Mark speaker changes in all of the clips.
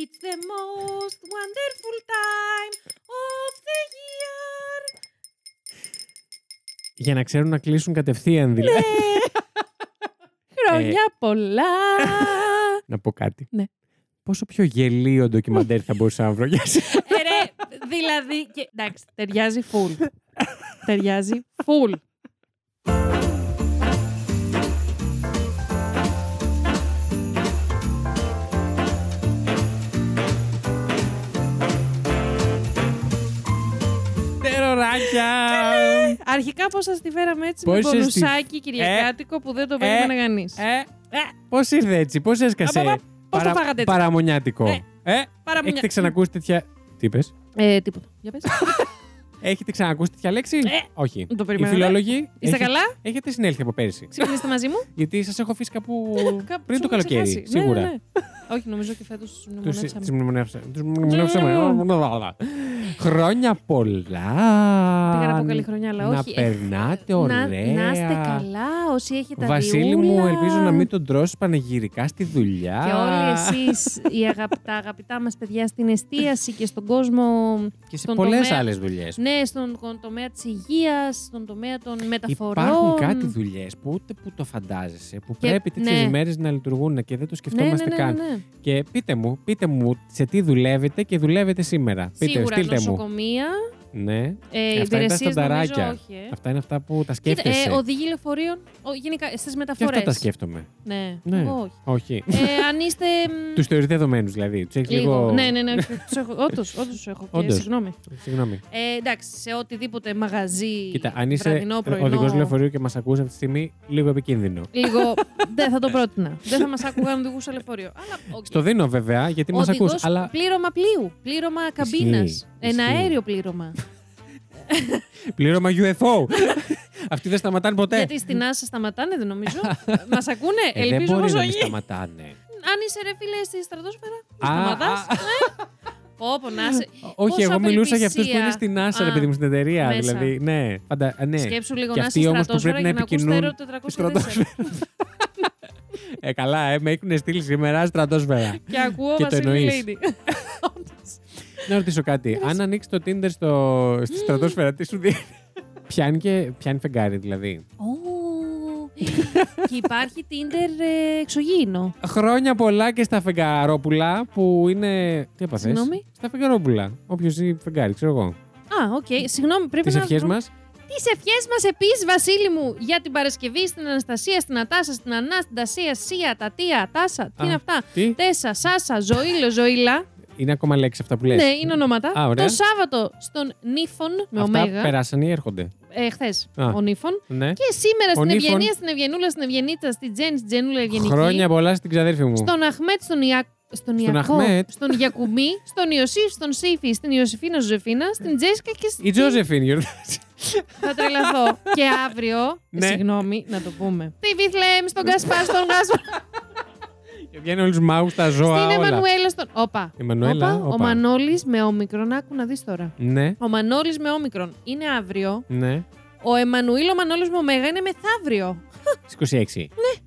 Speaker 1: It's the most wonderful time of the year.
Speaker 2: Για να ξέρουν να κλείσουν κατευθείαν δηλαδή. Ε.
Speaker 1: Χρόνια πολλά.
Speaker 2: να πω κάτι.
Speaker 1: Ναι.
Speaker 2: Πόσο πιο γελίο ντοκιμαντέρ θα μπορούσα να βρω για σένα.
Speaker 1: Ε, Ρε, δηλαδή. Και... Εντάξει, ταιριάζει full. ταιριάζει full.
Speaker 2: Τεροράκια!
Speaker 1: Αρχικά πώς σας τη φέραμε έτσι με
Speaker 2: Πώς σας τη-
Speaker 1: κολουσάκι κυριακάτικο που δεν το περίμενε κανείς.
Speaker 2: Ε, Πώς ήρθε έτσι, πώς έσκασε.
Speaker 1: Απαπα, πώς το φάγατε έτσι?
Speaker 2: Παραμονιάτικο.
Speaker 1: Ε,
Speaker 2: Ε,
Speaker 1: παραμονιά-
Speaker 2: Έχετε ξανακούσει τέτοια. Τι είπες?
Speaker 1: Ε, τίποτα. Για πες.
Speaker 2: Έχετε ξανακούσει τέτοια λέξη? Όχι.
Speaker 1: Ε, το
Speaker 2: Οι
Speaker 1: περιμένω. ναι.
Speaker 2: φιλόλογοι.
Speaker 1: Είστε
Speaker 2: έχετε-
Speaker 1: καλά?
Speaker 2: Έχετε συνέλθει από πέρυσι.
Speaker 1: Ξυπνήσετε μαζί μου.
Speaker 2: Γιατί σας έχω αφήσει κάπου
Speaker 1: Κάπου
Speaker 2: πριν
Speaker 1: σου έχω
Speaker 2: το καλοκαίρι.
Speaker 1: ξεχάσει. Ναι,
Speaker 2: Σίγουρα.
Speaker 1: ναι, ναι. Όχι, νομίζω και φέτος τους
Speaker 2: Τους-
Speaker 1: μνημονεύσαμε.
Speaker 2: Τις μνημονεύσα- τους
Speaker 1: Ναι,
Speaker 2: μνημονεύσαμε. Χρόνια πολλά.
Speaker 1: Πήγα να πω καλή χρονιά, αλλά
Speaker 2: Να
Speaker 1: όχι. ε,
Speaker 2: περνάτε
Speaker 1: Να-
Speaker 2: ωραία.
Speaker 1: Να είστε καλά, όσοι έχετε
Speaker 2: Βασίλη
Speaker 1: αδειούλα.
Speaker 2: μου, ελπίζω να μην τον τρώσει πανηγυρικά στη δουλειά.
Speaker 1: Και όλοι εσείς, τα αγαπητά μας παιδιά στην εστίαση και στον κόσμο.
Speaker 2: Και σε
Speaker 1: στον
Speaker 2: πολλές
Speaker 1: τομέα-
Speaker 2: άλλες δουλειές.
Speaker 1: Ναι, στον κο- τομέα της υγείας, στον τομέα των μεταφορών.
Speaker 2: Υπάρχουν κάτι δουλειές που ούτε που το φαντάζεσαι, που
Speaker 1: Και-
Speaker 2: πρέπει τέτοιε
Speaker 1: ναι.
Speaker 2: ημέρες να λειτουργούν και
Speaker 1: Ναι,
Speaker 2: δεν το
Speaker 1: ναι,
Speaker 2: σκεφτόμαστε
Speaker 1: ναι, ναι,
Speaker 2: καν.
Speaker 1: ναι.
Speaker 2: Και πείτε μου, πείτε μου σε τι δουλεύετε και δουλεύετε σήμερα. πείτε,
Speaker 1: Σίγουρα
Speaker 2: στείλτε μου.
Speaker 1: νοσοκομεία,
Speaker 2: Ναι.
Speaker 1: ε,
Speaker 2: ήταν στα
Speaker 1: υπηρεσίες νομίζω
Speaker 2: νταράκια.
Speaker 1: όχι. ε.
Speaker 2: Αυτά είναι αυτά που τα
Speaker 1: Κοίτα,
Speaker 2: σκέφτεσαι.
Speaker 1: ε, οδηγοί λεωφορείων, ο- γενικά στις
Speaker 2: και
Speaker 1: μεταφορέ.
Speaker 2: αυτά τα σκέφτομαι.
Speaker 1: Ναι,
Speaker 2: Ναι.
Speaker 1: εγώ όχι.
Speaker 2: Όχι.
Speaker 1: Ε, αν είστε. μ,
Speaker 2: Τους θεωρείς δεδομένους δηλαδή. Τους έχεις λίγο.
Speaker 1: Ναι, ναι, ναι. Όντως, όντως έχω. Και,
Speaker 2: Όντως.
Speaker 1: συγγνώμη.
Speaker 2: Συγγνώμη.
Speaker 1: Ε, εντάξει, σε οτιδήποτε μαγαζί.
Speaker 2: Κοίτα, αν είσαι
Speaker 1: βραδινό, πρωινό,
Speaker 2: οδηγός λεωφορείου και μας ακούσει αυτή τη στιγμή, λίγο επικίνδυνο.
Speaker 1: Λίγο. δεν θα το πρότεινα. δεν θα μας άκουγαν οδηγούς σε λεωφορείο. Αλλά. Okay.
Speaker 2: Στο δίνω βέβαια, γιατί μας ακούς. Αλλά
Speaker 1: Πλήρωμα πλοίου. Πλήρωμα καμπίνας.
Speaker 2: Ισχύει,
Speaker 1: Ένα
Speaker 2: ισχύει.
Speaker 1: αέριο πλήρωμα.
Speaker 2: πλήρωμα UFO. Αυτοί δεν σταματάνε ποτέ.
Speaker 1: Γιατί στην NASA σταματάνε, δεν νομίζω. μας ακούνε,
Speaker 2: Ναι. Ε, δεν
Speaker 1: ελπίζω
Speaker 2: μπορεί
Speaker 1: πω
Speaker 2: να μην
Speaker 1: όχι.
Speaker 2: σταματάνε.
Speaker 1: Αν είσαι ρε φίλε στη στρατόσφαιρα, που
Speaker 2: Α,
Speaker 1: σταματάς.
Speaker 2: α,
Speaker 1: Όπω να είσαι.
Speaker 2: Όχι,
Speaker 1: Πόσα
Speaker 2: εγώ μιλούσα για αυτούς
Speaker 1: απελπισία.
Speaker 2: που είναι στην NASA,
Speaker 1: Α,
Speaker 2: ρε παιδί μου, στην εταιρεία.
Speaker 1: μέσα.
Speaker 2: Δηλαδή, ναι. Φαντα... ναι.
Speaker 1: Σκέψου λίγο
Speaker 2: Και
Speaker 1: να
Speaker 2: αυτοί
Speaker 1: είσαι
Speaker 2: όμως που
Speaker 1: στρατόσφαιρα
Speaker 2: πρέπει
Speaker 1: για
Speaker 2: να
Speaker 1: να ακούς τα
Speaker 2: επικοινωνούν
Speaker 1: αεροτετρακόσια
Speaker 2: Ε, καλά, ε, με έχουν στείλει σήμερα στρατόσφαιρα.
Speaker 1: Και ακούω
Speaker 2: Και το
Speaker 1: Βασίλη
Speaker 2: εννοείς.
Speaker 1: Λέιντι.
Speaker 2: να ρωτήσω κάτι. Αν ανοίξεις το Tinder στο... στη στρατόσφαιρα, τι σου δίνει. πιάνει, και... πιάνει φεγγάρι, δηλαδή.
Speaker 1: Ω, και υπάρχει Tinder ε, εξωγήινο.
Speaker 2: Χρόνια πολλά και στα φεγγαρόπουλα που είναι. Τι έπαθες.
Speaker 1: Συγγνώμη?
Speaker 2: Στα φεγγαρόπουλα. Όποιος ζει φεγγάρι, ξέρω εγώ.
Speaker 1: Α, οκ. Συγγνώμη, πρέπει
Speaker 2: Τις
Speaker 1: να.
Speaker 2: ευχές μας.
Speaker 1: Τις ευχές μας επίσης, Βασίλη μου, για την Παρασκευή, στην Αναστασία, στην Ατάσα, στην Ανά, στην Τασία, Σία, Τατία, Τάσα. Τι
Speaker 2: Α.
Speaker 1: είναι αυτά.
Speaker 2: Τι.
Speaker 1: Τέσα, Σάσα, Ζωήλο, Ζωήλα.
Speaker 2: Είναι ακόμα λέξη αυτά που λες.
Speaker 1: Ναι, είναι ονόματα.
Speaker 2: Α, ωραία.
Speaker 1: Το Σάββατο στον Νύφων με
Speaker 2: αυτά
Speaker 1: Ωμέγα.
Speaker 2: περάσαν ή έρχονται.
Speaker 1: Ε, Χθες
Speaker 2: Α.
Speaker 1: ο Νύφων.
Speaker 2: Ναι.
Speaker 1: Και σήμερα στην
Speaker 2: Νύφων.
Speaker 1: Ευγενία, στην Ευγενούλα, στην Ευγενίτσα, στην Τζέννη, στην Τζενούλα, Ευγενική.
Speaker 2: Χρόνια πολλά στην ξαδέρφη μου.
Speaker 1: Στον Αχμέτ, στον Ια... Στον,
Speaker 2: Στον
Speaker 1: Ιακώ,
Speaker 2: Αχμέτ.
Speaker 1: στον Γιακουμή, στον Ιωσήφ, στον Σύφη, στην Ιωσήφινα Ζωζεφίνα, στην Τζέσικα και στην.
Speaker 2: Η Τζόζεφιν γιορτάζει.
Speaker 1: Θα τρελαθώ. και αύριο.
Speaker 2: Ναι.
Speaker 1: Συγγνώμη, να το πούμε. Στη Βιθλέμ, στον Κασπάρ, στον Γάσπαρ,
Speaker 2: Και βγαίνουν όλου μάου τα ζώα.
Speaker 1: στην
Speaker 2: όλα.
Speaker 1: Εμμανουέλα, στον. Όπα.
Speaker 2: Η Εμμανουέλα,
Speaker 1: Όπα, Ο
Speaker 2: όπα.
Speaker 1: Μανώλης με όμικρον, άκου να δεις τώρα.
Speaker 2: Ναι,
Speaker 1: Ο Μανώλης με όμικρον είναι αύριο.
Speaker 2: ναι.
Speaker 1: Ο Εμμανουήλ, ο Μανώλης με ωμέγα είναι μεθαύριο.
Speaker 2: Στις 26.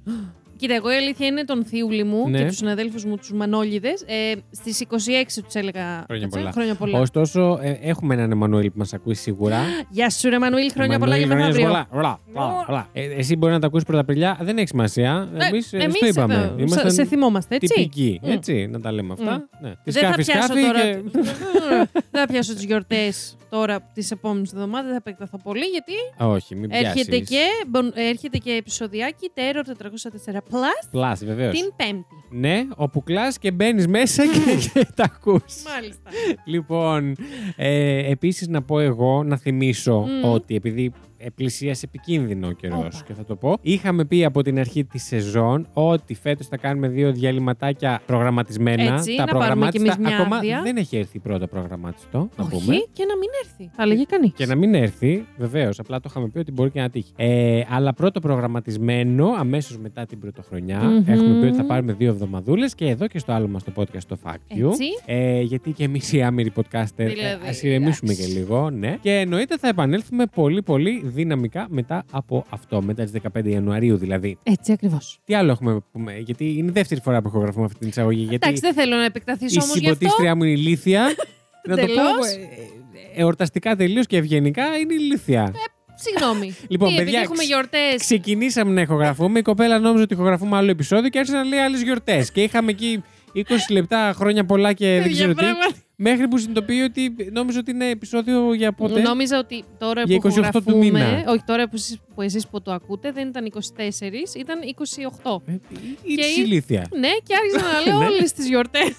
Speaker 1: Ναι, Κοίτα, εγώ η αλήθεια είναι τον θείουλη μου
Speaker 2: Ναι.
Speaker 1: και τους συναδέλφους μου, τους Μανώλιδε. Ε, Στις 26 τους έλεγα.
Speaker 2: Χρόνια
Speaker 1: Έτσι,
Speaker 2: πολλά.
Speaker 1: Χρόνια πολλά.
Speaker 2: Ωστόσο, ε, έχουμε έναν Εμμανουέλ που μας ακούει σίγουρα.
Speaker 1: Γεια σου, ρε Μανουήλ, χρόνια πολλά
Speaker 2: Εμμανουέλ,
Speaker 1: για μεθαύριο.
Speaker 2: πολλά, πολλά,
Speaker 1: Λοιπόν-
Speaker 2: πολλά, πολλά. Ε, εσύ μπορεί να τα ακούσεις πρωταπριλιά, δεν έχει σημασία. Εμείς ε, το είπαμε.
Speaker 1: εδώ, Ε, σε, σε θυμόμαστε, έτσι.
Speaker 2: τυπικοί.
Speaker 1: Μμ.
Speaker 2: Έτσι, να τα λέμε αυτά. Ναι. Τη
Speaker 1: Δεν θα
Speaker 2: σκάφη,
Speaker 1: πιάσω
Speaker 2: σκάφη
Speaker 1: τώρα.
Speaker 2: και.
Speaker 1: Δεν θα πιάσω τις γιορτές τώρα τις επόμενες εβδομάδες, δεν θα επεκταθώ πολύ, γιατί
Speaker 2: Α, Όχι, μην πιάσει.
Speaker 1: έρχεται και, μπον- έρχεται και επεισοδιάκι Terror 404 Plus
Speaker 2: Plus, βεβαίως.
Speaker 1: την Πέμπτη.
Speaker 2: Ναι, όπου κλάς και μπαίνεις μέσα και, και τα ακούς.
Speaker 1: Μάλιστα.
Speaker 2: Λοιπόν, ε, επίσης να πω εγώ, να θυμίσω
Speaker 1: Μμμ.
Speaker 2: ότι επειδή ε, πλησίασε επικίνδυνο καιρός
Speaker 1: Όπα.
Speaker 2: και θα το πω. Είχαμε πει από την αρχή της σεζόν ότι φέτος θα κάνουμε δύο διαλυματάκια προγραμματισμένα.
Speaker 1: Έτσι,
Speaker 2: τα
Speaker 1: να πάρουμε κι εμείς
Speaker 2: προγραμματιστα-
Speaker 1: μια
Speaker 2: ακόμα
Speaker 1: άδεια.
Speaker 2: δεν έχει έρθει πρώτα προγραμματιστό, να πούμε.
Speaker 1: Όχι, και να μην έρθει. Θα λέγε κανείς.
Speaker 2: Και να μην έρθει, βεβαίως. Απλά το είχαμε πει ότι μπορεί και να τύχει. Ε, αλλά πρώτο προγραμματισμένο, αμέσως μετά την πρωτοχρονιά,
Speaker 1: Μμμ.
Speaker 2: έχουμε πει ότι θα πάρουμε δύο εβδομαδούλες και εδώ και στο άλλο μας το podcast, το Fact You.
Speaker 1: Έτσι.
Speaker 2: Ε, γιατί και εμείς οι άμυροι podcaster.
Speaker 1: Δηλαδή,
Speaker 2: Ας ηρεμήσουμε και
Speaker 1: εντάξει.
Speaker 2: λίγο, ναι. Και εννοείται θα επανέλθουμε πολύ, πολύ δυναμικά μετά από αυτό, μετά τις 15 Ιανουαρίου δηλαδή.
Speaker 1: Έτσι ακριβώς.
Speaker 2: Τι άλλο έχουμε να πούμε, γιατί είναι η δεύτερη φορά που ηχογραφούμε αυτή την εισαγωγή. Γιατί
Speaker 1: Εντάξει, δεν θέλω να επεκταθείς
Speaker 2: η
Speaker 1: όμως γι' αυτό.
Speaker 2: συμποτίστρια μου είναι ηλίθια. να το πω
Speaker 1: Τελώς.
Speaker 2: ε, ε, εορταστικά τελείως και ευγενικά είναι
Speaker 1: Ε,
Speaker 2: ηλίθια.
Speaker 1: Συγγνώμη.
Speaker 2: Λοιπόν,
Speaker 1: Τι, επειδή
Speaker 2: παιδιά,
Speaker 1: έχουμε
Speaker 2: ξε-
Speaker 1: γιορτές.
Speaker 2: Ξεκινήσαμε να ηχογραφούμε. Η κοπέλα νόμιζε ότι ηχογραφούμε άλλο επεισόδιο και άρχισε να λέει άλλες γιορτές. και είχαμε εκεί 20 λεπτά χρόνια πολλά και
Speaker 1: Ε,
Speaker 2: δεν ξέρω τι. Μέχρι που συνειδητοποιεί ότι νόμιζε ότι είναι επεισόδιο για ποτέ.
Speaker 1: Νόμιζα ότι τώρα
Speaker 2: Για
Speaker 1: που
Speaker 2: 28 του
Speaker 1: γραφούμε,
Speaker 2: μήνα.
Speaker 1: όχι τώρα που εσείς, που εσείς που το ακούτε δεν ήταν 24, ήταν 28.
Speaker 2: Ε, Η
Speaker 1: Και
Speaker 2: της
Speaker 1: η-
Speaker 2: ηλίθια.
Speaker 1: Ναι, και άρχισα να λέω
Speaker 2: Ναι.
Speaker 1: όλες τις γιορτές.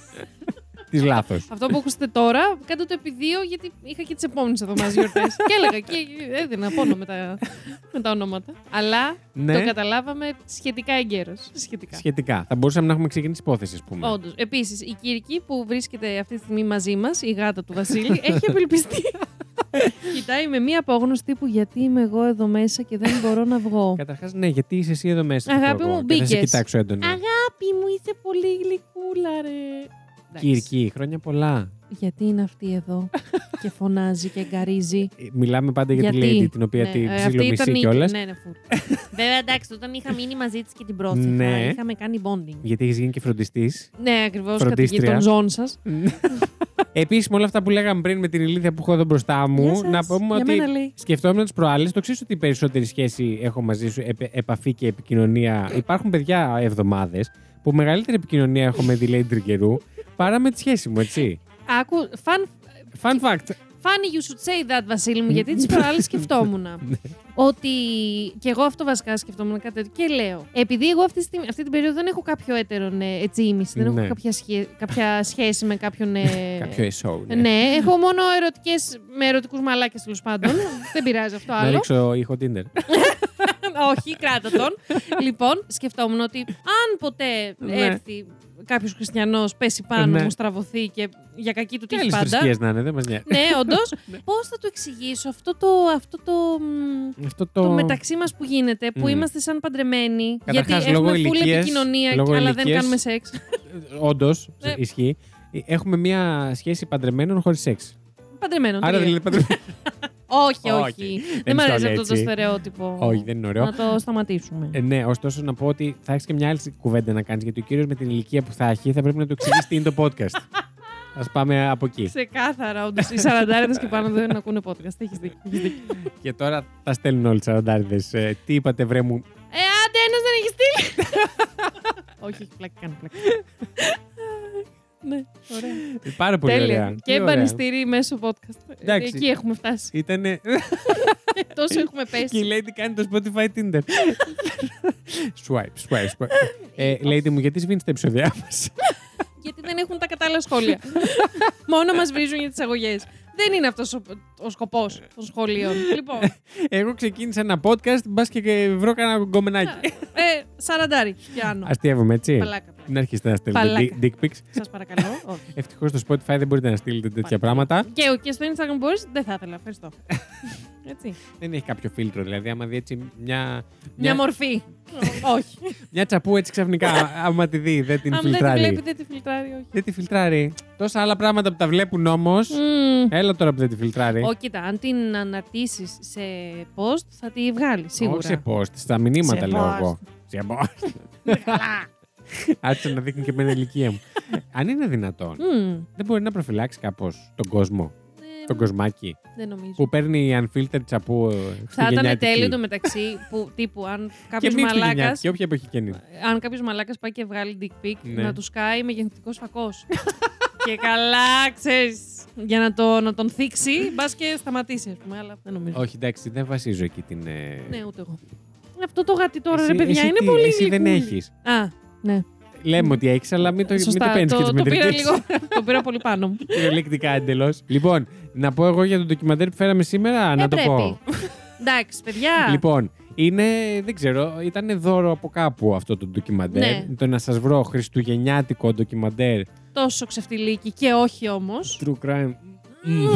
Speaker 2: Τη λάθος.
Speaker 1: Αυτό που ακούσατε τώρα, κάντε το επί δύο, γιατί είχα και τις επόμενες εβδομάδες γιορτές. και έλεγα και έδινα πόνο με τα, με τα ονόματα. Αλλά το
Speaker 2: Ναι,
Speaker 1: καταλάβαμε σχετικά εγκαίρως. Σχετικά.
Speaker 2: σχετικά. Θα μπορούσαμε να έχουμε ξεκινήσει υπόθεση, ας πούμε.
Speaker 1: Όντως. Επίσης, η Κύρκη που βρίσκεται αυτή τη στιγμή μαζί μας, η γάτα του Βασίλη, έχει απελπιστεί. Κοιτάει με μία απόγνωση τύπου γιατί είμαι εγώ εδώ μέσα και δεν μπορώ να βγω.
Speaker 2: Καταρχάς, ναι, γιατί είσαι εσύ εδώ μέσα. θα
Speaker 1: Αγάπη
Speaker 2: πω εγώ,
Speaker 1: μου,
Speaker 2: και Θα σε
Speaker 1: μπήκες.
Speaker 2: κοιτάξω έντονα.
Speaker 1: Αγάπη μου, είσαι πολύ γλυκούλα, ρε. Εντάξει.
Speaker 2: Κυρκή, χρόνια πολλά.
Speaker 1: Γιατί είναι αυτή εδώ και φωνάζει και εγκαρίζει.
Speaker 2: Ε, Μιλάμε πάντα για τη
Speaker 1: Γιατί?
Speaker 2: Lady, την οποία
Speaker 1: Ναι,
Speaker 2: τη
Speaker 1: ε,
Speaker 2: ψιλομισεί
Speaker 1: η-
Speaker 2: κιόλας.
Speaker 1: Ναι, ναι, φου. Βέβαια, εντάξει, όταν είχα μείνει μαζί της και την πρόσεχα,
Speaker 2: Ναι.
Speaker 1: είχαμε κάνει bonding.
Speaker 2: Γιατί έχεις γίνει και φροντιστής.
Speaker 1: Ναι, ακριβώς.
Speaker 2: Φροντίστρια.
Speaker 1: Κατοικεί των ζώων σα.
Speaker 2: Επίσης, με όλα αυτά που λέγαμε πριν με την ηλίθεια που έχω εδώ μπροστά μου, να πούμε ότι σκεφτόμουν τις προάλλες. Το ξέρεις ότι η περισσότερη σχέση έχω μαζί σου, επε- επαφή και επικοινωνία. Υπάρχουν παιδιά εβδομάδες που μεγαλύτερη επικοινωνία έχω με τη Lady Τρικερού παρά με τη σχέση μου, έτσι.
Speaker 1: Άκου, fun
Speaker 2: Fun fact.
Speaker 1: Funny you should say that, Βασίλη μου, γιατί τι προάλλε σκεφτόμουν.
Speaker 2: Ναι.
Speaker 1: ότι. και εγώ αυτό βασικά σκεφτόμουν κάτι τέτοιο. Και λέω, επειδή εγώ αυτή, τη στιγμή- αυτή την περίοδο δεν έχω κάποιο έτερο ναι, έτσι, ήμιση, δεν
Speaker 2: Ναι.
Speaker 1: έχω κάποια, σχέ- κάποια σχέση με κάποιον. ε,
Speaker 2: Κάποιο εσό.
Speaker 1: ναι. έχω μόνο ερωτικές, με ερωτικούς μαλάκες τέλος πάντων. δεν πειράζει αυτό
Speaker 2: Να
Speaker 1: άλλο.
Speaker 2: ρίξω ήχο Tinder.
Speaker 1: Όχι, κράτα τον. λοιπόν, σκεφτόμουν ότι αν ποτέ
Speaker 2: Ναι.
Speaker 1: έρθει κάποιος χριστιανός, πέσει πάνω
Speaker 2: Ναι.
Speaker 1: μου, στραβωθεί και για κακή του
Speaker 2: Τι
Speaker 1: τύχη
Speaker 2: άλλε
Speaker 1: πάντα.
Speaker 2: θρησκείες να είναι, δεν μας νοιάζει.
Speaker 1: ναι, όντως. Πώς θα του εξηγήσω αυτό το, αυτό το, μ,
Speaker 2: Αυτό
Speaker 1: Ναι. το
Speaker 2: το.
Speaker 1: μεταξύ μας που γίνεται, που
Speaker 2: Μμ.
Speaker 1: είμαστε σαν παντρεμένοι.
Speaker 2: Καταρχάς,
Speaker 1: γιατί
Speaker 2: λόγω
Speaker 1: έχουμε full
Speaker 2: ηλικίας-
Speaker 1: επικοινωνία,
Speaker 2: λόγω
Speaker 1: αλλά δεν
Speaker 2: ηλικίας-
Speaker 1: κάνουμε σεξ.
Speaker 2: Όντω,
Speaker 1: Ναι.
Speaker 2: Ε, ισχύει. Ε, Έχουμε μία σχέση παντρεμένων χωρίς σεξ.
Speaker 1: Παντρεμένων.
Speaker 2: Άρα
Speaker 1: τελεία.
Speaker 2: δηλαδή παντρεμένων.
Speaker 1: Όχι,
Speaker 2: Όχι.
Speaker 1: όχι.
Speaker 2: Δεν
Speaker 1: δεν μ'
Speaker 2: είναι
Speaker 1: αρέσει
Speaker 2: όλοι
Speaker 1: αυτό το
Speaker 2: έτσι.
Speaker 1: στερεότυπο.
Speaker 2: Όχι, δεν είναι ωραίο.
Speaker 1: Να το σταματήσουμε.
Speaker 2: Ε, ναι, ωστόσο να πω ότι θα έχεις και μια άλλη κουβέντα να κάνεις γιατί ο κύριος με την ηλικία που θα έχει θα πρέπει να του εξηγήσει τι είναι το podcast. Ας πάμε από εκεί.
Speaker 1: Ξεκάθαρα, όντως. Οι σαραντάριδες και πάνω δεν ακούνε podcast. Έχεις δίκιο. έχεις δίκιο.
Speaker 2: και τώρα τα στέλνουν όλοι οι σαραντάριδες. Ε, τι είπατε, βρέ μου.
Speaker 1: Ε, άντε, ένας δεν έχει στείλει. όχι, όχι, πλάκα, κάνει πλάκα. ναι, ωραία.
Speaker 2: Πάρα πολύ ωραία.
Speaker 1: Τέλεια. Και
Speaker 2: Τι ωραία.
Speaker 1: εμφανιστήρι μέσω podcast.
Speaker 2: Εντάξει.
Speaker 1: Εκεί έχουμε φτάσει.
Speaker 2: Ήτανε.
Speaker 1: Τόσο έχουμε
Speaker 2: και η
Speaker 1: πέσει.
Speaker 2: Lady κάνει το Spotify Tinder. swipe, swipe, swipe. ε, lady μου, γιατί σβήνεις τα επεισόδια μας.
Speaker 1: γιατί δεν έχουν τα κατάλληλα σχόλια. Μόνο μας βρίζουν για τις αγωγές. Δεν είναι αυτός ο, ο σκοπός των σχολείων. λοιπόν,
Speaker 2: Εγώ ξεκίνησα ένα podcast, μπας και ε, βρω κανένα γκομμενάκι.
Speaker 1: ε, σαραντάρι και άνω.
Speaker 2: Αστείευομαι, έτσι.
Speaker 1: Παλάκα.
Speaker 2: Μην αρχίσετε να στέλνετε
Speaker 1: Παλάκα.
Speaker 2: dick dick pics.
Speaker 1: Σας παρακαλώ. όχι.
Speaker 2: Ευτυχώς στο Spotify δεν μπορείτε να στείλετε τέτοια
Speaker 1: Παλάκα.
Speaker 2: πράγματα.
Speaker 1: και, και στο Instagram μπορείς, δεν θα ήθελα. Ευχαριστώ. Έτσι. Μια,
Speaker 2: Δεν έχει κάποιο φίλτρο. Δηλαδή, άμα δει έτσι μια, μια,
Speaker 1: μορφή. Ό, όχι.
Speaker 2: μια τσαπού έτσι ξαφνικά, άμα τη δει, δεν την
Speaker 1: Αν δεν τη
Speaker 2: φιλτράρει.
Speaker 1: βλέπει, δεν τη φιλτράρει, όχι.
Speaker 2: Δεν τη φιλτράρει. Τόσα άλλα πράγματα που τα βλέπουν όμως.
Speaker 1: Μμμ.
Speaker 2: Έλα τώρα που δεν τη φιλτράρει.
Speaker 1: Ω, κοίτα, αν την αναρτήσεις σε post, θα τη βγάλει σίγουρα.
Speaker 2: Όχι σε post, στα μηνύματα
Speaker 1: Σε
Speaker 2: λέω
Speaker 1: post. Ναι,
Speaker 2: εγώ. Σε post. Άρχισε να δείχνει και εμένα η ηλικία μου. Αν είναι δυνατόν,
Speaker 1: Μμμ.
Speaker 2: δεν μπορεί να προφυλάξει κάπως τον κόσμο,
Speaker 1: Ε,
Speaker 2: τον κοσμάκι
Speaker 1: Δεν νομίζω.
Speaker 2: που παίρνει η unfiltered τσαπού. ε,
Speaker 1: Θα ήταν
Speaker 2: χριστουγεννιάτικη.
Speaker 1: τέλειο το μεταξύ που τύπου αν
Speaker 2: Και
Speaker 1: κάποιος
Speaker 2: μη
Speaker 1: μαλάκα.
Speaker 2: χριστουγεννιάτικη, όποια εποχή και αν είναι.
Speaker 1: Αν κάποιος μαλάκας πάει και βγάλει dick pic,
Speaker 2: Ναι.
Speaker 1: να τους κάει με γεννητικός φακός. και καλά, ξέρεις. Για να, το, να τον θίξει, μπας και σταματήσει, ας πούμε. Αλλά δεν νομίζω.
Speaker 2: Όχι, εντάξει, δεν βασίζω εκεί την. ε,
Speaker 1: Ναι, ούτε εγώ. Αυτό το γατί τώρα,
Speaker 2: Εσύ-
Speaker 1: ρε παιδιά,
Speaker 2: εσύ
Speaker 1: είναι
Speaker 2: τι-
Speaker 1: πολύ
Speaker 2: Εσύ δεν
Speaker 1: γλυκούλι.
Speaker 2: έχεις.
Speaker 1: Α, ναι.
Speaker 2: Λέμε ότι έχεις, αλλά μην το, μην το
Speaker 1: Σωστά.
Speaker 2: παίρνει και
Speaker 1: το,
Speaker 2: τις
Speaker 1: το πήρα
Speaker 2: μετρητές.
Speaker 1: λίγο. το πήρα πολύ πάνω μου.
Speaker 2: Ελεκτικά εντελώς. Λοιπόν, να πω εγώ για το ντοκιμαντέρ που φέραμε σήμερα,
Speaker 1: Δεν
Speaker 2: να το πω.
Speaker 1: Ε, πρέπει. Εντάξει, παιδιά.
Speaker 2: Λοιπόν, είναι, δεν ξέρω, ήταν δώρο από κάπου αυτό το ντοκιμαντέρ.
Speaker 1: Ναι.
Speaker 2: Το να σας βρω χριστουγεννιάτικο ντοκιμαντέρ.
Speaker 1: Τόσο ξεφτυλίκι και όχι όμως.
Speaker 2: True crime. Μμμ.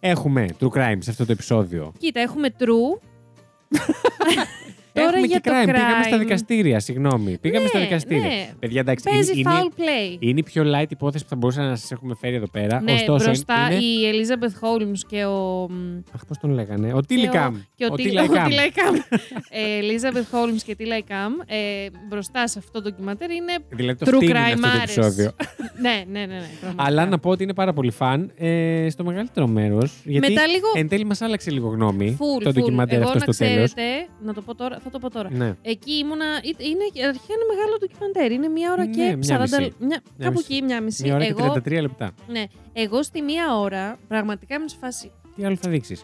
Speaker 2: Έχουμε true crime σε αυτό το επεισόδιο.
Speaker 1: Κοίτα, έχουμε true. Τώρα
Speaker 2: Έχουμε
Speaker 1: για
Speaker 2: και
Speaker 1: το crime.
Speaker 2: Πήγαμε στα δικαστήρια, συγγνώμη. Πήγαμε
Speaker 1: Ναι,
Speaker 2: στα δικαστήρια.
Speaker 1: ναι.
Speaker 2: Παιδιά, εντάξει,
Speaker 1: Παίζει
Speaker 2: είναι, είναι,
Speaker 1: foul play.
Speaker 2: είναι η πιο light υπόθεση που θα μπορούσα να σας έχουμε φέρει εδώ πέρα.
Speaker 1: Ναι,
Speaker 2: Ωστόσο,
Speaker 1: μπροστά
Speaker 2: είναι.
Speaker 1: η Elizabeth Holmes και ο. μ,
Speaker 2: Αχ, πώς τον λέγανε. Ο
Speaker 1: και Ε, ο-
Speaker 2: Τίλικαμ.
Speaker 1: Και ο Τίλ- ο Τίλικαμ. Ε, Elizabeth Holmes και Τίλα Καμ. Μπροστά σε αυτό το ντοκιματέρ είναι.
Speaker 2: Δηλαδή το
Speaker 1: True
Speaker 2: φτύνει είναι αυτό
Speaker 1: crime
Speaker 2: το
Speaker 1: άρες.
Speaker 2: επεισόδιο.
Speaker 1: ναι, ναι, ναι. ναι πραγματικά.
Speaker 2: Αλλά να πω ότι είναι πάρα πολύ φαν ε, στο μεγαλύτερο μέρος. Γιατί
Speaker 1: Μετά λίγο.
Speaker 2: εν τέλει μας άλλαξε λίγο γνώμη
Speaker 1: Full,
Speaker 2: το
Speaker 1: full.
Speaker 2: ντοκιμαντέρ
Speaker 1: Εγώ,
Speaker 2: αυτό
Speaker 1: να
Speaker 2: στο τέλος.
Speaker 1: ξέρετε, να το πω τώρα, θα το πω τώρα.
Speaker 2: Ναι.
Speaker 1: Εκεί ήμουνα. ή- Είναι, αρχικά είναι μεγάλο ντοκιμαντέρ. Είναι μία ώρα
Speaker 2: Ναι,
Speaker 1: και
Speaker 2: μία
Speaker 1: 40.
Speaker 2: μισή.
Speaker 1: Μια, κάπου
Speaker 2: μισή.
Speaker 1: εκεί, μία μισή.
Speaker 2: Μια ώρα
Speaker 1: εγώ,
Speaker 2: και 33 λεπτά.
Speaker 1: ναι, εγώ στη μία ώρα πραγματικά ήμουν σε φάση.
Speaker 2: Τι άλλο θα δείξεις.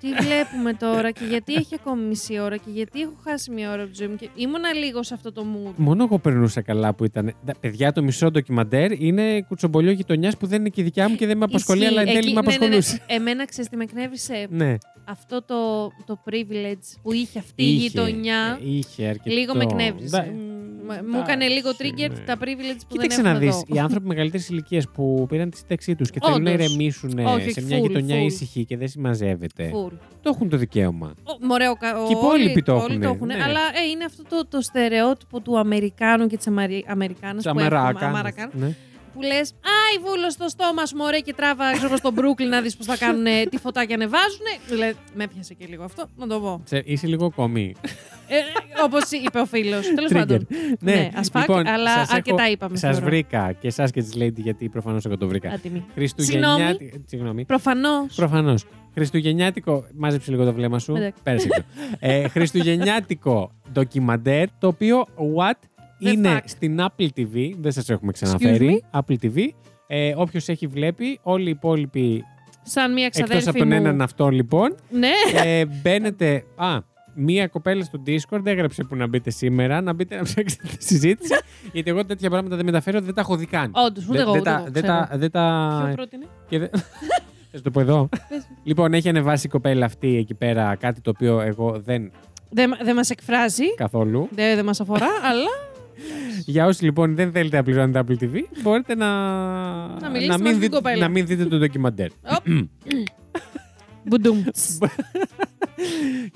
Speaker 1: Τι βλέπουμε τώρα και γιατί έχει ακόμη μισή ώρα και γιατί έχω χάσει μία ώρα από τη ζωή μου. Και ήμουνα λίγο σε αυτό το mood.
Speaker 2: Μόνο εγώ περνούσα καλά που ήταν. Τα παιδιά, το μισό ντοκιμαντέρ είναι κουτσομπολιό γειτονιάς που δεν είναι και η δικιά μου και δεν με απασχολεί,
Speaker 1: Ισχύει.
Speaker 2: αλλά εν τέλει
Speaker 1: Εκεί-
Speaker 2: με
Speaker 1: ναι, ναι, ναι.
Speaker 2: απασχολούσε.
Speaker 1: Εμένα ξέρεις τι με εκνεύρισε.
Speaker 2: Ναι.
Speaker 1: Αυτό το, το privilege που είχε αυτή η
Speaker 2: Είχε,
Speaker 1: γειτονιά.
Speaker 2: ε, Είχε αρκετό.
Speaker 1: Λίγο με εκνεύρισε.
Speaker 2: Ντα-
Speaker 1: Μ-
Speaker 2: εντάξει,
Speaker 1: Μου έκανε λίγο trigger
Speaker 2: ναι.
Speaker 1: τα privilege που
Speaker 2: Κοίταξε
Speaker 1: δεν
Speaker 2: να
Speaker 1: έχουμε
Speaker 2: δεις.
Speaker 1: εδώ.
Speaker 2: Οι άνθρωποι μεγαλύτερης ηλικίας που πήραν τη σύνταξή τους και θέλουν να
Speaker 1: Όντως.
Speaker 2: ηρεμήσουν
Speaker 1: Όχι, όχι,
Speaker 2: σε μια
Speaker 1: full,
Speaker 2: γειτονιά
Speaker 1: full.
Speaker 2: ήσυχη και δεν συμμαζεύεται.
Speaker 1: Full.
Speaker 2: Το έχουν το δικαίωμα.
Speaker 1: Ο- Μωρέ, ο, κα-
Speaker 2: Και οι
Speaker 1: ο-
Speaker 2: υπόλοιποι
Speaker 1: όλοι-
Speaker 2: το
Speaker 1: όλοι
Speaker 2: έχουνε, ναι.
Speaker 1: Αλλά ε, είναι αυτό το, το στερεότυπο του Αμερικάνου και της Αμερι... Αμερικάνας που έχουμε,
Speaker 2: Τσαμαράκα.
Speaker 1: Αμαρακάν,
Speaker 2: Ναι.
Speaker 1: που λες, Άι, βούλος στο στόμα σου, μωρέ, και τράβα ξέρω, εγώ, στον Brooklyn να δεις πώς θα κάνουν τι φωτάκια ανεβάζουν. Δηλαδή, με πιάσε και λίγο αυτό, να το πω.
Speaker 2: Τσε, Είσαι λίγο κομμή.
Speaker 1: Ε, Όπως είπε ο φίλος. Τέλος
Speaker 2: Trigger.
Speaker 1: πάντων.
Speaker 2: Ναι,
Speaker 1: ας φάκ, αλλά
Speaker 2: σας έχω-
Speaker 1: αρκετά είπαμε,
Speaker 2: Σας
Speaker 1: θεωρώ.
Speaker 2: βρήκα και εσάς και της Lady, γιατί προφανώς εγώ το βρήκα.
Speaker 1: Άτιμη.
Speaker 2: Χριστουγεννιά. Συγγνώμη.
Speaker 1: Προφανώς.
Speaker 2: Προφανώς. Χριστουγεννιάτικο. Μάζεψε λίγο το βλέμμα σου.
Speaker 1: Εντάξει.
Speaker 2: Πέρασε το. ε, Χριστουγεννιάτικο ντοκιμαντέρ το οποίο what
Speaker 1: The
Speaker 2: είναι
Speaker 1: fact.
Speaker 2: στην Apple TV. Δεν σας έχουμε ξαναφέρει. Apple TV. Ε, Όποιος έχει βλέπει, όλοι οι υπόλοιποι
Speaker 1: Σαν μία
Speaker 2: εκτός
Speaker 1: ξαδέρφη
Speaker 2: από τον
Speaker 1: μου.
Speaker 2: έναν αυτό λοιπόν.
Speaker 1: Ναι.
Speaker 2: ε, μπαίνετε. Α, μία κοπέλα στο Discord έγραψε που να μπείτε σήμερα, να μπείτε να ψάξετε τη συζήτηση. γιατί εγώ τέτοια πράγματα δεν μεταφέρω, δεν τα έχω δει καν.
Speaker 1: Όντως, ούτε
Speaker 2: Δεν-
Speaker 1: εγώ.
Speaker 2: δεν
Speaker 1: ούτε
Speaker 2: τα-
Speaker 1: εγώ
Speaker 2: δεν
Speaker 1: ξέρω.
Speaker 2: τα- ε. δεν τα-
Speaker 1: Ποιο πρότεινε.
Speaker 2: και δεν- Θα σου το πω εδώ.
Speaker 1: Πες.
Speaker 2: λοιπόν, έχει ανεβάσει η κοπέλα αυτή εκεί πέρα κάτι το οποίο εγώ δεν
Speaker 1: Δεν δεν μας εκφράζει.
Speaker 2: καθόλου.
Speaker 1: Δεν δεν μας αφορά, αλλά
Speaker 2: Για όσοι λοιπόν δεν θέλετε να πληρώνετε Apple TV, μπορείτε να,
Speaker 1: μιλήσετε μαζί με
Speaker 2: μην,
Speaker 1: την
Speaker 2: δείτε,
Speaker 1: κοπέλα.
Speaker 2: να μην δείτε το ντοκιμαντέρ.
Speaker 1: μπουντούμ.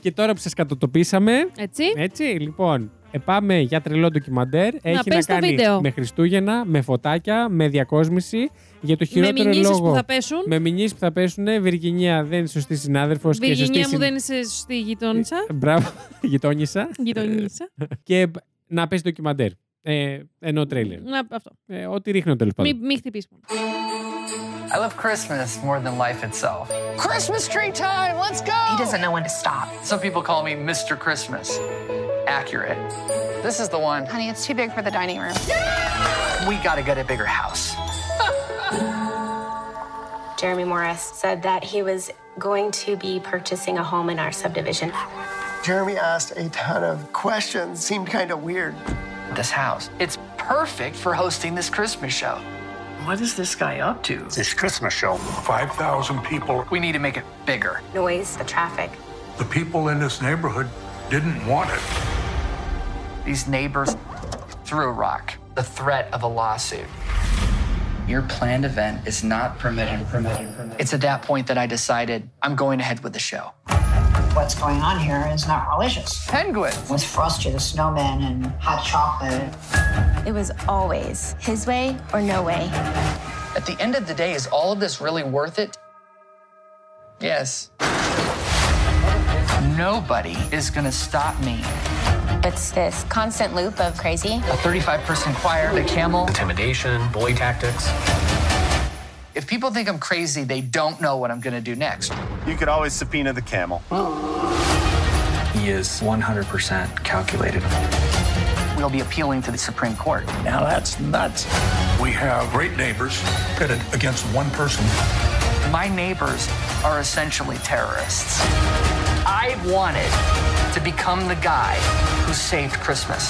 Speaker 2: και τώρα που σας κατοτοπίσαμε,
Speaker 1: Έτσι.
Speaker 2: έτσι λοιπόν, ε, πάμε για τρελό ντοκιμαντέρ. Έχει να
Speaker 1: πες το
Speaker 2: κάνει
Speaker 1: βίντεο.
Speaker 2: με Χριστούγεννα, με φωτάκια, με διακόσμηση. Για το
Speaker 1: Με
Speaker 2: χειρότερο
Speaker 1: μηνύσεις
Speaker 2: λόγο.
Speaker 1: που θα πέσουν.
Speaker 2: Με μηνύσεις που θα πέσουν. Βυργινία δεν είναι σωστή συνάδελφος και Ε, σωστή
Speaker 1: Βυργινία μου
Speaker 2: συν-
Speaker 1: δεν είσαι στη γειτόνισσα.
Speaker 2: Μπράβο, γειτόνισσα.
Speaker 1: Γειτονίσσα.
Speaker 2: και να πέσει ντοκιμαντέρ. Ε, ενώ τρέιλερ.
Speaker 1: Να, αυτό.
Speaker 2: Ε, ό,τι ρίχνω τέλος πάντων.
Speaker 1: Μην μη χτυπήσεις μόνο.
Speaker 3: I love Christmas more than life itself.
Speaker 4: Christmas tree time. Let's go.
Speaker 5: He doesn't know when to stop.
Speaker 3: Some people call me Mr. Christmas. Accurate. This is the one.
Speaker 4: Honey, it's too big for the dining room.
Speaker 3: We gotta get a bigger house.
Speaker 6: Jeremy Morris said that he was going to be purchasing a home in our subdivision.
Speaker 7: Jeremy asked a ton of questions, seemed kind of weird.
Speaker 3: This house. It's perfect for hosting this Christmas show. What is this guy up to?
Speaker 8: This Christmas show, 5,000 people.
Speaker 3: We need to make it bigger.
Speaker 6: Noise, the traffic.
Speaker 8: The people in this neighborhood didn't want it.
Speaker 3: These neighbors threw a rock. The threat of a lawsuit. Your planned event is not permitted. Permitted. permitted. It's at that point that I decided I'm going ahead with the show.
Speaker 9: What's going on here is not religious.
Speaker 3: Penguin.
Speaker 9: With Frosty the Snowman and hot chocolate.
Speaker 6: It was always his way or no way.
Speaker 3: At the end of the day, is all of this really worth it? Yes. Nobody is gonna stop me.
Speaker 6: It's this constant loop of crazy.
Speaker 3: A 35 person choir, the camel.
Speaker 10: intimidation, boy tactics.
Speaker 3: If people think I'm crazy, they don't know what I'm gonna do next.
Speaker 11: You could always subpoena the camel.
Speaker 10: He is 100% calculated.
Speaker 3: We'll be appealing to the Supreme Court.
Speaker 10: Now that's nuts.
Speaker 8: We have great neighbors pitted against one person.
Speaker 3: My neighbors are essentially terrorists. I wanted to become the guy who saved Christmas.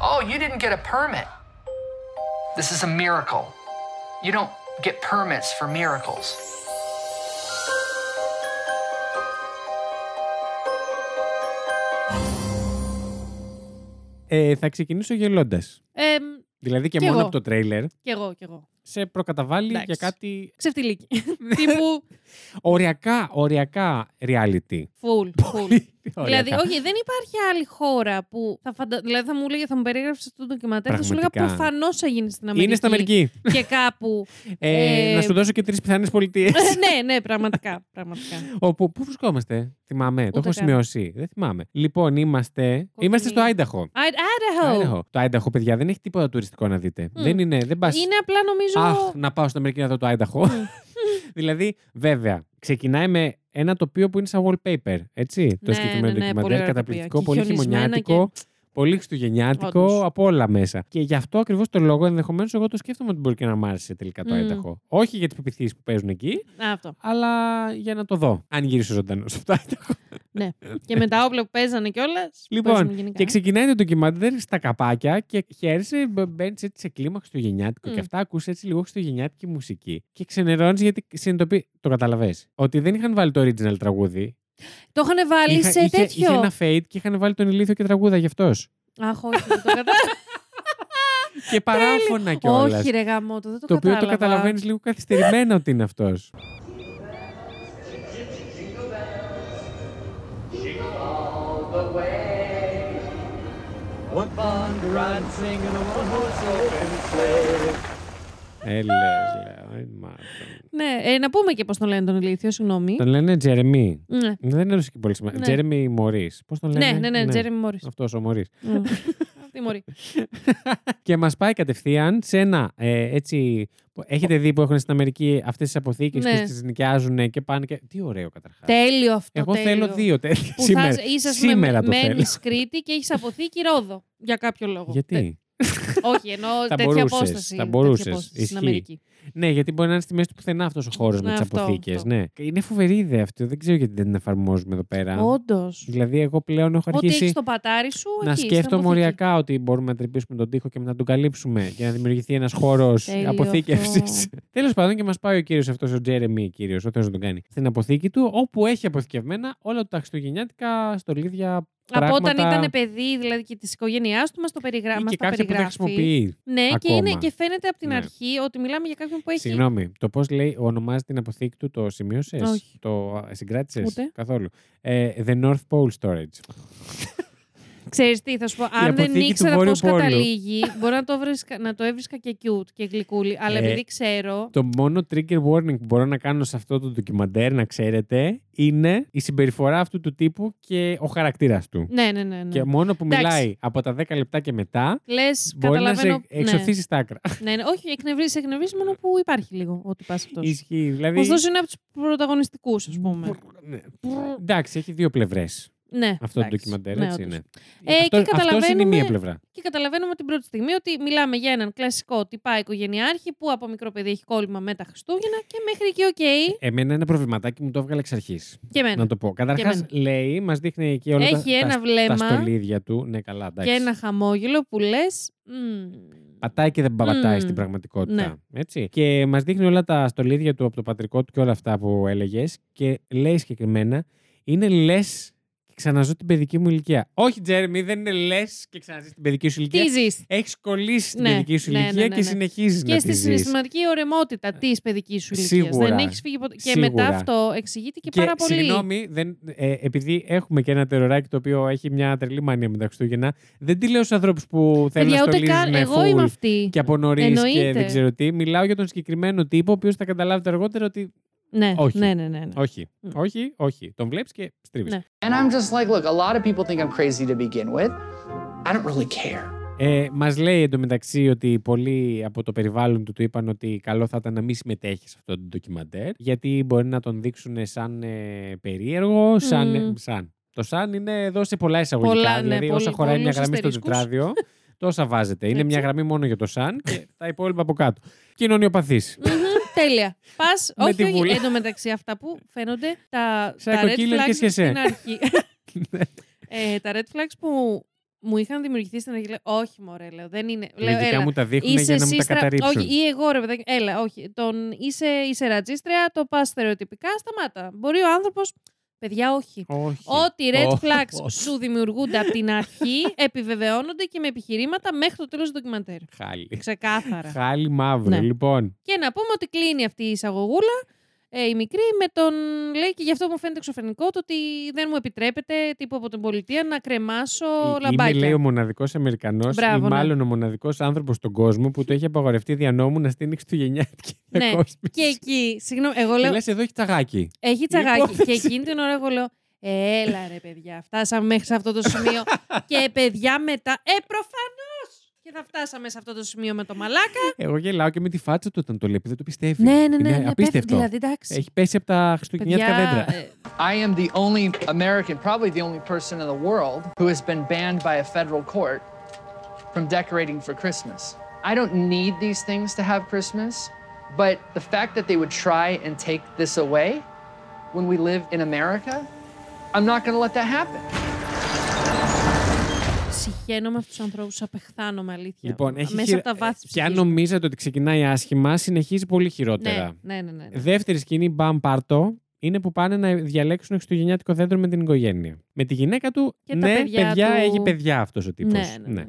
Speaker 3: Oh, you didn't get a permit. This is a miracle. You don't get permits for miracles.
Speaker 2: Ε, θα ξεκινήσω γελώντας.
Speaker 1: Ε,
Speaker 2: Δηλαδή και,
Speaker 1: Κι
Speaker 2: μόνο
Speaker 1: εγώ.
Speaker 2: Ε, Δηλαδή από το τρέιλερ.
Speaker 1: κι εγώ, κι εγώ.
Speaker 2: σε προκαταβάλει
Speaker 1: Εντάξει.
Speaker 2: για κάτι
Speaker 1: Ξεφτυλίκι.
Speaker 2: Ναι.
Speaker 1: Τύπου
Speaker 2: οριακά, οριακά reality.
Speaker 1: full. full.
Speaker 2: Πολύ ωριακά.
Speaker 1: δηλαδή, όχι, δεν υπάρχει άλλη χώρα που θα φαντα... Δηλαδή, θα μου έλεγε, θα μου περιγράψει αυτό το ντοκιμαντέρ, θα σου έλεγα
Speaker 2: Πραγματικά.
Speaker 1: προφανώς θα γίνει στην Αμερική.
Speaker 2: Είναι στην Αμερική.
Speaker 1: Και κάπου.
Speaker 2: Ε,
Speaker 1: Ε,
Speaker 2: να σου δώσω και τρεις πιθανές πολιτείες.
Speaker 1: ναι, ναι, πραγματικά. πραγματικά.
Speaker 2: όπου. Πού βρισκόμαστε, θυμάμαι. το
Speaker 1: Ούτε
Speaker 2: έχω
Speaker 1: καν.
Speaker 2: σημειώσει. Δεν θυμάμαι. Λοιπόν, είμαστε. Είμαστε στο Άινταχο.
Speaker 1: I- Idaho.
Speaker 2: Idaho. Το Άινταχο, παιδιά, δεν έχει τίποτα τουριστικό να δείτε.
Speaker 1: Μμ.
Speaker 2: Δεν είναι, δεν πας...
Speaker 1: Είναι απλά νομίζω.
Speaker 2: Αχ, να πάω στην Αμερική να δω το Άινταχο.
Speaker 1: Ναι.
Speaker 2: δηλαδή, βέβαια, ξεκινάει με ένα τοπίο που είναι σαν wallpaper. Έτσι, το
Speaker 1: Ναι, ναι, ναι,
Speaker 2: συγκεκριμένο
Speaker 1: πολύ
Speaker 2: ντοκιμαντέρ.
Speaker 1: ωραία
Speaker 2: καταπληκτικό,
Speaker 1: τοπία.
Speaker 2: πολύ
Speaker 1: Και χιονισμένα
Speaker 2: χειμωνιάτικο. Πολύ χριστουγεννιάτικο,
Speaker 1: Όντως.
Speaker 2: από όλα μέσα. Και γι' αυτό ακριβώς το λόγο, ενδεχομένως, εγώ το σκέφτομαι ότι μπορεί και να μ' άρεσε τελικά το
Speaker 1: Μμ.
Speaker 2: Άινταχο. Όχι για τις πεπιθήσεις που παίζουν εκεί,
Speaker 1: Α, αυτό.
Speaker 2: αλλά για να το δω. Αν γυρίσω ζωντανό από το Άινταχο.
Speaker 1: Ναι. και με τα όπλα που παίζανε κιόλας.
Speaker 2: Λοιπόν, και ξεκινάει το ντοκιμαντέρ στα καπάκια και χαίρεσαι, μπ- μπαίνεις έτσι σε κλίμα χριστουγεννιάτικο
Speaker 1: Μμ.
Speaker 2: και αυτά. Ακούς έτσι λίγο χριστουγεννιάτικη μουσική. Και ξενερώνεις γιατί συνειδητοποιεί. Το καταλαβες Ότι δεν είχαν βάλει το original τραγούδι.
Speaker 1: Το είχαν βάλει
Speaker 2: Είχα-
Speaker 1: σε
Speaker 2: είχε,
Speaker 1: τέτοιο.
Speaker 2: Είχε ένα fade και είχαν βάλει τον ηλίθιο και τραγούδα γι' αυτός.
Speaker 1: Αχ, όχι, δεν το κατάλαβα.
Speaker 2: και παράφωνα κιόλας.
Speaker 1: όχι, ρε γάμο, το δεν το,
Speaker 2: το οποίο το
Speaker 1: κατάλαβα.
Speaker 2: καταλαβαίνεις λίγο καθυστερημένα ότι είναι αυτός. Ε, λέω, λέω, ε, μάλλον.
Speaker 1: Ναι, ε, να πούμε και πώς τον λένε τον ηλίθιο, συγγνώμη.
Speaker 2: Τον λένε Τζερεμί.
Speaker 1: Ναι.
Speaker 2: Δεν έδωσε και πολύ σημασία.
Speaker 1: Ναι.
Speaker 2: Τζέρεμι Μωρή. Πώς τον λένε.
Speaker 1: Ναι, ναι, ναι, Τζέρεμι Μόρι.
Speaker 2: Αυτός ο Μωρή.
Speaker 1: Αυτή η μωρή.
Speaker 2: Ε, και μας πάει κατευθείαν σε ένα ε, έτσι. που Έχετε δει που έχουν στην Αμερική αυτές τις αποθήκες
Speaker 1: Ναι.
Speaker 2: που τις νοικιάζουν και πάνε και. Τι ωραίο καταρχάς.
Speaker 1: Τέλειο αυτό.
Speaker 2: Εγώ
Speaker 1: τέλειο.
Speaker 2: θέλω δύο τέτοια.
Speaker 1: Που
Speaker 2: σήμερα
Speaker 1: θα είσαι, ας πούμε,
Speaker 2: σήμερα το θέλω.
Speaker 1: μένεις Κρήτη και έχεις αποθήκη Ρόδο. Για κάποιο λόγο. Τε-
Speaker 2: Γιατί.
Speaker 1: όχι, ενώ τέτοια
Speaker 2: μπορούσες,
Speaker 1: απόσταση.
Speaker 2: θα
Speaker 1: τέτοια
Speaker 2: μπορούσες.
Speaker 1: απόσταση
Speaker 2: Ισχύει.
Speaker 1: Στην Αμερική.
Speaker 2: ναι, γιατί μπορεί να είναι στη μέση του πουθενά αυτός ο χώρο
Speaker 1: Ναι,
Speaker 2: με τις
Speaker 1: αυτό,
Speaker 2: αποθήκε.
Speaker 1: αυτό.
Speaker 2: Ναι. Είναι φοβερή ιδέα αυτή. Δεν ξέρω γιατί δεν την εφαρμόζουμε εδώ πέρα.
Speaker 1: Όντως.
Speaker 2: Δηλαδή, εγώ πλέον έχω
Speaker 1: Ό,τι έχει
Speaker 2: αρχίσει.
Speaker 1: το πατάρι σου.
Speaker 2: να
Speaker 1: εκεί, στην
Speaker 2: σκέφτομαι
Speaker 1: αποθήκη.
Speaker 2: οριακά ότι μπορούμε να τρυπήσουμε τον τοίχο και να τον καλύψουμε και να δημιουργηθεί ένας χώρος
Speaker 1: Τέλειο
Speaker 2: αποθήκευσης.
Speaker 1: αυτό.
Speaker 2: Τέλος πάντων, και μας πάει ο κύριος αυτός, ο Τζέρεμι, κύριος, ο Θεός τον κάνει, στην αποθήκη του, όπου έχει αποθηκευμένα όλα τα χριστουγεννιάτικα στολίδια.
Speaker 1: Από όταν
Speaker 2: πράγματα
Speaker 1: ήταν παιδί, δηλαδή και της οικογένειάς του, μας το περιγρά...
Speaker 2: ή
Speaker 1: μας
Speaker 2: και
Speaker 1: τα
Speaker 2: κάποια που τα
Speaker 1: περιγράφει.
Speaker 2: χρησιμοποιεί.
Speaker 1: ναι, και,
Speaker 2: ακόμα.
Speaker 1: είναι, και φαίνεται από την
Speaker 2: Ναι.
Speaker 1: αρχή ότι μιλάμε για κάποιον που έχει.
Speaker 2: Συγγνώμη, το πώς λέει, ονομάζει την αποθήκη του, το σημείωσες,
Speaker 1: Όχι.
Speaker 2: το συγκράτησες
Speaker 1: Ούτε.
Speaker 2: καθόλου. Ε, the North Pole Storage.
Speaker 1: Ξέρεις τι, θα σου πω. Αν
Speaker 2: αποθήκη
Speaker 1: δεν
Speaker 2: του
Speaker 1: ήξερα
Speaker 2: Βόρειου
Speaker 1: πώς
Speaker 2: Πόλου.
Speaker 1: καταλήγει, μπορεί να το, βρισκα... να το έβρισκα και cute και γλυκούλη. Αλλά
Speaker 2: Ε,
Speaker 1: επειδή ξέρω.
Speaker 2: Το μόνο trigger warning που μπορώ να κάνω σε αυτό το ντοκιμαντέρ, να ξέρετε, είναι η συμπεριφορά αυτού του τύπου και ο χαρακτήρας του.
Speaker 1: Ναι, ναι, ναι. ναι.
Speaker 2: Και μόνο που
Speaker 1: Εντάξει.
Speaker 2: μιλάει από τα 10 λεπτά και μετά,
Speaker 1: Λες,
Speaker 2: μπορεί να
Speaker 1: καταλαβαίνω.
Speaker 2: σε εξωθήσει στα άκρα.
Speaker 1: Ναι, ναι, ναι. Όχι, εκνευρίζεις, εκνευρίζεις μόνο που υπάρχει λίγο ότι πας αυτός.
Speaker 2: Ισχύει. Δηλαδή.
Speaker 1: Ωστόσο είναι από τους πρωταγωνιστικούς, ας πούμε.
Speaker 2: Ναι. Εντάξει, έχει δύο πλευρές
Speaker 1: Ναι,
Speaker 2: αυτό το
Speaker 1: εντάξει.
Speaker 2: ντοκιμαντέρ,
Speaker 1: Ναι,
Speaker 2: έτσι
Speaker 1: όντως.
Speaker 2: είναι.
Speaker 1: Ε, και
Speaker 2: αυτός είναι η μία
Speaker 1: καταλαβαίνουμε-
Speaker 2: πλευρά.
Speaker 1: Και καταλαβαίνουμε την πρώτη στιγμή ότι μιλάμε για έναν κλασικό τυπά οικογενειάρχη που από μικρό παιδί έχει κόλλημα με τα Χριστούγεννα και μέχρι εκεί οκ.
Speaker 2: Εμένα ένα προβληματάκι μου το έβγαλε εξ αρχής.
Speaker 1: και εμένα.
Speaker 2: Να το πω. Καταρχάς,
Speaker 1: εμένα.
Speaker 2: λέει, μας δείχνει εκεί όλα τα-
Speaker 1: Έχει ένα
Speaker 2: τα,
Speaker 1: βλέμμα.
Speaker 2: τα στολίδια του. Ναι, καλά, εντάξει.
Speaker 1: Και ένα χαμόγελο που λες.
Speaker 2: πατάει και δεν πατάει
Speaker 1: Μμμ.
Speaker 2: στην πραγματικότητα.
Speaker 1: Ναι.
Speaker 2: Έτσι. Και μας δείχνει όλα τα στολίδια του από το πατρικό του και όλα αυτά που έλεγες. Και λέει συγκεκριμένα, είναι λες και ξαναζώ την παιδική μου ηλικία. Όχι, Τζέρεμι, δεν είναι λες και ξαναζείς την παιδική σου
Speaker 1: Τι
Speaker 2: ηλικία.
Speaker 1: ζεις.
Speaker 2: Έχεις κολλήσει στην
Speaker 1: Ναι,
Speaker 2: παιδική σου
Speaker 1: ναι, ναι,
Speaker 2: ηλικία
Speaker 1: ναι,
Speaker 2: και
Speaker 1: ναι.
Speaker 2: συνεχίζεις να
Speaker 1: Και
Speaker 2: τη
Speaker 1: στη
Speaker 2: ζεις.
Speaker 1: συναισθηματική ωρεμότητα της παιδικής σου ηλικίας.
Speaker 2: Σίγουρα.
Speaker 1: Δεν έχεις φύγει ποτέ. Και
Speaker 2: Σίγουρα.
Speaker 1: μετά αυτό εξηγείται και, πάρα πολύ.
Speaker 2: Συγγνώμη, δεν, ε, επειδή έχουμε και ένα τεροράκι το οποίο έχει μια τρελή μανία με τα Χριστούγεννα, δεν τη λέω στους ανθρώπους που θέλουν
Speaker 1: Παιδιά,
Speaker 2: να
Speaker 1: ούτε
Speaker 2: στολίζουν
Speaker 1: καν. Εγώ
Speaker 2: full
Speaker 1: είμαι αυτή.
Speaker 2: και από νωρί και
Speaker 1: Εννοείται.
Speaker 2: δεν ξέρω τι. Μιλάω για τον συγκεκριμένο τύπο, ο οποίος θα καταλάβετε αργότερα ότι
Speaker 1: Ναι,
Speaker 2: Όχι.
Speaker 1: ναι, ναι. ναι, ναι.
Speaker 2: όχι,
Speaker 1: Μμ.
Speaker 2: όχι, όχι. Τον βλέπεις και στρίβεις.
Speaker 1: Ναι.
Speaker 12: And I'm just like, look, a lot of people think I'm crazy to begin with. I don't really care.
Speaker 2: Ε, Μας λέει εντωμεταξύ ότι πολλοί από το περιβάλλον του του είπαν ότι καλό θα ήταν να μην συμμετέχεις σε αυτό το ντοκιμαντέρ, γιατί μπορεί να τον δείξουν σαν ε, περίεργο, σαν. ε,
Speaker 1: Μμ.
Speaker 2: σαν. Το σαν είναι εδώ σε πολλά εισαγωγικά.
Speaker 1: Πολλά, ναι,
Speaker 2: δηλαδή, όσα
Speaker 1: πολύ-
Speaker 2: χωράει μια
Speaker 1: πολλούς
Speaker 2: γραμμή στο
Speaker 1: αστερίσκους.
Speaker 2: τετράδιο, τόσα βάζεται. Είναι
Speaker 1: Έτσι.
Speaker 2: μια γραμμή μόνο για το σαν και τα υπόλοιπα από κάτω. Κοινωνιοπαθής.
Speaker 1: Μμμ, Τέλεια. Πας.
Speaker 2: Με
Speaker 1: όχι,
Speaker 2: τη
Speaker 1: όχι.
Speaker 2: βούλα.
Speaker 1: Εν τω μεταξύ, αυτά που φαίνονται. Τα,
Speaker 2: Σαν
Speaker 1: τα red
Speaker 2: κοκκίλερ και Ναι.
Speaker 1: flags
Speaker 2: σκεσέ.
Speaker 1: στην αρχή. ε, τα red flags που μου είχαν δημιουργηθεί στην αρχή. Λέω, όχι, μωρέ, λέω. Δεν είναι. Λέω,
Speaker 2: Λογικά
Speaker 1: έλα.
Speaker 2: μου τα δείχνουν
Speaker 1: Είσαι
Speaker 2: για να μου
Speaker 1: εσύ
Speaker 2: τα
Speaker 1: στρα-
Speaker 2: καταρρύψουν.
Speaker 1: Όχι, ή εγώ ρε παιδάκι. Έλα, όχι. Τον είσαι, είσαι ρατσίστρια, το πας στερεοτυπικά, σταμάτα. Μπορεί ο άνθρωπος. Παιδιά, όχι.
Speaker 2: Όχι.
Speaker 1: Ό,τι red
Speaker 9: Όχι.
Speaker 1: flags σου δημιουργούνται από την αρχή επιβεβαιώνονται και με επιχειρήματα μέχρι το τέλος του ντοκιμαντέρ.
Speaker 2: Χάλι.
Speaker 1: Ξεκάθαρα.
Speaker 2: Χάλι μαύρο.
Speaker 1: Ναι.
Speaker 2: Λοιπόν,
Speaker 1: και να πούμε ότι κλείνει αυτή η εισαγωγούλα, ε, η μικρή, με τον. λέει και γι' αυτό μου φαίνεται εξωφρενικό το ότι δεν μου επιτρέπεται τύπου από την πολιτεία να κρεμάσω
Speaker 2: είμαι
Speaker 1: λαμπάκια.
Speaker 2: λέει ο μοναδικός Αμερικανός ή
Speaker 1: Μπράβο, ναι.
Speaker 2: μάλλον ο μοναδικός άνθρωπος στον κόσμο που το έχει απαγορευτεί δια νόμου να στείνει χριστουγεννιάτικη
Speaker 1: ναι,
Speaker 2: διακόσμηση.
Speaker 1: και εκεί. Συγγνώμη, εγώ λέω.
Speaker 2: Και λες, εδώ έχει τσαγάκι.
Speaker 1: Έχει τσαγάκι.
Speaker 2: Υπόθεση.
Speaker 1: Και εκείνη την ώρα εγώ λέω. Έλα ρε παιδιά, φτάσαμε μέχρι σε αυτό το σημείο. και παιδιά μετά. Ε, προφανώς! Και θα φτάσαμε σε αυτό το σημείο με το μαλάκα.
Speaker 2: Εγώ γελάω και με τη φάτσα του όταν το λέει, επειδή δεν το πιστεύει.
Speaker 1: Ναι, ναι, ναι, ναι,
Speaker 2: Είναι
Speaker 1: πέφτει,
Speaker 2: απίστευτο.
Speaker 1: δηλαδή, εντάξει. ε,
Speaker 2: Έχει πέσει από τα χριστουγεννιάτικα δέντρα.
Speaker 12: I am the only American, probably the only person in the world, who has been banned by a federal court from decorating for Christmas. I don't need these things to have Christmas, but the fact that they would try and take this away when we live in America, I'm not going to let that happen.
Speaker 1: Συχαίνω με αυτούς τους ανθρώπους, απεχθάνομαι αλήθεια.
Speaker 2: Λοιπόν, έχει
Speaker 1: Μέσα
Speaker 2: χειρο-
Speaker 1: από τα βάθη
Speaker 2: ε,
Speaker 1: της
Speaker 2: Και αν
Speaker 1: ψυχής.
Speaker 2: νομίζατε ότι ξεκινάει άσχημα, συνεχίζει πολύ χειρότερα.
Speaker 1: Ναι, ναι, ναι. ναι, ναι.
Speaker 2: Δεύτερη σκηνή, μπαμ πάρτο, είναι που πάνε να διαλέξουν χριστουγεννιάτικο δέντρο με την οικογένεια. Με τη γυναίκα του,
Speaker 1: Και τα
Speaker 2: ναι,
Speaker 1: παιδιά του.
Speaker 2: έχει παιδιά αυτός ο τύπος.
Speaker 1: Ναι, ναι, ναι.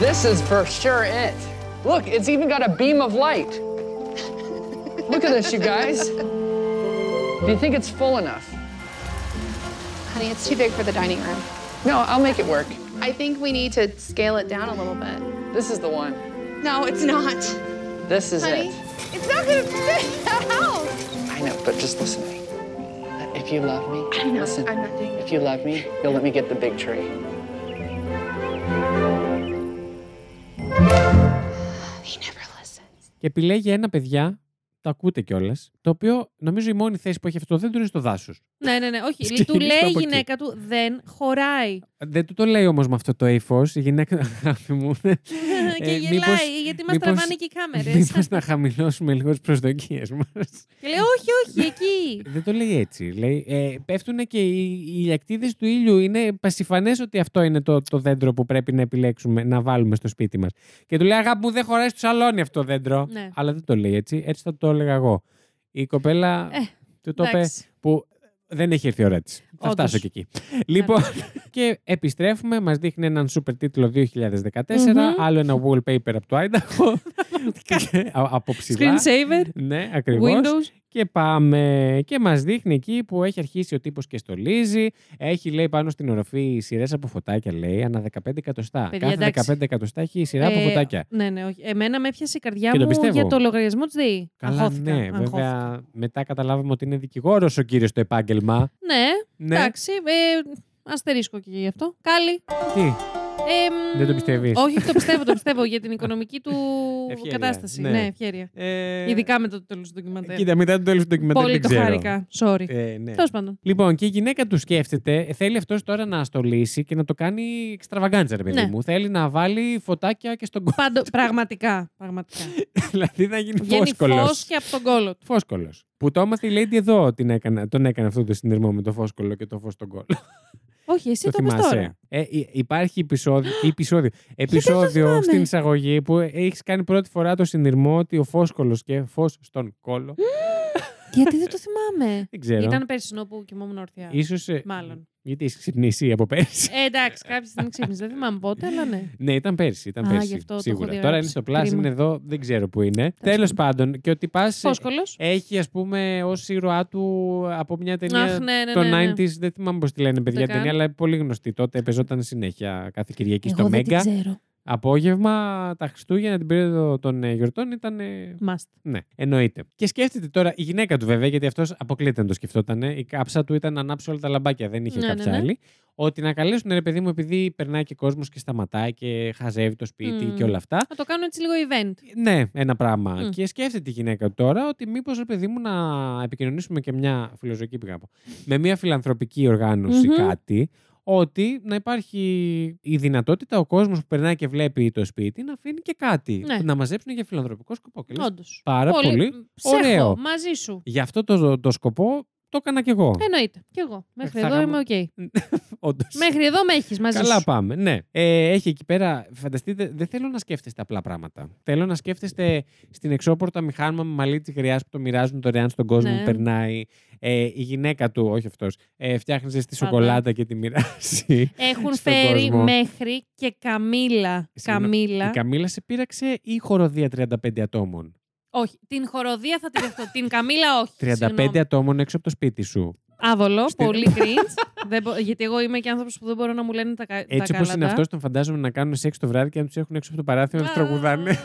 Speaker 12: This is for sure it. Look, it's even got a beam of light. Look at this, you guys. Do you think it's full enough?
Speaker 13: Honey, it's too big for the dining room.
Speaker 12: No, I'll make it work.
Speaker 13: I think we need to scale it down a little bit.
Speaker 12: This is the one.
Speaker 13: No, it's not.
Speaker 12: This is
Speaker 13: Honey,
Speaker 12: it.
Speaker 13: it's not gonna fit the house.
Speaker 12: I know, but just listen to me. If you love me,
Speaker 13: I know,
Speaker 12: listen.
Speaker 13: I'm not doing
Speaker 12: If you love me, you'll let me get the big tree.
Speaker 13: He never listens.
Speaker 2: Και επιλέγει ένα παιδιά, το ακούτε κιόλας, το οποίο νομίζω η μόνη θέση που έχει αυτό το δέντρο είναι στο δάσος.
Speaker 1: ναι, ναι, ναι. Όχι,
Speaker 2: Ξεκινήστε
Speaker 1: του λέει η
Speaker 2: από εκεί.
Speaker 1: γυναίκα του δεν χωράει.
Speaker 2: Δεν του το λέει όμως με αυτό το ύφο. Η γυναίκα αγάπη μου.
Speaker 1: και
Speaker 2: ε,
Speaker 1: γελάει,
Speaker 2: μήπως-
Speaker 1: γιατί μας
Speaker 2: μήπως-
Speaker 1: τραβάνε και οι κάμερες.
Speaker 2: Μήπως να χαμηλώσουμε λίγο τις προσδοκίες μας.
Speaker 1: και λέει, όχι, όχι, εκεί.
Speaker 2: Δεν το λέει έτσι. Λέει, ε, πέφτουν και οι, οι ηλιακτίδε του ήλιου. Είναι πασιφανές ότι αυτό είναι το, το δέντρο που πρέπει να επιλέξουμε να βάλουμε στο σπίτι μας. Και του λέει, Αγάπη μου, δεν χωράει στο σαλόνι αυτό το δέντρο.
Speaker 1: Ναι.
Speaker 2: Αλλά δεν το λέει έτσι. Έτσι θα το έλεγα εγώ. Η κοπέλα
Speaker 1: Ε,
Speaker 2: του το είπε
Speaker 1: εντάξει.
Speaker 2: που δεν έχει έρθει η ώρα της. Θα
Speaker 1: Όντως.
Speaker 2: φτάσω και εκεί. Λοιπόν, και επιστρέφουμε. Μας δείχνει έναν σούπερ τίτλο 2014.
Speaker 1: Μμμ.
Speaker 2: Άλλο ένα wallpaper από το Idaho. Α- από ψηλά.
Speaker 1: Screensaver,
Speaker 2: Ναι, ακριβώς.
Speaker 1: Windows.
Speaker 2: Και πάμε. Και μας δείχνει εκεί που έχει αρχίσει ο τύπος και στολίζει. Έχει, λέει, πάνω στην οροφή σειρές από φωτάκια, λέει, ανά 15 εκατοστά.
Speaker 1: Παιδιά,
Speaker 2: Κάθε
Speaker 1: εντάξει.
Speaker 2: 15 εκατοστά έχει σειρά από
Speaker 1: Ε,
Speaker 2: φωτάκια.
Speaker 1: Ναι, ναι, όχι. Εμένα με έπιασε η καρδιά
Speaker 2: Και το
Speaker 1: μου
Speaker 2: πιστεύω.
Speaker 1: για το λογαριασμό της ΔΕΗ.
Speaker 2: Καλά,
Speaker 1: Αγχώθηκα,
Speaker 2: ναι,
Speaker 1: αγχώθηκα.
Speaker 2: βέβαια. Μετά καταλάβαμε ότι είναι δικηγόρος ο κύριος στο επάγγελμα.
Speaker 1: Ναι,
Speaker 2: Ναι.
Speaker 1: εντάξει. Ε, αστερίσκω και γι' αυτό. Κάλλη.
Speaker 2: Τι,
Speaker 1: Ε, μ,
Speaker 2: Δεν το πιστεύεις.
Speaker 1: Όχι, το πιστεύω, το πιστεύω για την οικονομική του
Speaker 2: Ευχέρεια,
Speaker 1: κατάσταση.
Speaker 2: ναι.
Speaker 1: Ναι, ευχέρεια.
Speaker 2: ε,
Speaker 1: Ειδικά μετά το τέλος του ντοκιμαντέρ.
Speaker 2: Κοίτα, μετά το τέλος του ντοκιμαντέρ
Speaker 1: Πολύ
Speaker 2: δεν
Speaker 1: το
Speaker 2: ξέρω.
Speaker 1: χάρηκα. Sorry.
Speaker 2: Ε, ναι.
Speaker 1: Τέλος πάντων.
Speaker 2: Λοιπόν, και η γυναίκα του σκέφτεται, θέλει αυτός τώρα να στολίσει και να το κάνει εξτραβαγκάντζα, ρε παιδί
Speaker 1: Ναι.
Speaker 2: μου. Θέλει να βάλει φωτάκια και στον κόλο.
Speaker 1: Πάντω, πραγματικά. πραγματικά.
Speaker 2: δηλαδή να γίνει
Speaker 1: Βγαίνει
Speaker 2: φόσκολος.
Speaker 1: φως και από τον κόλο του.
Speaker 2: Φόσκολος. Που το έμαθε η Lady εδώ την έκανε, τον έκανε αυτό το συνειρμό με το φόσκολο και το φως στον κόλλο.
Speaker 1: Όχι, εσύ το, πες τώρα.
Speaker 2: Ε, υ- υπάρχει επεισόδιο, επεισόδιο, επεισόδιο
Speaker 1: θυμάμαι.
Speaker 2: στην εισαγωγή που έχεις κάνει πρώτη φορά το συνειρμό ότι ο φόσκολος και φως στον κόλλο.
Speaker 1: Γιατί δεν το θυμάμαι.
Speaker 2: Δεν ξέρω.
Speaker 1: Ήταν περσινό που κοιμόμουν όρθια.
Speaker 2: Ίσως, ε,
Speaker 1: Μάλλον.
Speaker 2: Γιατί έχεις ξυπνήσει από πέρσι.
Speaker 1: Ε, εντάξει, κάποια στιγμή ξύπνησε. Δεν θυμάμαι πότε, αλλά ναι.
Speaker 2: Ναι, ήταν πέρσι. Ήταν
Speaker 1: Α,
Speaker 2: πέρσι
Speaker 1: γι' αυτό το
Speaker 2: σίγουρα.
Speaker 1: έχω
Speaker 2: Τώρα είναι
Speaker 1: διαγράψει.
Speaker 2: στο Plus,
Speaker 1: Κρίμα.
Speaker 2: είναι εδώ, δεν ξέρω που είναι. Τέλος πάντων, και ότι πας.
Speaker 1: Φόσκολο.
Speaker 2: Έχει, ας πούμε, ως ήρωά του από μια ταινία.
Speaker 1: Αχ, ναι, ναι,
Speaker 2: το
Speaker 1: ναι, ναι.
Speaker 2: 90s, δεν θυμάμαι πώς τη λένε παιδιά
Speaker 1: Ούτε
Speaker 2: την ταινία,
Speaker 1: καν.
Speaker 2: αλλά πολύ γνωστή. Τότε παίζονταν συνέχεια κάθε Κυριακή στο Μέγκα.
Speaker 1: ξέρω.
Speaker 2: Απόγευμα, τα Χριστούγεννα, την περίοδο των ε, γιορτών ήταν. ε,
Speaker 1: Must.
Speaker 2: Ναι, εννοείται. Και σκέφτεται τώρα η γυναίκα του βέβαια, γιατί αυτός αποκλείται να το σκεφτόταν. Η κάψα του ήταν να ανάψει όλα τα λαμπάκια, δεν είχε
Speaker 1: Ναι,
Speaker 2: κάψα
Speaker 1: ναι, ναι.
Speaker 2: άλλη. Ότι να καλέσουν ρε παιδί μου, επειδή περνάει και κόσμος και σταματάει και χαζεύει το σπίτι
Speaker 1: Μμμ.
Speaker 2: και όλα αυτά.
Speaker 1: Να το κάνω έτσι λίγο event.
Speaker 2: Ναι, ένα πράγμα.
Speaker 1: Μμ.
Speaker 2: Και σκέφτεται η γυναίκα του τώρα ότι μήπως ρε παιδί μου να επικοινωνήσουμε και μια φιλοσοφική πήγα να πω, Με μια φιλανθρωπική οργάνωση
Speaker 1: Μμμ.
Speaker 2: κάτι. Ότι να υπάρχει η δυνατότητα ο κόσμος που περνάει και βλέπει το σπίτι να αφήνει και κάτι.
Speaker 1: Ναι.
Speaker 2: Να μαζέψουν για φιλανθρωπικό σκοπό. Και λες,
Speaker 1: Όντως.
Speaker 2: πάρα πολύ, ωραίο.
Speaker 1: Μαζί σου.
Speaker 2: Γι' αυτό το, το σκοπό το έκανα κι εγώ.
Speaker 1: Εννοείται. Κι εγώ. Μέχρι
Speaker 2: Ε, Θα
Speaker 1: εδώ
Speaker 2: γαμώ-
Speaker 1: είμαι οκ.
Speaker 2: Όντως.
Speaker 1: Μέχρι εδώ Ε, με έχεις μαζί
Speaker 2: Καλά
Speaker 1: σου.
Speaker 2: πάμε, ναι. Ε, έχει εκεί πέρα, φανταστείτε, δεν θέλω να σκέφτεστε απλά πράγματα. Θέλω να σκέφτεστε στην εξώπορτα μηχάνημα με μαλλί τη γριά που το μοιράζουν δωρεάν στον κόσμο
Speaker 1: Ναι.
Speaker 2: που περνάει. Ε, η γυναίκα του, όχι αυτός, ε, φτιάχνει ζεστή
Speaker 1: Πάντα.
Speaker 2: σοκολάτα και τη μοιράζει.
Speaker 1: Έχουν
Speaker 2: στον
Speaker 1: φέρει
Speaker 2: κόσμο.
Speaker 1: μέχρι και Καμίλα.
Speaker 2: Συγγνώμη,
Speaker 1: Καμίλα.
Speaker 2: Η Καμίλα σε πήραξε ή χοροδία 35 ατόμων.
Speaker 1: Όχι. Την χοροδία θα τη δεχτώ. την Καμίλα όχι.
Speaker 2: 35
Speaker 1: συγγνώμη.
Speaker 2: ατόμων έξω από το σπίτι σου.
Speaker 1: Άβολο.
Speaker 2: Στη-
Speaker 1: Πολύ cringe. δεν μπο- γιατί εγώ είμαι και άνθρωπος που δεν μπορώ να μου λένε τα, κα... τα
Speaker 2: Έτσι όπως
Speaker 1: κάλατα.
Speaker 2: είναι αυτός, τον φαντάζομαι να κάνουν σεξ το βράδυ και να τους έχουν έξω από το παράθυρο να τους τραγουδάνε.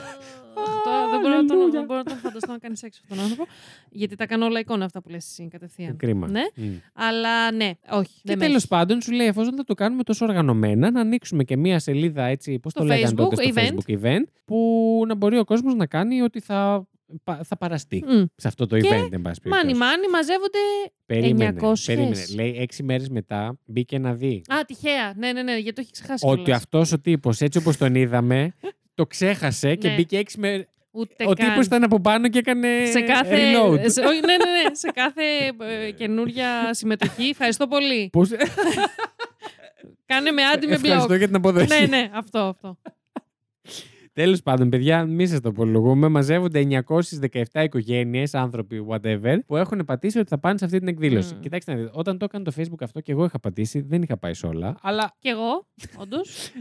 Speaker 1: Τώρα δεν μπορώ να τον-
Speaker 2: Αλληλούια.
Speaker 1: δεν μπορώ να τον φανταστώ να κάνει σεξ αυτόν τον άνθρωπο. Γιατί τα κάνω όλα εικόνα αυτά που λες εσύ κατευθείαν.
Speaker 2: Ε, Κρίμα.
Speaker 1: Ναι.
Speaker 2: Μμ.
Speaker 1: Αλλά ναι, όχι.
Speaker 2: Και
Speaker 1: δεν με
Speaker 2: τέλος
Speaker 1: έχει.
Speaker 2: πάντων, σου λέει, εφόσον θα το κάνουμε τόσο οργανωμένα, να ανοίξουμε και μία σελίδα έτσι, πώς
Speaker 1: Στο
Speaker 2: το λέγανε
Speaker 1: Facebook
Speaker 2: τότε στο
Speaker 1: event.
Speaker 2: Facebook event, που να μπορεί ο κόσμος να κάνει ότι θα, πα- θα παραστεί
Speaker 1: Μμ.
Speaker 2: σε αυτό το
Speaker 1: Και
Speaker 2: event, εν πάση περιπτώσει.
Speaker 1: Μάνι, μάνι, μαζεύονται.
Speaker 2: Περίμενε,
Speaker 1: 900.
Speaker 2: περίμενε. Λέει, έξι μέρες μετά μπήκε να δει
Speaker 1: Α, τυχαία. Ναι, ναι, ναι, γιατί το έχει ξεχάσει.
Speaker 2: ότι
Speaker 1: κιόλας.
Speaker 2: αυτός ο τύπος, έτσι όπως τον είδαμε, το ξέχασε και
Speaker 1: Ναι.
Speaker 2: μπήκε έξι μέρε.
Speaker 1: Ούτε
Speaker 2: Ο
Speaker 1: καν.
Speaker 2: τύπο ήταν από πάνω και έκανε.
Speaker 1: σε κάθε,
Speaker 2: reload.
Speaker 1: σε, όχι, ναι, ναι, ναι, σε κάθε ε, καινούρια συμμετοχή. Ευχαριστώ πολύ.
Speaker 2: Πώς-
Speaker 1: Κάνε με άντι με
Speaker 2: Ευχαριστώ
Speaker 1: μπλοκ.
Speaker 2: για την αποδοχή.
Speaker 1: ναι, ναι, αυτό, αυτό.
Speaker 2: Τέλος πάντων, παιδιά, μη σας το απολογούμε. Μαζεύονται 917 οικογένειες, άνθρωποι, whatever, που έχουν πατήσει ότι θα πάνε σε αυτή την εκδήλωση.
Speaker 1: Mm.
Speaker 2: Κοιτάξτε να δείτε, όταν το έκανε το Facebook αυτό και εγώ είχα πατήσει, δεν είχα πάει σε όλα. Αλλά
Speaker 1: Κι εγώ, όντως.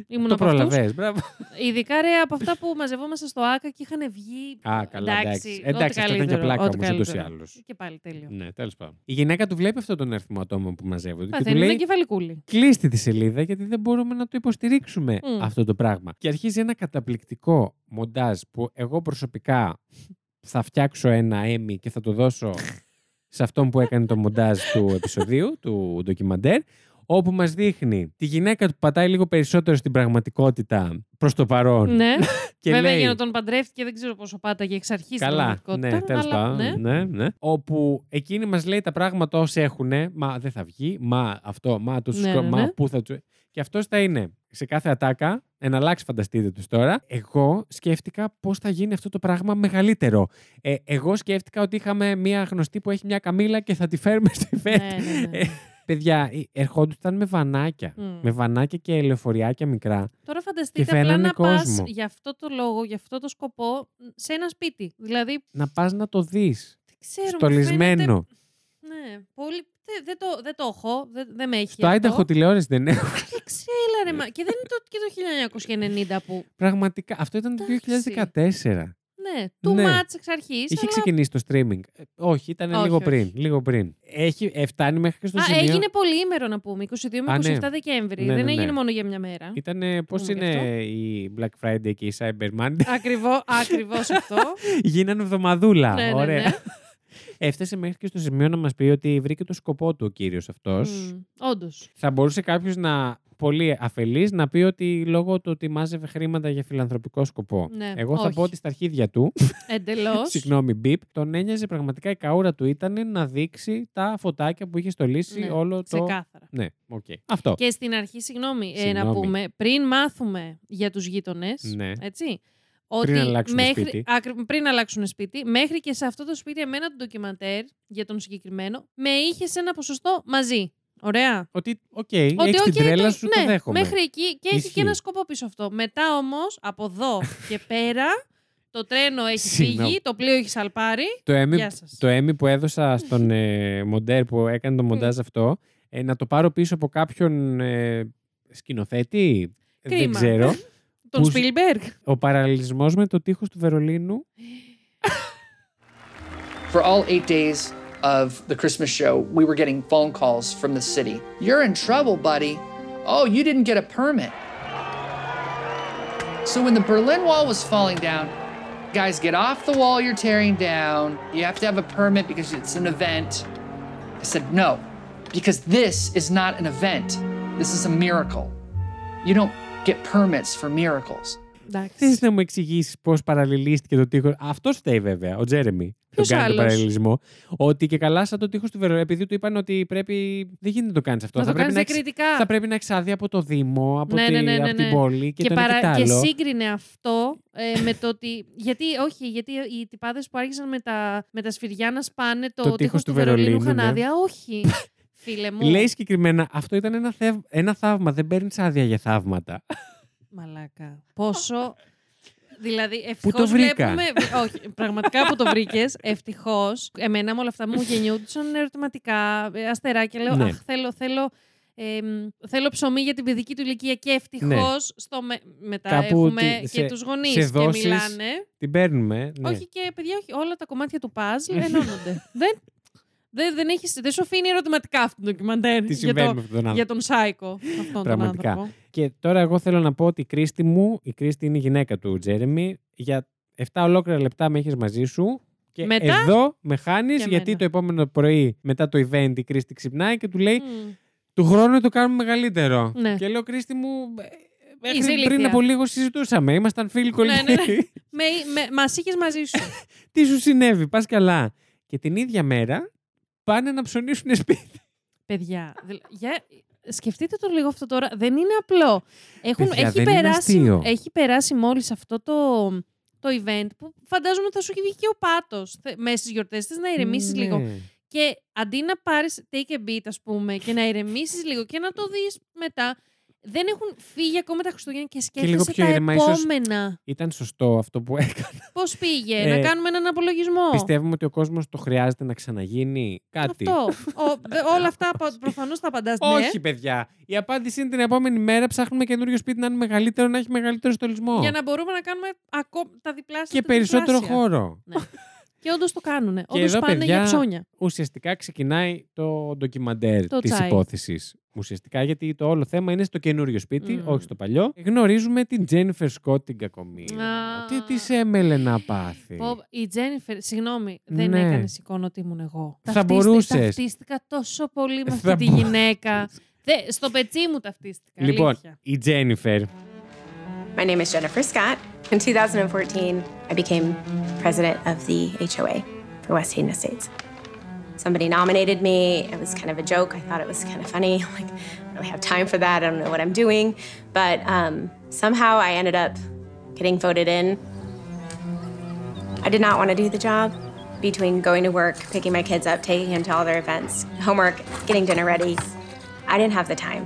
Speaker 1: Ήμουν
Speaker 2: το
Speaker 1: από αυτούς.
Speaker 2: πρόλαβε. Μπράβο.
Speaker 1: Ειδικά ρε από αυτά που μαζευόμαστε στο ΑΚΑ και είχαν βγει.
Speaker 2: Α, καλά, εντάξει.
Speaker 1: ό,τι
Speaker 2: Εντάξει, αυτό ήταν και
Speaker 1: καλύτερο,
Speaker 2: πλάκα
Speaker 1: ό,τι
Speaker 2: όμως ούτω ή
Speaker 1: καλύτερο.
Speaker 2: άλλως.
Speaker 1: Και πάλι τέλειο.
Speaker 2: Ναι, τέλος πάντων. Η γυναίκα του βλέπει αυτόν τον αριθμό ατόμων που μαζεύονται και του
Speaker 1: Παθαίνει λέει...
Speaker 2: λέει.
Speaker 1: ένα κεφαλικούλι.
Speaker 2: Κλείστε τη σελίδα γιατί δεν μπορούμε να το υποστηρίξουμε
Speaker 1: Μμ.
Speaker 2: αυτό το πράγμα. Και αρχίζει ένα καταπληκτικό μοντάζ που εγώ προσωπικά θα φτιάξω ένα Emmy και θα το δώσω σε αυτόν που έκανε το μοντάζ του επεισοδίου, του ντοκιμαντέρ, όπου μας δείχνει τη γυναίκα που πατάει λίγο περισσότερο στην πραγματικότητα προς το παρόν.
Speaker 1: Ναι.
Speaker 2: Και
Speaker 1: Βέβαια,
Speaker 2: λέει,
Speaker 1: για να τον παντρεύτηκε δεν ξέρω πόσο πάταγε εξ αρχής την
Speaker 2: Καλά,
Speaker 1: πραγματικότητα.
Speaker 2: ναι, τέλος
Speaker 1: αλλά,
Speaker 2: πάντων.
Speaker 1: ναι.
Speaker 2: Ναι, ναι. Όπου εκείνη μας λέει τα πράγματα όσοι έχουν, μα δεν θα βγει, μα αυτό, μα το
Speaker 1: Ναι,
Speaker 2: σουσκό,
Speaker 1: ναι,
Speaker 2: μα
Speaker 1: ναι.
Speaker 2: πού θα του. Και αυτός θα είναι σε κάθε ατάκα, ένα αλλάξει φανταστείτε τους τώρα. Εγώ σκέφτηκα πώς θα γίνει αυτό το πράγμα μεγαλύτερο. Ε, εγώ σκέφτηκα ότι είχαμε μια γνωστή που έχει μια καμίλα και θα τη φέρουμε στη
Speaker 1: Ναι,
Speaker 2: φέτα.
Speaker 1: ναι, ναι.
Speaker 2: Ε, Παιδιά, ε, ερχόντουσαν με βανάκια.
Speaker 1: Μμ.
Speaker 2: Με βανάκια και ελεοφοριάκια μικρά.
Speaker 1: Τώρα φανταστείτε
Speaker 2: φαίνανε
Speaker 1: απλά να πας
Speaker 2: κόσμο.
Speaker 1: για αυτό το λόγο, για αυτό το σκοπό, σε ένα σπίτι. Δηλαδή,
Speaker 2: Να πας να το δεις.
Speaker 1: δεν ξέρω. μου φαίνεται-
Speaker 2: Στολισμένο.
Speaker 1: Ναι, πολύ. Δεν, δεν το, δεν το έχω. Δεν, δεν με έχει. αυτό.
Speaker 2: Στο Άινταχο τηλεόραση δεν έχω.
Speaker 1: Δεν ξέρω, ρε, μα- Και δεν είναι το, και το 1990 που.
Speaker 2: Πραγματικά. Αυτό ήταν το
Speaker 1: Εντάξει.
Speaker 2: 2014.
Speaker 1: Ναι, του
Speaker 2: Ναι.
Speaker 1: μάτς εξ αρχής.
Speaker 2: Είχε ξεκινήσει το streaming. Ε, όχι, ήταν
Speaker 1: Όχι,
Speaker 2: λίγο
Speaker 1: όχι.
Speaker 2: πριν. Λίγο πριν. Έχει, ε, φτάνει μέχρι και στο
Speaker 1: Α,
Speaker 2: σημείο.
Speaker 1: έγινε πολύ ημέρο να πούμε. 22 με
Speaker 2: Α,
Speaker 1: 27
Speaker 2: ναι.
Speaker 1: Δεκέμβρη.
Speaker 2: Ναι, ναι,
Speaker 1: δεν
Speaker 2: ναι.
Speaker 1: έγινε μόνο για μια μέρα.
Speaker 2: Ήταν πώ
Speaker 1: Πούμε γι' αυτό.
Speaker 2: είναι η Black Friday και η Cyber Monday.
Speaker 1: Ακριβώ ακριβώς αυτό.
Speaker 2: Γίνανε εβδομαδούλα.
Speaker 1: Ναι, ναι,
Speaker 2: Ωραία.
Speaker 1: ναι.
Speaker 2: Έφτασε μέχρι και στο σημείο να μας πει ότι βρήκε το σκοπό του ο κύριος αυτός.
Speaker 1: Όντως.
Speaker 2: Θα μπορούσε κάποιος να. Πολύ αφελής να πει ότι λόγω του ότι μάζευε χρήματα για φιλανθρωπικό σκοπό.
Speaker 1: Ναι,
Speaker 2: Εγώ θα
Speaker 1: όχι.
Speaker 2: πω ότι στα αρχίδια του
Speaker 1: Εντελώς.
Speaker 2: Συγγνώμη, μπίπ. Τον ένοιαζε πραγματικά η καούρα του ήταν να δείξει τα φωτάκια που είχε στολίσει
Speaker 1: Ναι,
Speaker 2: όλο το.
Speaker 1: Ξεκάθαρα.
Speaker 2: Ναι, οκ. Αυτό.
Speaker 1: Και στην αρχή, συγγνώμη, ε, να
Speaker 2: Συγγνώμη.
Speaker 1: πούμε, πριν μάθουμε για τους γείτονες.
Speaker 2: Ναι.
Speaker 1: Έτσι.
Speaker 2: Πριν αλλάξουν
Speaker 1: μέχρι,
Speaker 2: σπίτι.
Speaker 1: ακρι- πριν αλλάξουν σπίτι, μέχρι και σε αυτό το σπίτι, εμένα το ντοκιμαντέρ για τον συγκεκριμένο, με είχε σε ένα ποσοστό μαζί. Ωραία.
Speaker 2: Ότι, οκ,
Speaker 1: Ότι,
Speaker 2: έχεις την
Speaker 1: οκ,
Speaker 2: τρέλα
Speaker 1: το-
Speaker 2: σου,
Speaker 1: ναι,
Speaker 2: το δέχομαι.
Speaker 1: Μέχρι εκεί και έχει
Speaker 2: Ισχύει.
Speaker 1: και ένα σκοπό πίσω αυτό. Μετά όμως, από εδώ και πέρα, το τρένο έχει
Speaker 2: Συγγνώμη.
Speaker 1: φύγει, το πλοίο έχει σαλπάρει.
Speaker 2: Το Emmy,
Speaker 1: Γεια σας.
Speaker 2: το Emmy που έδωσα στον ε, μοντέρ που έκανε το μοντάζ αυτό, ε, να το πάρω πίσω από κάποιον ε, σκηνοθέτη. Δεν
Speaker 1: Κρίμα.
Speaker 2: ξέρω.
Speaker 1: Τον
Speaker 2: Πού-
Speaker 1: Σπίλμπεργκ.
Speaker 2: Ο παραλληλισμός με το τείχος του Βερολίνου.
Speaker 12: For all eight days of the Christmas show, we were getting phone calls from the city. You're in trouble, buddy. Oh, you didn't get a permit. So when the Berlin Wall was falling down, guys, get off the wall you're tearing down. You have to have a permit because it's an event. I said, no, because this is not an event. This is a miracle. You don't get permits for miracles.
Speaker 1: Εντάξει.
Speaker 2: Θες να μου εξηγήσεις πώς παραλληλίστηκε το τείχος. Αυτό φταίει βέβαια, ο Τζέρεμι.
Speaker 1: Ποιος
Speaker 2: τον κάνει τον
Speaker 1: άλλος?
Speaker 2: παραλληλισμό. Ότι και καλά σαν το τείχος του Βερολίνου. Επειδή του είπαν ότι πρέπει. Δεν γίνεται να το κάνεις αυτό.
Speaker 1: Να το
Speaker 2: πρέπει
Speaker 1: κάνεις
Speaker 2: έχεις-
Speaker 1: διακριτικά.
Speaker 2: θα πρέπει να έχει άδεια από το Δήμο, από,
Speaker 1: Ναι,
Speaker 2: τη,
Speaker 1: ναι, ναι, ναι,
Speaker 2: από την
Speaker 1: ναι.
Speaker 2: πόλη και,
Speaker 1: Και,
Speaker 2: το ένα και
Speaker 1: παρα...
Speaker 2: το
Speaker 1: και
Speaker 2: άλλο.
Speaker 1: σύγκρινε αυτό ε, με το ότι. Γιατί, όχι, γιατί οι τυπάδες που άρχισαν με τα, με τα σφυριά να σπάνε το,
Speaker 2: Το
Speaker 1: τείχος
Speaker 2: τείχος
Speaker 1: του
Speaker 2: του
Speaker 1: Βερολίνου
Speaker 2: Βερολίνου, ναι.
Speaker 1: Χανάδια. Όχι, φίλε μου.
Speaker 2: Λέει συγκεκριμένα, αυτό ήταν ένα, θεύ- ένα θαύμα. Δεν παίρνεις άδεια για θαύματα.
Speaker 1: Μαλάκα. Πόσο. Δηλαδή, ευτυχώ.
Speaker 2: Πού το βρήκα?
Speaker 1: Βλέπουμε... Όχι, πραγματικά που το βρήκες. Ευτυχώς. Εμένα με όλα αυτά μου γεννιούνταν ερωτηματικά, ε, αστεράκια. Λέω,
Speaker 2: Ναι.
Speaker 1: Αχ, θέλω, θέλω. ε, μ, θέλω ψωμί για την παιδική του ηλικία και ευτυχώ
Speaker 2: Ναι.
Speaker 1: στο με... μετά
Speaker 2: Κάπου
Speaker 1: έχουμε
Speaker 2: τι-
Speaker 1: και
Speaker 2: σε-
Speaker 1: τους γονείς
Speaker 2: σε
Speaker 1: και
Speaker 2: δόσεις,
Speaker 1: μιλάνε.
Speaker 2: Την παίρνουμε. Ναι.
Speaker 1: Όχι και παιδιά, όχι, όλα τα κομμάτια του puzzle ενώνονται. δεν, δεν, δεν, έχεις, δεν σου αφήνει ερωτηματικά αυτό το ντοκιμαντέρ
Speaker 2: Τι
Speaker 1: για,
Speaker 2: συμβαίνει
Speaker 1: το,
Speaker 2: με αυτόν τον άνθρωπο.
Speaker 1: για τον Σάικο αυτόν τον
Speaker 2: Πραγματικά.
Speaker 1: άνθρωπο.
Speaker 2: Και τώρα εγώ θέλω να πω ότι η Κρίστη μου, η Κρίστη είναι η γυναίκα του Τζέρεμι, για 7 ολόκληρα λεπτά με έχεις μαζί σου. Και
Speaker 1: Μετά-
Speaker 2: εδώ με χάνεις,
Speaker 1: Και
Speaker 2: γιατί
Speaker 1: εμένα.
Speaker 2: το επόμενο πρωί μετά το event η Κρίστη ξυπνάει και του λέει:
Speaker 1: Μμ.
Speaker 2: Του χρόνου το κάνουμε μεγαλύτερο.
Speaker 1: Ναι.
Speaker 2: Και λέω: Κρίστη μου, ε,
Speaker 1: Είσαι
Speaker 2: μέχρι πριν
Speaker 1: ηλίθια.
Speaker 2: από λίγο συζητούσαμε. Ήμασταν φίλοι
Speaker 1: Ναι, ναι,
Speaker 2: κολλητοί.
Speaker 1: ναι. Με, με, μας είχες μαζί σου.
Speaker 2: Τι σου συνέβη, πας καλά. Και την ίδια μέρα πάνε να ψωνίσουν σπίτι.
Speaker 1: Παιδιά, δηλα- για... σκεφτείτε το λίγο αυτό τώρα. Δεν είναι απλό. Έχουν,
Speaker 2: Παιδιά,
Speaker 1: έχει,
Speaker 2: δεν είναι
Speaker 1: περάσει,
Speaker 2: αστείο.
Speaker 1: έχει περάσει μόλις αυτό το, το event που φαντάζομαι θα σου έχει βγει και ο πάτος θε- μέσα στις γιορτές. Θες να ηρεμήσεις
Speaker 2: Ναι.
Speaker 1: λίγο. Και αντί να πάρεις take a beat ας πούμε και να ηρεμήσεις λίγο και να το δεις μετά... Δεν έχουν φύγει ακόμα τα Χριστούγεννα και
Speaker 2: λίγο
Speaker 1: σκέφτεσαι
Speaker 2: πιο
Speaker 1: τα
Speaker 2: ήρεμα, ίσως.
Speaker 1: επόμενα.
Speaker 2: Ήταν σωστό αυτό που έκανε.
Speaker 1: Πώς πήγε,
Speaker 2: Ε,
Speaker 1: να κάνουμε έναν απολογισμό.
Speaker 2: Πιστεύουμε ότι ο κόσμος το χρειάζεται να ξαναγίνει κάτι.
Speaker 1: Αυτό. Ο- δε- όλα αυτά προφανώ τα απαντάς ναι.
Speaker 2: Όχι, παιδιά. Η απάντηση είναι την επόμενη μέρα ψάχνουμε καινούριο σπίτι να είναι μεγαλύτερο, να έχει μεγαλύτερο στολισμό.
Speaker 1: Για να μπορούμε να κάνουμε ακό- τα διπλάσια.
Speaker 2: Και
Speaker 1: τα
Speaker 2: περισσότερο
Speaker 1: τριπλάσια.
Speaker 2: χώρο.
Speaker 1: Και όντως το κάνουν. Όντως
Speaker 2: εδώ,
Speaker 1: πάνε
Speaker 2: παιδιά,
Speaker 1: για ψώνια.
Speaker 2: Ουσιαστικά ξεκινάει το ντοκιμαντέρ
Speaker 1: Το
Speaker 2: της
Speaker 1: τσάι.
Speaker 2: υπόθεσης. Ουσιαστικά γιατί το όλο θέμα είναι στο καινούριο σπίτι,
Speaker 1: Μμμ.
Speaker 2: όχι στο παλιό. Γνωρίζουμε την Τζένιφερ Σκότ την κακομία.
Speaker 1: Α.
Speaker 2: Τι της έμελε να πάθει.
Speaker 1: Πω, η Τζένιφερ, συγγνώμη, δεν
Speaker 2: Ναι.
Speaker 1: έκανε εικόνα ότι ήμουν εγώ.
Speaker 2: Θα
Speaker 1: Ταυτίστη-
Speaker 2: μπορούσες. Ε,
Speaker 1: Ταυτίστηκα τόσο πολύ με αυτή
Speaker 2: Θα
Speaker 1: τη
Speaker 2: μπο-
Speaker 1: γυναίκα. Δε, στο πετσί μου ταυτίστηκα.
Speaker 2: Λοιπόν,
Speaker 1: αλήθεια.
Speaker 2: η Τζένιφερ.
Speaker 6: My name is Jennifer Scott. In 2014, I became president of the HOA for West Hayden Estates. Somebody nominated me. It was kind of a joke. I thought it was kind of funny. Like, I don't really have time for that. I don't know what I'm doing. But um, somehow I ended up getting voted in. I did not want to do the job. Between going to work, picking my kids up, taking them to all their events, homework, getting dinner ready, I didn't have the time.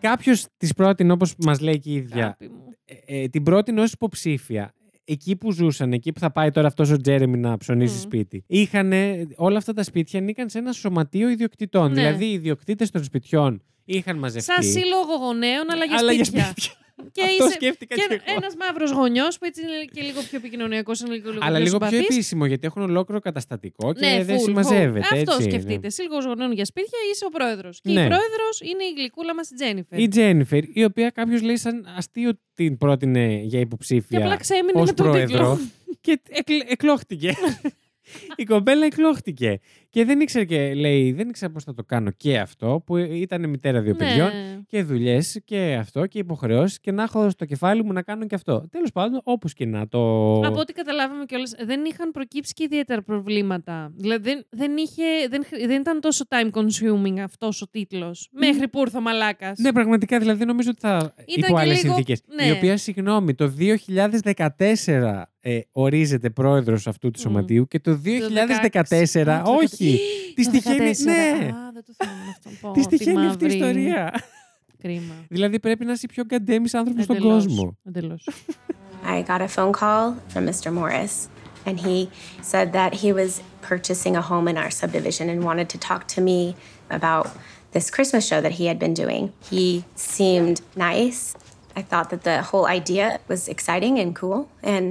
Speaker 2: Κάποιος της πρότεινε, όπως μας λέει και η ίδια,
Speaker 1: Αγάπη μου.
Speaker 2: ε, την πρότεινε ω υποψήφια. Εκεί που ζούσαν, εκεί που θα πάει τώρα αυτός ο Τζέρεμι να ψωνίσει σπίτι. Είχαν όλα αυτά τα σπίτια ανήκαν σε ένα σωματείο ιδιοκτητών.
Speaker 1: Ναι.
Speaker 2: Δηλαδή οι ιδιοκτήτες των σπιτιών είχαν μαζευτεί.
Speaker 1: Σαν σύλλογο γονέων, αλλά για
Speaker 2: αλλά για
Speaker 1: σπίτια.
Speaker 2: σπίτια.
Speaker 1: Και
Speaker 2: Αυτό
Speaker 1: είσαι
Speaker 2: σκέφτηκα
Speaker 1: και
Speaker 2: και εγώ.
Speaker 1: ένας μαύρος γονιός που έτσι είναι και λίγο πιο επικοινωνιακός, είναι λίγο, λίγο
Speaker 2: Αλλά
Speaker 1: πιο
Speaker 2: λίγο πιο
Speaker 1: συμπαθής.
Speaker 2: επίσημο, γιατί έχουν ολόκληρο καταστατικό και
Speaker 1: ναι,
Speaker 2: δεν
Speaker 1: full, full.
Speaker 2: συμμαζεύεται.
Speaker 1: Αυτό
Speaker 2: έτσι,
Speaker 1: σκεφτείτε. Ναι. Σύλλογο γονέων για σπίτια είσαι ο πρόεδρος. Και η
Speaker 2: Ναι.
Speaker 1: πρόεδρος είναι η γλυκούλα μας η Τζένιφερ.
Speaker 2: Η Τζένιφερ, η οποία κάποιος λέει σαν αστείο την πρότεινε για
Speaker 1: Και
Speaker 2: υποψήφια.
Speaker 1: απλά ξέμεινε
Speaker 2: ως
Speaker 1: με τον
Speaker 2: πρόεδρο.
Speaker 1: τίτλο.
Speaker 2: και εκλ- εκλόχτηκε. Η κομπέλα εκλόχτηκε. Και δεν ήξερε και λέει, δεν ήξερα πώς θα το κάνω και αυτό, που ήταν μητέρα δύο παιδιών.
Speaker 1: Ναι.
Speaker 2: Και δουλειές και αυτό και υποχρεώσεις και να έχω στο κεφάλι μου να κάνω και αυτό. Τέλος πάντων, όπως και να το.
Speaker 1: Από ό,τι καταλάβαμε κιόλας, δεν είχαν προκύψει και ιδιαίτερα προβλήματα. Δηλαδή δεν, δεν, είχε, δεν, χρ- δεν ήταν τόσο time consuming αυτός ο τίτλος. Μέχρι που ήρθε ο Μαλάκας.
Speaker 2: Ναι, πραγματικά δηλαδή νομίζω ότι θα.
Speaker 1: Ήταν
Speaker 2: υπό
Speaker 1: και
Speaker 2: άλλες
Speaker 1: λίγο-
Speaker 2: συνθήκες.
Speaker 1: ναι.
Speaker 2: Η οποία, συγγνώμη, το 2014 ε, ορίζεται πρόεδρος αυτού του
Speaker 1: Μμμ.
Speaker 2: σωματείου και το 2014. όχι! Τη τυχαίνει. Ναι!
Speaker 1: Α, δεν το θυμάμαι αυτό. Πω,
Speaker 2: Τη
Speaker 1: τι
Speaker 2: τυχαίνει αυτή η
Speaker 1: μαύρη είναι.
Speaker 2: ιστορία.
Speaker 1: Κρίμα.
Speaker 2: Δηλαδή πρέπει να είσαι πιο γκαντέμις άνθρωπο στον
Speaker 1: Εντελώς,
Speaker 2: κόσμο.
Speaker 1: εντελώς.
Speaker 6: I got a phone call from Mr. Morris, and he said that he was purchasing a home in our subdivision and wanted to talk to me about this Christmas show that he had been doing. He seemed nice. I thought that the whole idea was exciting and cool. And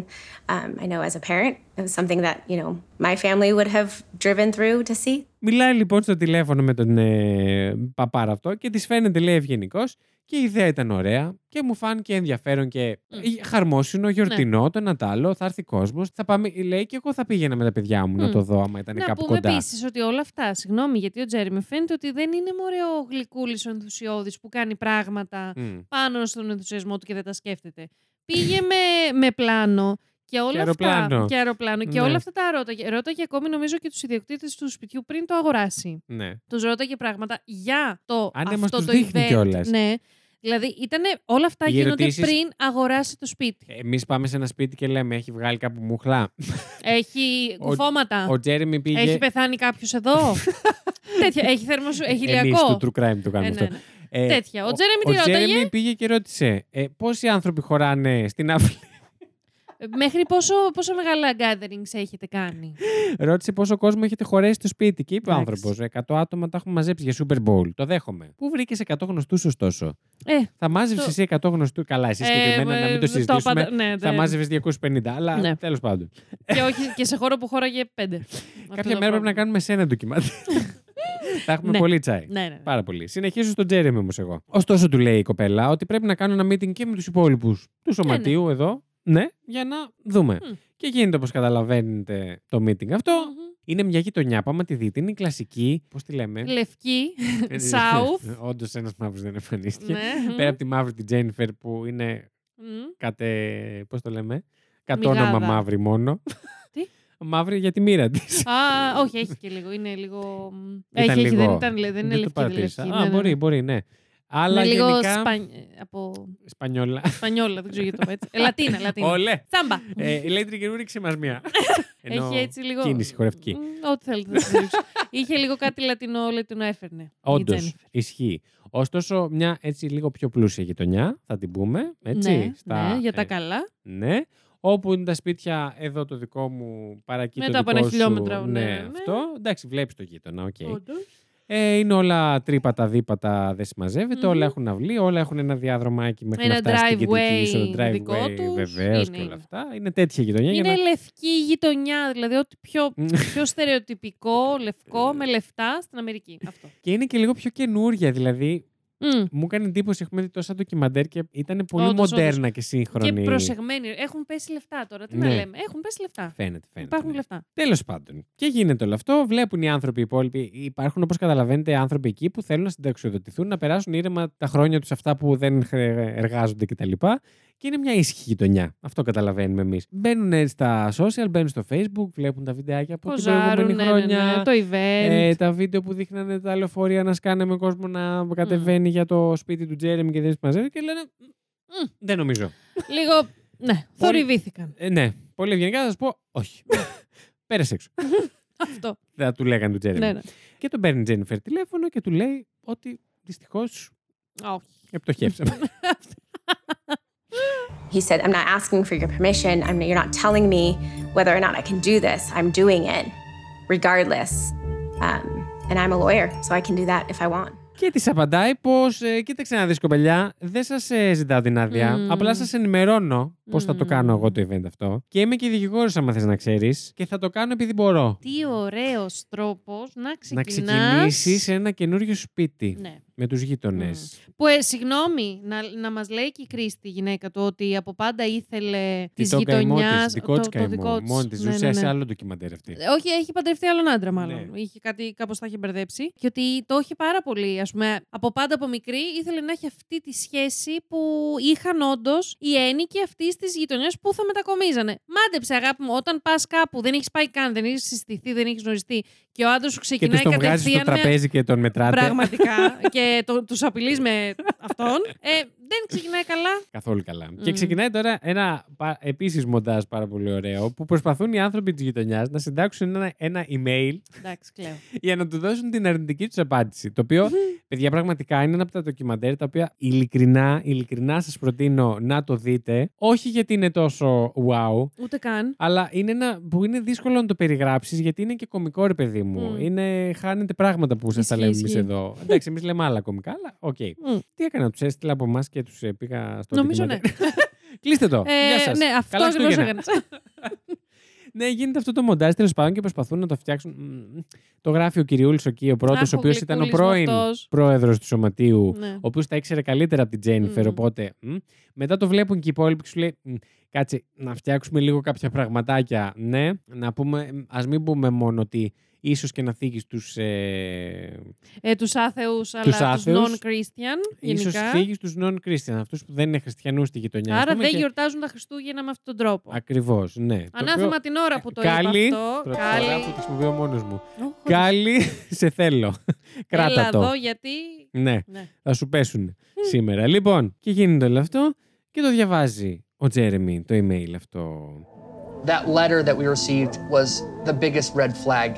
Speaker 6: um, I know as a parent, it was something that, you know, my family would have driven through to see.
Speaker 2: Μιλάει λοιπόν στο τηλέφωνο με τον ε, παπάρα αυτό και της φαίνεται, λέει, ευγενικός και η ιδέα ήταν ωραία και μου φάνηκε ενδιαφέρον και ε, χαρμόσυνο, γιορτινό,
Speaker 1: Ναι.
Speaker 2: το ένα τ' άλλο. Θα έρθει κόσμος. Θα πάμε, λέει, και εγώ θα πήγαινα με τα παιδιά μου να
Speaker 1: Μμ.
Speaker 2: το δω άμα ήταν
Speaker 1: Να
Speaker 2: κάπου
Speaker 1: πούμε
Speaker 2: κοντά.
Speaker 1: επίσης ότι όλα αυτά, συγγνώμη, γιατί ο Τζέρεμι φαίνεται ότι δεν είναι μωρέο γλυκούλη ο ενθουσιώδης που κάνει πράγματα
Speaker 2: Μμ.
Speaker 1: πάνω στον ενθουσιασμό του και δεν τα σκέφτεται. πήγε με, με πλάνο. Και όλα
Speaker 2: Και αεροπλάνο.
Speaker 1: αυτά. Και αεροπλάνο. Και
Speaker 2: Ναι.
Speaker 1: όλα αυτά τα ρώταγε. Ρώταγε ακόμη νομίζω και τους ιδιοκτήτες του σπιτιού πριν το αγοράσει.
Speaker 2: Ναι.
Speaker 1: Τους ρώταγε πράγματα για το
Speaker 2: Α, ναι, μας
Speaker 1: αυτό
Speaker 2: τους
Speaker 1: το
Speaker 2: δείχνει
Speaker 1: event.
Speaker 2: κιόλας.
Speaker 1: Ναι. Δηλαδή ήτανε, όλα αυτά
Speaker 2: Οι
Speaker 1: γίνονται
Speaker 2: ερωτήσεις-
Speaker 1: πριν αγοράσει το σπίτι.
Speaker 2: Εμείς πάμε σε ένα σπίτι και λέμε: Έχει βγάλει κάπου μουχλά.
Speaker 1: Έχει
Speaker 2: Ε, Ο-
Speaker 1: κουφώματα.
Speaker 2: Ο ε- Τζέρεμι πήγε.
Speaker 1: Έχει πεθάνει κάποιος εδώ. Τέτοια. Έχει θερμοσού. Έχει
Speaker 2: Εμείς
Speaker 1: ηλιακό.
Speaker 2: του true crime το κάνουμε
Speaker 1: Ε,
Speaker 2: αυτό.
Speaker 1: ναι, ναι.
Speaker 2: Ε,
Speaker 1: Τέτοια. Ο Τζέρεμι
Speaker 2: ο
Speaker 1: τι ρώταγε?
Speaker 2: Τζέρεμι πήγε και ρώτησε: ε, Πόσοι άνθρωποι χωράνε στην αυλή.
Speaker 1: Μέχρι πόσο, πόσο μεγάλα gatherings έχετε κάνει.
Speaker 2: ρώτησε πόσο κόσμο έχετε χωρέσει στο σπίτι. Και είπε ο
Speaker 1: Εντάξει.
Speaker 2: άνθρωπος: 100 άτομα τα έχουμε μαζέψει για Super Bowl. Το δέχομαι. Πού βρήκες 100 γνωστούς, ωστόσο.
Speaker 1: Ε,
Speaker 2: Θα μάζευε
Speaker 1: Το-
Speaker 2: εσύ 100 γνωστού. Καλά, εσύ
Speaker 1: Ε,
Speaker 2: συγκεκριμένα
Speaker 1: ε,
Speaker 2: να μην
Speaker 1: το
Speaker 2: το συζητήσουμε.
Speaker 1: είπα, ναι,
Speaker 2: θα
Speaker 1: ναι.
Speaker 2: μάζευε 250, αλλά
Speaker 1: Ναι.
Speaker 2: τέλος πάντων.
Speaker 1: και, όχι, και σε χώρο που χώραγε πέντε. Αυτό το
Speaker 2: Κάποια μέρα
Speaker 1: πρόβλημα.
Speaker 2: πρέπει να κάνουμε σένα ντοκιμάτ. Θα έχουμε
Speaker 1: Ναι.
Speaker 2: πολύ τσάι.
Speaker 1: Ναι, ναι, ναι.
Speaker 2: Πάρα πολύ. Συνεχίζω στον Τζέρεμι όμως εγώ. Ωστόσο, του λέει η κοπέλα ότι πρέπει να κάνω ένα meeting και με τους υπόλοιπους
Speaker 1: Ναι,
Speaker 2: του σωματείου εδώ. Ναι, για να δούμε.
Speaker 1: Μμ.
Speaker 2: Και γίνεται όπως καταλαβαίνετε το meeting αυτό.
Speaker 1: Μμμ.
Speaker 2: Είναι μια γειτονιά, πάμε τη δείτε. Είναι η κλασική. Πώς τη λέμε. Ε,
Speaker 1: Λευκή, South.
Speaker 2: Όντως ένας μαύρος δεν εμφανίστηκε.
Speaker 1: ναι.
Speaker 2: Πέρα από τη μαύρη τη Τζένιφερ που είναι
Speaker 1: Μμμ.
Speaker 2: κατε. Πώς το λέμε. Κατόνομα
Speaker 1: Μιγάδα.
Speaker 2: μαύρη μόνο.
Speaker 1: Τι?
Speaker 2: Μαύρη για τη μοίρα της.
Speaker 1: Α, όχι, έχει και λίγο. Είναι λίγο. μ,
Speaker 2: Ήταν
Speaker 1: έχει, έχει,
Speaker 2: λίγο.
Speaker 1: δεν, ήταν, λε- δεν είναι λευκή.
Speaker 2: το
Speaker 1: Δεν είναι λευκή
Speaker 2: παρατήρησα.
Speaker 1: ναι,
Speaker 2: Α,
Speaker 1: ναι,
Speaker 2: μπορεί,
Speaker 1: ναι.
Speaker 2: μπορεί, ναι. Αλλά
Speaker 1: είναι λίγο
Speaker 2: γενικά.
Speaker 1: σπανι- από
Speaker 2: Σπανιόλα.
Speaker 1: Σπανιόλα, δεν ξέρω γιατί το είπα έτσι. Ε, Λατίνα, Λατίνα.
Speaker 2: Όλε.
Speaker 1: Τσάμπα.
Speaker 2: Ε, Ηλέκτρη και ρίξε μα μία. Ενώ
Speaker 1: Έχει έτσι λίγο.
Speaker 2: Κίνηση χορευτική.
Speaker 1: Μ, Ό,τι θέλετε να συζητήσω. Είχε λίγο κάτι λατινό, όλο την έφερνε. η
Speaker 2: Όντως,
Speaker 1: Τζένιφερ.
Speaker 2: ισχύει. Ωστόσο, μια έτσι λίγο πιο πλούσια γειτονιά, θα την πούμε. Έτσι,
Speaker 1: ναι, ναι, για τα
Speaker 2: ε,
Speaker 1: καλά.
Speaker 2: ναι. Όπου είναι τα σπίτια, εδώ το δικό μου παρακεί
Speaker 1: Μετά
Speaker 2: το
Speaker 1: από
Speaker 2: δικό
Speaker 1: ένα
Speaker 2: σου,
Speaker 1: χιλιόμετρο,
Speaker 2: Ναι,
Speaker 1: ναι, ναι.
Speaker 2: αυτό. Εντάξει, βλέπεις το γείτονα, οκ.
Speaker 1: Όντως.
Speaker 2: Ε, είναι όλα τρύπατα, δίπατα, δεν συμμαζευεται
Speaker 1: Μμμ.
Speaker 2: Όλα έχουν αυλή, όλα έχουν ένα διάδρομάκι μέχρι
Speaker 1: Ένα
Speaker 2: να φτάσει στην κεντρική
Speaker 1: driveway
Speaker 2: είσοδο.
Speaker 1: δικό τους.
Speaker 2: βεβαίως και
Speaker 1: Είναι,
Speaker 2: όλα
Speaker 1: είναι.
Speaker 2: αυτά. Είναι τέτοια γειτονιά για
Speaker 1: Είναι
Speaker 2: να
Speaker 1: λευκή γειτονιά, δηλαδή ό,τι πιο, πιο στερεοτυπικό, λευκό, με λεφτά στην Αμερική. Αυτό.
Speaker 2: Και είναι και λίγο πιο καινούρια. Δηλαδή,
Speaker 1: Μμ.
Speaker 2: μου έκανε εντύπωση. Έχουμε δει τόσα ντοκιμαντέρ και ήταν πολύ
Speaker 1: Όντως, όντως.
Speaker 2: μοντέρνα και σύγχρονη.
Speaker 1: Και προσεγμένοι. Έχουν πέσει λεφτά τώρα. Τι
Speaker 2: Ναι.
Speaker 1: να λέμε. Έχουν πέσει λεφτά.
Speaker 2: Φαίνεται, φαίνεται.
Speaker 1: Υπάρχουν λεφτά.
Speaker 2: Τέλος πάντων. Και γίνεται όλο αυτό. Βλέπουν οι άνθρωποι οι υπόλοιποι. Υπάρχουν, όπως καταλαβαίνετε, άνθρωποι εκεί που θέλουν να συνταξιοδοτηθούν, να περάσουν ήρεμα τα χρόνια τους αυτά που δεν χρε- εργάζονται κτλ. Και είναι μια ήσυχη γειτονιά. Αυτό καταλαβαίνουμε εμείς. Μπαίνουν στα social, μπαίνουν στο facebook, βλέπουν τα βιντεάκια από την
Speaker 1: Ποζάρουν,
Speaker 2: προηγούμενη
Speaker 1: ναι, ναι,
Speaker 2: χρόνια.
Speaker 1: ναι, το event.
Speaker 2: Ε, τα βίντεο που δείχνανε τα λεωφορεία να σκάναμε κόσμο
Speaker 1: Mm.
Speaker 2: να κατεβαίνει για το σπίτι του Τζέρεμι και δεν συμμαζεύει και λένε «Μμ, δεν νομίζω.
Speaker 1: Λίγο. Ναι, θορυβήθηκαν.
Speaker 2: Ε, ναι, πολύ ευγενικά θα σα πω όχι. Πέρασε έξω.
Speaker 1: Αυτό.
Speaker 2: Θα του λέγανε του Τζέρεμι.
Speaker 1: Ναι, ναι.
Speaker 2: Και τον παίρνει η Τζένιφερ τηλέφωνο και του λέει ότι δυστυχώς
Speaker 1: Α, Όχι.
Speaker 2: επτοχεύσαμε.
Speaker 6: He said, I'm not asking for your permission. I'm, you're not telling me whether or not I can do this. I'm doing it regardless. Um, and I'm a lawyer, so I can do that if I want.
Speaker 2: και της απαντάει πως ε, κοίταξε να δεις κοπελιά, δεν σας ε, ζητάω την άδεια.
Speaker 1: Μμμ.
Speaker 2: Απλά σας ενημερώνω πώς θα το
Speaker 1: Μμμ.
Speaker 2: κάνω εγώ το event αυτό. Και είμαι και δικηγόρος, άμα θες να ξέρεις. Και θα το κάνω επειδή μπορώ.
Speaker 1: Τι ωραίος τρόπος να
Speaker 2: Να
Speaker 1: ξεκινάς.
Speaker 2: ξεκινήσεις ένα καινούριο σπίτι.
Speaker 1: Ναι.
Speaker 2: Με τους γείτονες.
Speaker 1: Που, ε, συγγνώμη, να, να μας λέει και η Κρίστη, η γυναίκα του, ότι από πάντα ήθελε τη
Speaker 2: τον καημό
Speaker 1: γειτονιά.
Speaker 2: της, δικό τη καημό.
Speaker 1: της.
Speaker 2: Μόνη της
Speaker 1: Ναι,
Speaker 2: ζούσε
Speaker 1: ναι,
Speaker 2: σε
Speaker 1: ναι.
Speaker 2: άλλο ντοκιμαντέρ αυτή.
Speaker 1: Ε, Όχι, έχει παντρευτεί άλλον άντρα, μάλλον.
Speaker 2: Ναι.
Speaker 1: Είχε κάτι, κάπως τα είχε μπερδέψει. Και ότι το είχε πάρα πολύ. Ας πούμε, από πάντα από μικρή ήθελε να έχει αυτή τη σχέση που είχαν όντως οι ένοικοι αυτή της γειτονιάς που θα μετακομίζανε. Μάντεψε, αγάπη μου, όταν πας κάπου, δεν έχεις πάει καν, δεν έχεις συστηθεί, δεν έχεις γνωριστεί. Και ο άντρας σου
Speaker 2: Και τους
Speaker 1: ξεκινάει
Speaker 2: τον βγάζεις στο
Speaker 1: κατευθείαν. με-
Speaker 2: τραπέζι και τον μετράτε.
Speaker 1: Πραγματικά. και το, τους απειλείς με αυτόν. Ε, δεν ξεκινάει καλά.
Speaker 2: Καθόλου καλά.
Speaker 1: Μμμ.
Speaker 2: Και ξεκινάει τώρα ένα επίσης μοντάζ πάρα πολύ ωραίο που προσπαθούν οι άνθρωποι της γειτονιάς να συντάξουν ένα, ένα email
Speaker 1: Εντάξει, κλαίω.
Speaker 2: για να του δώσουν την αρνητική τους απάντηση. Το οποίο, παιδιά, πραγματικά είναι ένα από τα ντοκιμαντέρ τα οποία ειλικρινά, ειλικρινά σας προτείνω να το δείτε. Όχι γιατί είναι τόσο wow,
Speaker 1: Ούτε καν.
Speaker 2: αλλά είναι ένα που είναι δύσκολο να το περιγράψεις γιατί είναι και κωμικό, ρε παιδί μου.
Speaker 1: Μμ.
Speaker 2: Είναι, χάνεται πράγματα που σας τα
Speaker 1: Ισχύει,
Speaker 2: λέμε εμείς
Speaker 1: ισχύει.
Speaker 2: εδώ. Εντάξει, εμείς λέμε άλλα κωμικά, αλλά οκ.
Speaker 1: Μμ.
Speaker 2: Τι έκανα, τους έστειλα από εμάς και τους πήγα στο.
Speaker 1: Νομίζω ναι.
Speaker 2: ντοκιμαντέρ. Κλείστε το. Γεια
Speaker 1: Ε,
Speaker 2: σας.
Speaker 1: ναι,
Speaker 2: Καλά
Speaker 1: αυτός δεν
Speaker 2: Χριστούγεννα.
Speaker 1: έκανε.
Speaker 2: Ναι, γίνεται αυτό το μοντάζ τέλος πάντων και προσπαθούν να το φτιάξουν. Μμμ. Το γράφει ο Κυριούλης εκεί, ο πρώτο,
Speaker 1: Αχ,
Speaker 2: ο
Speaker 1: ο
Speaker 2: οποίος ήταν ο
Speaker 1: Γλυκούλης
Speaker 2: πρώην
Speaker 1: αυτός.
Speaker 2: πρόεδρος του σωματείου,
Speaker 1: Ναι.
Speaker 2: ο οποίος τα ήξερε καλύτερα από την Τζένιφερ.
Speaker 1: Μμμ.
Speaker 2: Οπότε μμ. μετά το βλέπουν και οι υπόλοιποι και σου λέει: «Μμ, Κάτσε να φτιάξουμε λίγο κάποια πραγματάκια. Ναι, να πούμε, ας μην πούμε μόνο ότι ίσως και να θίγεις τους... Ε,
Speaker 1: Ε, τους άθεους, αλλά
Speaker 2: Τους
Speaker 1: τους
Speaker 2: άθεους.
Speaker 1: non-Christian
Speaker 2: ίσως
Speaker 1: γενικά.
Speaker 2: θίγεις τους non-Christian, αυτούς που δεν είναι χριστιανούς στη γειτονιά. ας
Speaker 1: Άρα
Speaker 2: πούμε,
Speaker 1: δεν
Speaker 2: και-
Speaker 1: γιορτάζουν τα Χριστούγεννα με αυτόν τον τρόπο.
Speaker 2: Ακριβώς, ναι. Το οποίο-
Speaker 1: Ανάθεμα την ώρα που το
Speaker 2: Κάλλη,
Speaker 1: είπα αυτό.
Speaker 2: πρώτη
Speaker 1: Κάλλη,
Speaker 2: φορά που το χρησιμοποιώ μόνος μου.
Speaker 1: Ω,
Speaker 2: Κάλλη, σε θέλω.
Speaker 1: έλα
Speaker 2: Κράτα
Speaker 1: εδώ
Speaker 2: το.
Speaker 1: γιατί...
Speaker 2: Ναι,
Speaker 1: Ναι.
Speaker 2: θα σου πέσουν σήμερα. Λοιπόν, και γίνεται όλο αυτό και το διαβάζει ο Τζέρεμι το email αυτό.
Speaker 12: That letter that we received was the biggest red flag.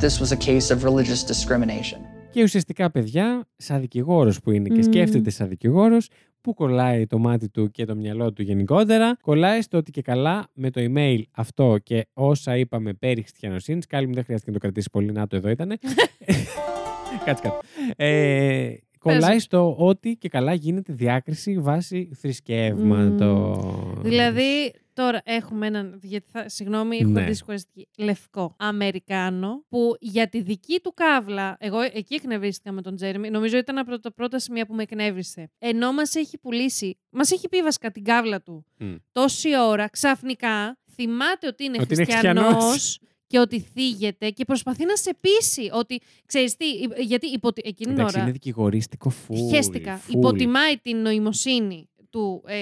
Speaker 12: This was a case of religious discrimination.
Speaker 2: Και ουσιαστικά, παιδιά, σαν δικηγόρος που είναι και
Speaker 1: Μμμ.
Speaker 2: σκέφτεται σαν δικηγόρος, που κολλάει το μάτι του και το μυαλό του γενικότερα, κολλάει στο ότι και καλά με το email αυτό και όσα είπαμε περί χριστιανοσύνης. Κάλλη μου δεν χρειάζεται να το κρατήσει πολύ, να το εδώ ήταν. Κάτσε κάτω. Ε, κολλάει στο ότι και καλά γίνεται διάκριση βάση θρησκεύματο.
Speaker 1: Δηλαδή, τώρα έχουμε έναν. Γιατί θα, συγγνώμη, έχω
Speaker 2: Ναι.
Speaker 1: ναι. Λευκό Αμερικάνο που για τη δική του κάβλα. Εγώ εκεί εκνευρίστηκα με τον Τζέρεμι. Νομίζω ήταν από τα πρώτα σημεία που με εκνεύρισε. Ενώ μας έχει πουλήσει. Μας έχει πει βασικά την κάβλα του
Speaker 2: Μμ.
Speaker 1: τόση ώρα ξαφνικά. Θυμάται ότι είναι
Speaker 2: Ότι είναι
Speaker 1: χριστιανός
Speaker 2: χριστιανός.
Speaker 1: και ότι θίγεται και προσπαθεί να σε πείσει ότι. ξέρεις τι, γιατί υπό, εκείνη την
Speaker 2: Εντάξει,
Speaker 1: ώρα.
Speaker 2: είναι δικηγορίστικο φουλ.
Speaker 1: Χαίστηκα.
Speaker 2: φουλ.
Speaker 1: Υποτιμάει την νοημοσύνη του, ε,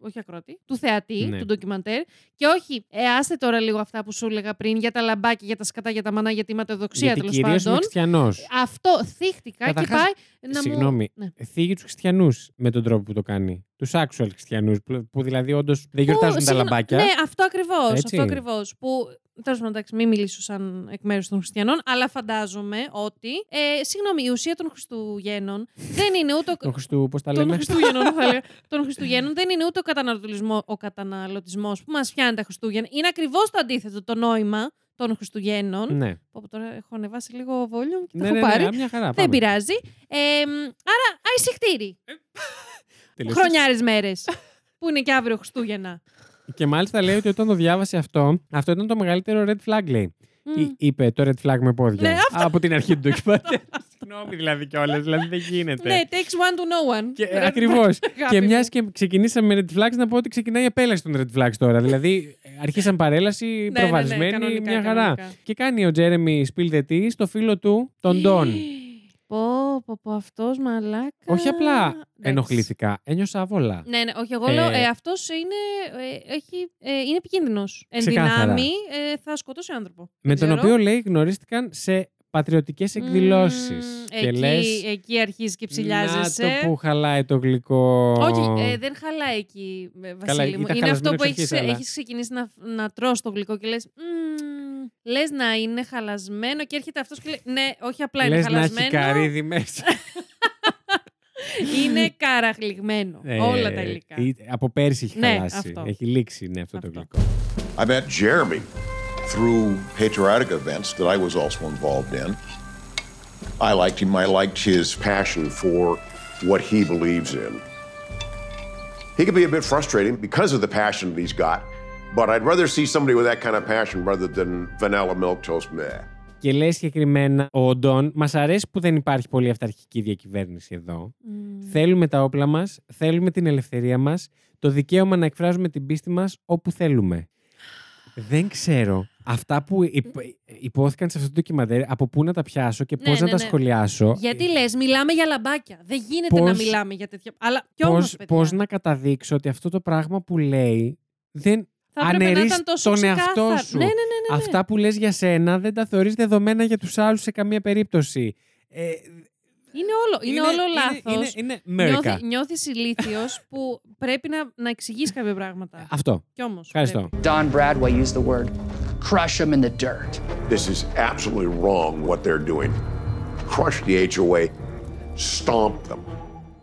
Speaker 1: όχι ακρότη, του θεατή,
Speaker 2: Ναι.
Speaker 1: του ντοκιμαντέρ. Και όχι, ε, άστε τώρα λίγο αυτά που σου έλεγα πριν για τα λαμπάκια, για τα σκατά, για τα μανά, για τη ματαιοδοξία
Speaker 2: Γιατί
Speaker 1: τέλος
Speaker 2: κυρίως είμαι
Speaker 1: πάντων.
Speaker 2: χριστιανός.
Speaker 1: Αυτό θύχτηκα και
Speaker 2: Καταρχάς,
Speaker 1: πάει να
Speaker 2: συγγνώμη.
Speaker 1: μου. Ναι.
Speaker 2: θίγει τους χριστιανούς με τον τρόπο που το κάνει. Τους actual χριστιανούς, που δηλαδή όντως δεν γιορτάζουν
Speaker 1: Που,
Speaker 2: τα
Speaker 1: συγγνώ-
Speaker 2: λαμπάκια.
Speaker 1: Ναι, αυτό ακριβώς.
Speaker 2: Έτσι.
Speaker 1: Αυτό ακριβώς. Που τέλος πάντων, εντάξει, μην μιλήσω σαν εκ μέρους των Χριστιανών, αλλά φαντάζομαι ότι. Ε, συγγνώμη, η ουσία των Χριστουγέννων δεν είναι ούτε. ο-
Speaker 2: Τον Χριστού, πώς τα
Speaker 1: των
Speaker 2: λέμε.
Speaker 1: Χριστούγεννων, θα έλεγα. Των Χριστουγέννων δεν είναι ούτε ο καταναλωτισμό ο καταναλωτισμός που μας πιάνει τα Χριστούγεννα. Είναι ακριβώς το αντίθετο το νόημα των Χριστουγέννων.
Speaker 2: ναι,
Speaker 1: Πω, πω, τώρα έχω ανεβάσει λίγο volume και το
Speaker 2: ναι,
Speaker 1: έχω
Speaker 2: ναι,
Speaker 1: πάρει.
Speaker 2: ναι, μια χαρά.
Speaker 1: δεν
Speaker 2: πάμε.
Speaker 1: πειράζει. Ε, μ, άρα, άισε χτύρι.
Speaker 2: Τελείωσε.
Speaker 1: Χρονιάρες μέρες. που είναι και αύριο Χριστούγεννα.
Speaker 2: Και μάλιστα λέει ότι όταν το διάβασε αυτό, αυτό ήταν το μεγαλύτερο red flag, λέει.
Speaker 1: Μμ.
Speaker 2: Ή- είπε το red flag με πόδια.
Speaker 1: Ναι,
Speaker 2: Από την αρχή του ντοκιμαντέρ. Συγγνώμη δηλαδή κιόλας, δηλαδή δεν γίνεται.
Speaker 1: Ναι, takes one to know one.
Speaker 2: Και, ε,
Speaker 1: Ρε,
Speaker 2: ακριβώς.
Speaker 1: αγάπη
Speaker 2: και
Speaker 1: μου.
Speaker 2: μιας και ξεκινήσαμε με red flags, να πω ότι ξεκινάει η επέλαση των red flags τώρα. δηλαδή, ε, αρχίσαν παρέλαση,
Speaker 1: ναι, ναι,
Speaker 2: προβασμένη,
Speaker 1: κανονικά,
Speaker 2: μια χαρά.
Speaker 1: κανονικά.
Speaker 2: Και κάνει ο Τζέρεμι spill the tea στο φίλο του, τον Ντόν.
Speaker 1: Πω, πω, πω, αυτός μαλάκα.
Speaker 2: Όχι απλά
Speaker 1: Εντάξει.
Speaker 2: ενοχλήθηκα, ένιωσα αβόλα.
Speaker 1: Ναι, ναι, όχι, εγώ
Speaker 2: Ε,
Speaker 1: λέω ε, αυτός είναι, ε, έχει, ε, είναι επικίνδυνος. Εν
Speaker 2: Ξεκάθαρα.
Speaker 1: δυνάμει ε, θα σκοτώσει άνθρωπο.
Speaker 2: Με
Speaker 1: Δεν
Speaker 2: τον
Speaker 1: ξέρω.
Speaker 2: οποίο λέει γνωρίστηκαν σε πατριωτικές εκδηλώσεις.
Speaker 1: Μμμ,
Speaker 2: Και
Speaker 1: εκεί,
Speaker 2: λες.
Speaker 1: εκεί αρχίζεις και
Speaker 2: Να το
Speaker 1: ψηλιάζεσαι.
Speaker 2: που χαλάει το γλυκό.
Speaker 1: Όχι, ε, δεν χαλάει εκεί, ε, Βασίλη μου.
Speaker 2: ήταν
Speaker 1: Είναι αυτό
Speaker 2: χαλασμένο
Speaker 1: που
Speaker 2: εξ αρχής,
Speaker 1: έχεις,
Speaker 2: αλλά.
Speaker 1: έχεις ξεκινήσει να, να τρως το γλυκό και λες «Μμμ, Λες να είναι χαλασμένο και έρχεται αυτός και λέει ναι, όχι απλά είναι
Speaker 2: Λες να
Speaker 1: χαλασμένο,
Speaker 2: έχει καρύδι μέσα.
Speaker 1: είναι καραχλιγμένο.
Speaker 2: Ε,
Speaker 1: όλα τα υλικά.
Speaker 2: ή- Από πέρσι έχει
Speaker 1: Ναι,
Speaker 2: χαλάσει.
Speaker 1: αυτό.
Speaker 2: Έχει λήξει ναι, αυτό, το
Speaker 1: Αυτό.
Speaker 2: γλυκό.
Speaker 8: I met Jeremy through patriotic events that I was also involved in. I liked him. I liked his passion for what he believes in. He can be a bit frustrating because of the passion that he's got, but I'd rather see somebody with that kind of passion rather than vanilla milk toast meh.
Speaker 2: Και λέει συγκεκριμένα ο Ντόν, μας αρέσει που δεν υπάρχει πολύ αυταρχική διακυβέρνηση εδώ. Θέλουμε τα όπλα μας, θέλουμε την ελευθερία μας, το δικαίωμα να εκφράζουμε την πίστη μας όπου θέλουμε. Δεν ξέρω αυτά που υπ- υπόθηκαν σε αυτό το ντοκιμαντέρ, από πού να τα πιάσω και
Speaker 1: Ναι,
Speaker 2: πώς να
Speaker 1: ναι,
Speaker 2: τα
Speaker 1: ναι.
Speaker 2: σχολιάσω. ε,
Speaker 1: Γιατί λες, μιλάμε για λαμπάκια. Δεν γίνεται να
Speaker 2: Πώς-
Speaker 1: μιλάμε για τέτοια. Αλλά κι όμω.
Speaker 2: Πώς, πώς να καταδείξω ότι αυτό το πράγμα που λέει
Speaker 1: Ναι,
Speaker 2: δεν
Speaker 1: Θα έπρεπε να
Speaker 2: αναιρείς
Speaker 1: ήταν τόσο
Speaker 2: τον εαυτό
Speaker 1: ξεκάθαρο.
Speaker 2: σου.
Speaker 1: Ναι, ναι, ναι. ναι, ναι.
Speaker 2: Αυτά που λες για σένα δεν τα θεωρείς δεδομένα για τους άλλους σε καμία περίπτωση. Ε,
Speaker 1: Είναι όλο, είναι όλο λάθος.
Speaker 2: Είναι, είναι μέρικα.
Speaker 1: Νιώθει ηλίθιος που πρέπει να, να εξηγήσει κάποια πράγματα.
Speaker 2: Αυτό.
Speaker 1: Κι όμως.
Speaker 2: Ευχαριστώ.
Speaker 12: Don Bradway used the word crush him in the dirt.
Speaker 8: This is absolutely wrong what they're doing. Crush the HOA, stomp them.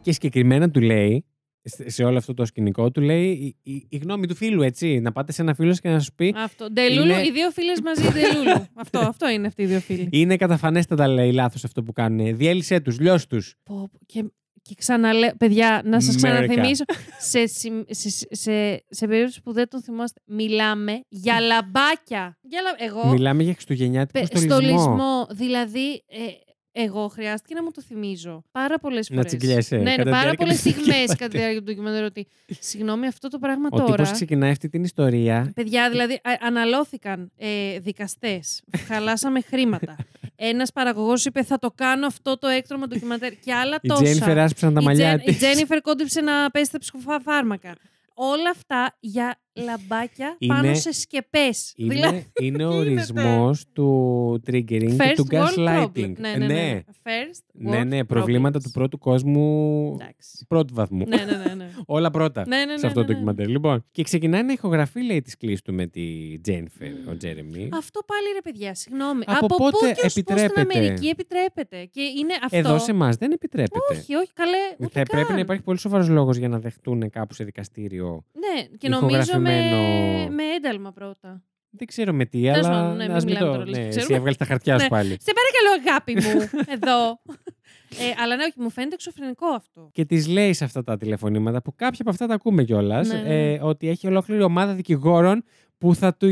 Speaker 2: Και συγκεκριμένα του λέει, σε σε όλο αυτό το σκηνικό, του λέει η, η, η γνώμη του φίλου, έτσι. Να πάτε σε ένα φίλος σου και να σου πει.
Speaker 1: Αυτό. Ντελούλου,
Speaker 2: Είναι-
Speaker 1: οι δύο φίλες μαζί Ντελούλου. αυτό, αυτό είναι αυτοί οι δύο φίλοι.
Speaker 2: Είναι καταφανέστατα λέει λάθος αυτό που κάνουν. Διέλυσέ τους, λιώσ' τους.
Speaker 1: Πω, πω, και, και ξαναλέω, παιδιά, να σας
Speaker 2: Μερικά.
Speaker 1: ξαναθυμίσω, σε, συμ- σε, σε, σε, σε περίπτωση που δεν το θυμάστε, μιλάμε για λαμπάκια. Για λα... Εγώ,
Speaker 2: Μιλάμε για χριστουγεννιάτικο
Speaker 1: Πε-
Speaker 2: στολισμό.
Speaker 1: Δηλαδή, ε, Εγώ χρειάστηκε να μου το θυμίζω πάρα πολλές φορέ.
Speaker 2: Να τσιγκλιέσαι,
Speaker 1: Ναι, ναι,
Speaker 2: κατά τη
Speaker 1: πάρα
Speaker 2: διάρκεια
Speaker 1: πολλές
Speaker 2: του
Speaker 1: στιγμέ
Speaker 2: σκηνικού.
Speaker 1: κατά τη διάρκεια του ντοκιμαντέρ. Ότι συγγνώμη, αυτό το πράγμα
Speaker 2: Ο
Speaker 1: τώρα.
Speaker 2: τύπος ξεκινάει αυτή την ιστορία.
Speaker 1: Παιδιά, δηλαδή, α- αναλώθηκαν ε, δικαστές. Χαλάσαμε χρήματα. Ένας παραγωγός είπε: Θα το κάνω αυτό το έκτρωμα ντοκιμαντέρ. Και άλλα
Speaker 2: Η
Speaker 1: τόσα.
Speaker 2: Τζένιφερ άσπισαν τα
Speaker 1: Η
Speaker 2: μαλλιά
Speaker 1: Τζεν- Η
Speaker 2: της.
Speaker 1: Τζένιφερ κόντυψε να πέσει τα ψυχοφάρμακα. Όλα αυτά για λαμπάκια
Speaker 2: Είναι-
Speaker 1: πάνω σε Δηλαδή, σκεπές.
Speaker 2: Είναι, είναι ο ορισμό του triggering και
Speaker 1: First
Speaker 2: του
Speaker 1: world
Speaker 2: gaslighting.
Speaker 1: problem. Ναι, ναι, ναι.
Speaker 2: ναι.
Speaker 1: First
Speaker 2: Ναι,
Speaker 1: world
Speaker 2: ναι, προβλήματα
Speaker 1: problems.
Speaker 2: του πρώτου κόσμου
Speaker 1: Εντάξει.
Speaker 2: πρώτου βαθμού.
Speaker 1: Ναι, ναι, ναι, ναι.
Speaker 2: Όλα πρώτα
Speaker 1: Ναι, ναι, ναι,
Speaker 2: σε αυτό
Speaker 1: ναι,
Speaker 2: το
Speaker 1: ναι.
Speaker 2: ντοκιμαντέρ. Λοιπόν, και ξεκινάει να ηχογραφεί, λέει, τη κλίση του με τη Τζένιφερ, ο Τζέρεμι.
Speaker 1: Αυτό πάλι ρε παιδιά, συγγνώμη. Από,
Speaker 2: Από
Speaker 1: πού
Speaker 2: πότε
Speaker 1: και ως πού στην
Speaker 2: επιτρέπεται?
Speaker 1: Αμερική επιτρέπεται. Και είναι αυτό.
Speaker 2: Εδώ σε εμάς δεν επιτρέπεται.
Speaker 1: Όχι, όχι, καλέ. Ούτε
Speaker 2: Θα
Speaker 1: καν.
Speaker 2: πρέπει να υπάρχει πολύ σοβαρός λόγος για να δεχτούν κάπου σε δικαστήριο.
Speaker 1: Ναι, και νομίζω με,
Speaker 2: ηχογραφημένο-
Speaker 1: με ένταλμα πρώτα.
Speaker 2: Δεν ξέρω με τι,
Speaker 1: Τέλος
Speaker 2: αλλά.
Speaker 1: πάντων, ναι, μην
Speaker 2: ας μην
Speaker 1: μιλάμε
Speaker 2: το.
Speaker 1: τώρα, λες και
Speaker 2: Ναι, εσύ
Speaker 1: ξέρουμε.
Speaker 2: έβγαλες τα χαρτιά σου
Speaker 1: Ναι.
Speaker 2: πάλι.
Speaker 1: Σε παρακαλώ, αγάπη μου, εδώ. ε, αλλά ναι, όχι, μου φαίνεται εξωφρενικό αυτό.
Speaker 2: Και τη λέει σε αυτά τα τηλεφωνήματα, που κάποια από αυτά τα ακούμε κιόλας,
Speaker 1: Ναι, ναι.
Speaker 2: ε, ότι έχει ολόκληρη ομάδα δικηγόρων που θα, του,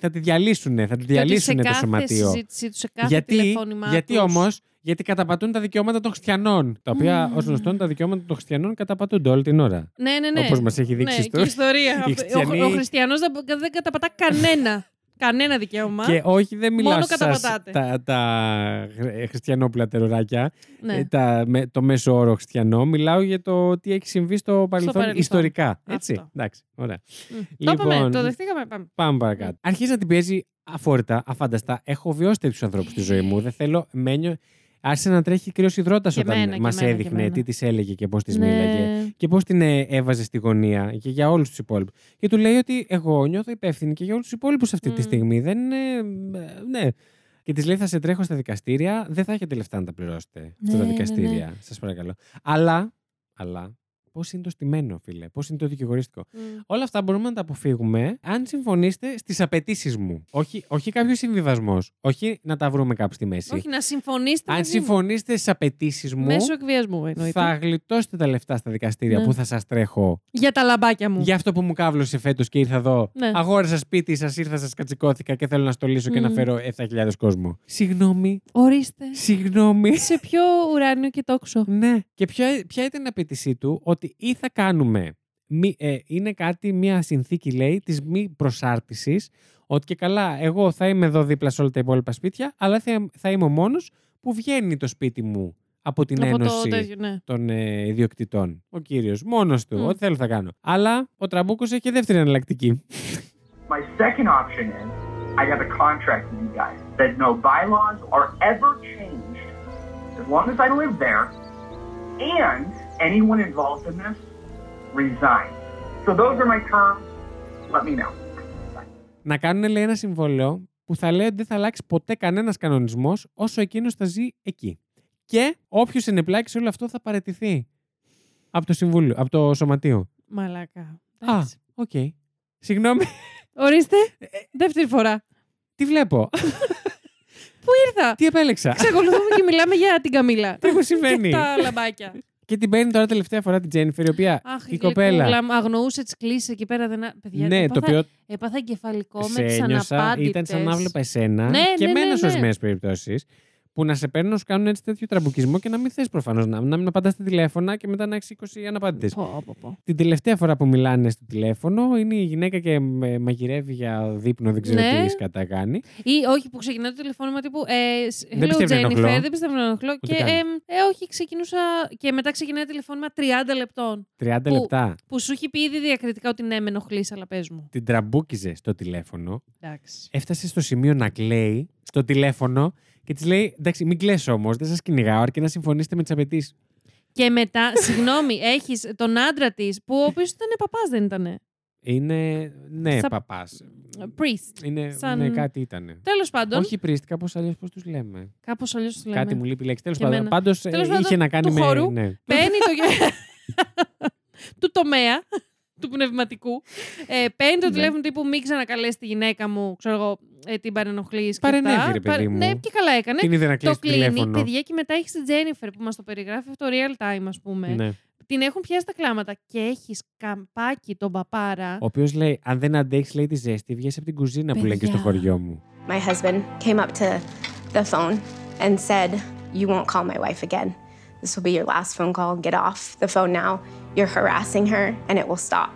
Speaker 2: θα τη διαλύσουν, θα τη διαλύσουν
Speaker 1: Και ότι σε
Speaker 2: το
Speaker 1: κάθε
Speaker 2: σωματείο.
Speaker 1: συζήτησή τους, σε κάθε
Speaker 2: γιατί
Speaker 1: τηλεφώνημά
Speaker 2: γιατί
Speaker 1: τους-
Speaker 2: όμως, γιατί καταπατούν τα δικαιώματα των χριστιανών. Τα οποία,
Speaker 1: Μμμ.
Speaker 2: ως γνωστόν, τα δικαιώματα των χριστιανών καταπατούνται όλη την ώρα.
Speaker 1: Ναι, ναι, ναι.
Speaker 2: Όπως μας έχει δείξει η
Speaker 1: ναι, και η ιστορία.
Speaker 2: Οι
Speaker 1: Ο,
Speaker 2: χριστιανοί-
Speaker 1: ο χριστιανός δεν καταπατά κανένα. κανένα δικαίωμα.
Speaker 2: Και όχι, δεν
Speaker 1: Μόνο
Speaker 2: μιλάω σε εσάς
Speaker 1: καταπατάτε.
Speaker 2: τα, τα χρ- χριστιανόπουλα τεροράκια,
Speaker 1: Ναι.
Speaker 2: ε, τα, με, το μέσο όρο χριστιανό. Μιλάω για το τι έχει συμβεί στο παρελθόν,
Speaker 1: παρελθόν.
Speaker 2: ιστορικά. Έτσι.
Speaker 1: Αυτό.
Speaker 2: Εντάξει, ωραία.
Speaker 1: Μ. το
Speaker 2: λοιπόν,
Speaker 1: είπαμε, το δεχτήκαμε. Πάμε.
Speaker 2: Πάμε παρακάτω. Αρχίζει να την πιέζει αφόρητα, αφάνταστα. Έχω βιώσει τέτοιους ανθρώπους στη ζωή μου. Δεν θέλω, μένιο. Άρχισε να τρέχει κρύος υδρότας
Speaker 1: Και εμένα,
Speaker 2: όταν
Speaker 1: και
Speaker 2: μας
Speaker 1: εμένα, και
Speaker 2: έδειχνε
Speaker 1: εμένα.
Speaker 2: τι της έλεγε και πώς της
Speaker 1: Ναι.
Speaker 2: μίλαγε. Και πώς την ε, έβαζε στη γωνία και για όλους τους υπόλοιπους. Και του λέει ότι εγώ νιώθω υπεύθυνη και για όλους τους υπόλοιπους αυτή τη
Speaker 1: Μμμ.
Speaker 2: στιγμή. Δεν είναι. ε, Ναι. Και της λέει: Θα σε τρέχω στα δικαστήρια. Δεν θα έχετε λεφτά να τα πληρώσετε αυτά
Speaker 1: Ναι,
Speaker 2: τα
Speaker 1: ναι,
Speaker 2: δικαστήρια. Σας παρακαλώ. Αλλά. αλλά Πώς είναι το στημένο, φίλε, πώς είναι το δικηγορίστικο.
Speaker 1: Μμ.
Speaker 2: Όλα αυτά μπορούμε να τα αποφύγουμε αν συμφωνήσετε στις απαιτήσεις μου. Όχι, όχι κάποιος συμβιβασμός. Όχι να τα βρούμε κάπου στη μέση.
Speaker 1: Όχι, να συμφωνήσετε.
Speaker 2: αν
Speaker 1: μαζί μου.
Speaker 2: συμφωνήσετε στις απαιτήσεις μου,
Speaker 1: Μέσω εκβιασμού εννοείται.
Speaker 2: θα γλιτώσετε τα λεφτά στα δικαστήρια
Speaker 1: Ναι.
Speaker 2: που θα σας τρέχω
Speaker 1: Για τα λαμπάκια μου.
Speaker 2: για αυτό που μου κάβλωσε φέτος και ήρθα εδώ.
Speaker 1: Ναι.
Speaker 2: Αγόρασα σπίτι, σας ήρθα, σας κατσικώθηκα και θέλω να στολίσω και να
Speaker 1: Μμμ.
Speaker 2: φέρω 7.000 κόσμο. Συγγνώμη,
Speaker 1: Ορίστε.
Speaker 2: συγγνώμη.
Speaker 1: Σε ποιο ουράνιο και τόξο.
Speaker 2: ναι. Και ποια, ποια ήταν η απέτησή του, ότι ή θα κάνουμε. μη- ε, είναι κάτι, μια συνθήκη λέει, της μη προσάρτησης. Ότι και καλά, εγώ θα είμαι εδώ δίπλα σε όλα τα υπόλοιπα σπίτια, αλλά θα, θα είμαι ο μόνος που βγαίνει το σπίτι μου από την
Speaker 1: Από
Speaker 2: Ένωση
Speaker 1: το τέτοιο, ναι.
Speaker 2: των ε, ιδιοκτητών. Ο κύριος, μόνος του,
Speaker 1: Μμ.
Speaker 2: ό,τι θέλω θα κάνω. Αλλά ο Τραμπούκος έχει και δεύτερη εναλλακτική.
Speaker 9: My second option is I have a contract with you guys that no bylaws are ever changed as long as I live there, and anyone involved in this resigns. So those are my terms. Let me know.
Speaker 2: να κάνουν λέει, ένα συμβόλαιο που θα λέει ότι δεν θα αλλάξει ποτέ κανένας κανονισμός όσο εκείνος θα ζει εκεί. Και όποιος ενεπλάκει σε όλο αυτό θα παραιτηθεί από το συμβούλιο, από το σωματείο.
Speaker 1: Μαλάκα.
Speaker 2: Α,
Speaker 1: Εντάξει.
Speaker 2: οκ. Συγγνώμη,
Speaker 1: Ορίστε. Δεύτερη φορά.
Speaker 2: τι βλέπω,
Speaker 1: Ήρθα.
Speaker 2: τι επέλεξα.
Speaker 1: Ξεκολουθούμε και μιλάμε για την Καμίλα.
Speaker 2: Τι μου συμβαίνει.
Speaker 1: Και τα λαμπάκια.
Speaker 2: και την παίρνει τώρα τελευταία φορά την Τζένιφερ, η οποία
Speaker 1: Αχ,
Speaker 2: η κοπέλα.
Speaker 1: γλυκούλα μου, αγνοούσε τις κλήσεις εκεί πέρα. Δεν... α- Παιδιά, λοιπόν,
Speaker 2: Ναι, το
Speaker 1: έπαθα,
Speaker 2: οποίο
Speaker 1: έπαθα εγκεφαλικό με τι
Speaker 2: σε ένιωσα,
Speaker 1: αναπάντητε.
Speaker 2: ήταν σαν να βλέπα εσένα
Speaker 1: Ναι,
Speaker 2: και
Speaker 1: ναι, ναι,
Speaker 2: εμένα σε
Speaker 1: ναι.
Speaker 2: ορισμένε περιπτώσεις. Που να σε παίρνουν να σου κάνουν έτσι τέτοιο τραμπουκισμό και να μην θες προφανώς να, να μην απαντάς στα τηλέφωνα και μετά να έχεις 20 αναπάντητε. Την τελευταία φορά που μιλάνε στο τηλέφωνο είναι η γυναίκα και με- μαγειρεύει για δείπνο, δεν ξέρω
Speaker 1: Ναι.
Speaker 2: τι σκατά κάνει.
Speaker 1: Ή όχι, που ξεκινάει το τηλεφώνημα τύπου. Ε, σ-
Speaker 2: Δεν
Speaker 1: hello,
Speaker 2: πιστεύω να ενοχλώ.
Speaker 1: Jennifer, δεν πιστεύω να ενοχλώ. Και
Speaker 2: καν.
Speaker 1: εμ, ε, όχι, ξεκινούσα. Και μετά ξεκινάει τηλεφώνημα 30 λεπτών.
Speaker 2: 30
Speaker 1: Που-
Speaker 2: λεπτά.
Speaker 1: Που σου έχει πει ήδη διακριτικά ότι ναι, με ενοχλεί, αλλά πες μου.
Speaker 2: Την τραμπούκιζε στο τηλέφωνο.
Speaker 1: Εντάξει.
Speaker 2: Έφτασε στο σημείο να κλαίει στο τηλέφωνο και της λέει: Εντάξει, μην κλαις όμως, δεν σας κυνηγάω, αρκεί να συμφωνήσετε με τις απαιτήσεις.
Speaker 1: Και μετά, συγγνώμη, έχεις τον άντρα της που ο οποίος ήταν παπάς, δεν ήταν.
Speaker 2: Είναι. Ναι,
Speaker 1: Σα-
Speaker 2: παπά.
Speaker 1: Ε, Priest.
Speaker 2: Είναι.
Speaker 1: Σαν-
Speaker 2: Ναι, κάτι ήταν.
Speaker 1: Τέλος πάντων.
Speaker 2: Όχι πρίστη, κάπως αλλιώς πώς τους λέμε.
Speaker 1: Κάπως αλλιώς τους λέμε.
Speaker 2: Κάτι μου λείπει η λέξη. Τέλος
Speaker 1: Ναι, Και
Speaker 2: πάντων,
Speaker 1: εμένα.
Speaker 2: πάντως
Speaker 1: Τέλος πάντων,
Speaker 2: είχε να κάνει
Speaker 1: του
Speaker 2: με.
Speaker 1: χώρου.
Speaker 2: ναι.
Speaker 1: Παίρνει το. γε- του τομέα, του πνευματικού. Ε, παίρνει το
Speaker 2: Ναι.
Speaker 1: τηλέφωνο τύπου μην ξανακαλέσεις τη γυναίκα μου, ξέρω εγώ, ε, την παρενοχλείς. και
Speaker 2: Παρενέβη,
Speaker 1: αυτά.
Speaker 2: ρε παιδί
Speaker 1: Παρε-
Speaker 2: μου.
Speaker 1: Ναι, και καλά έκανε.
Speaker 2: Την είδε να κλείσει
Speaker 1: το
Speaker 2: το
Speaker 1: κλείνει,
Speaker 2: τηλέφωνο.
Speaker 1: παιδιά, και μετά έχεις την Τζένιφερ που μας το περιγράφει αυτό real time, ας πούμε.
Speaker 2: Ναι.
Speaker 1: Την έχουν πιάσει τα κλάματα και έχεις καμπάκι τον παπάρα.
Speaker 2: Ο οποίος λέει: Αν δεν αντέχεις, λέει τη ζέστη, βγαίνει από την κουζίνα που λέει και στο
Speaker 1: Παιδιά.
Speaker 2: χωριό μου.
Speaker 6: My husband came up to the phone and said, You won't call my wife again. This will be your last phone call. Get off the phone now. You're harassing her, and it will stop.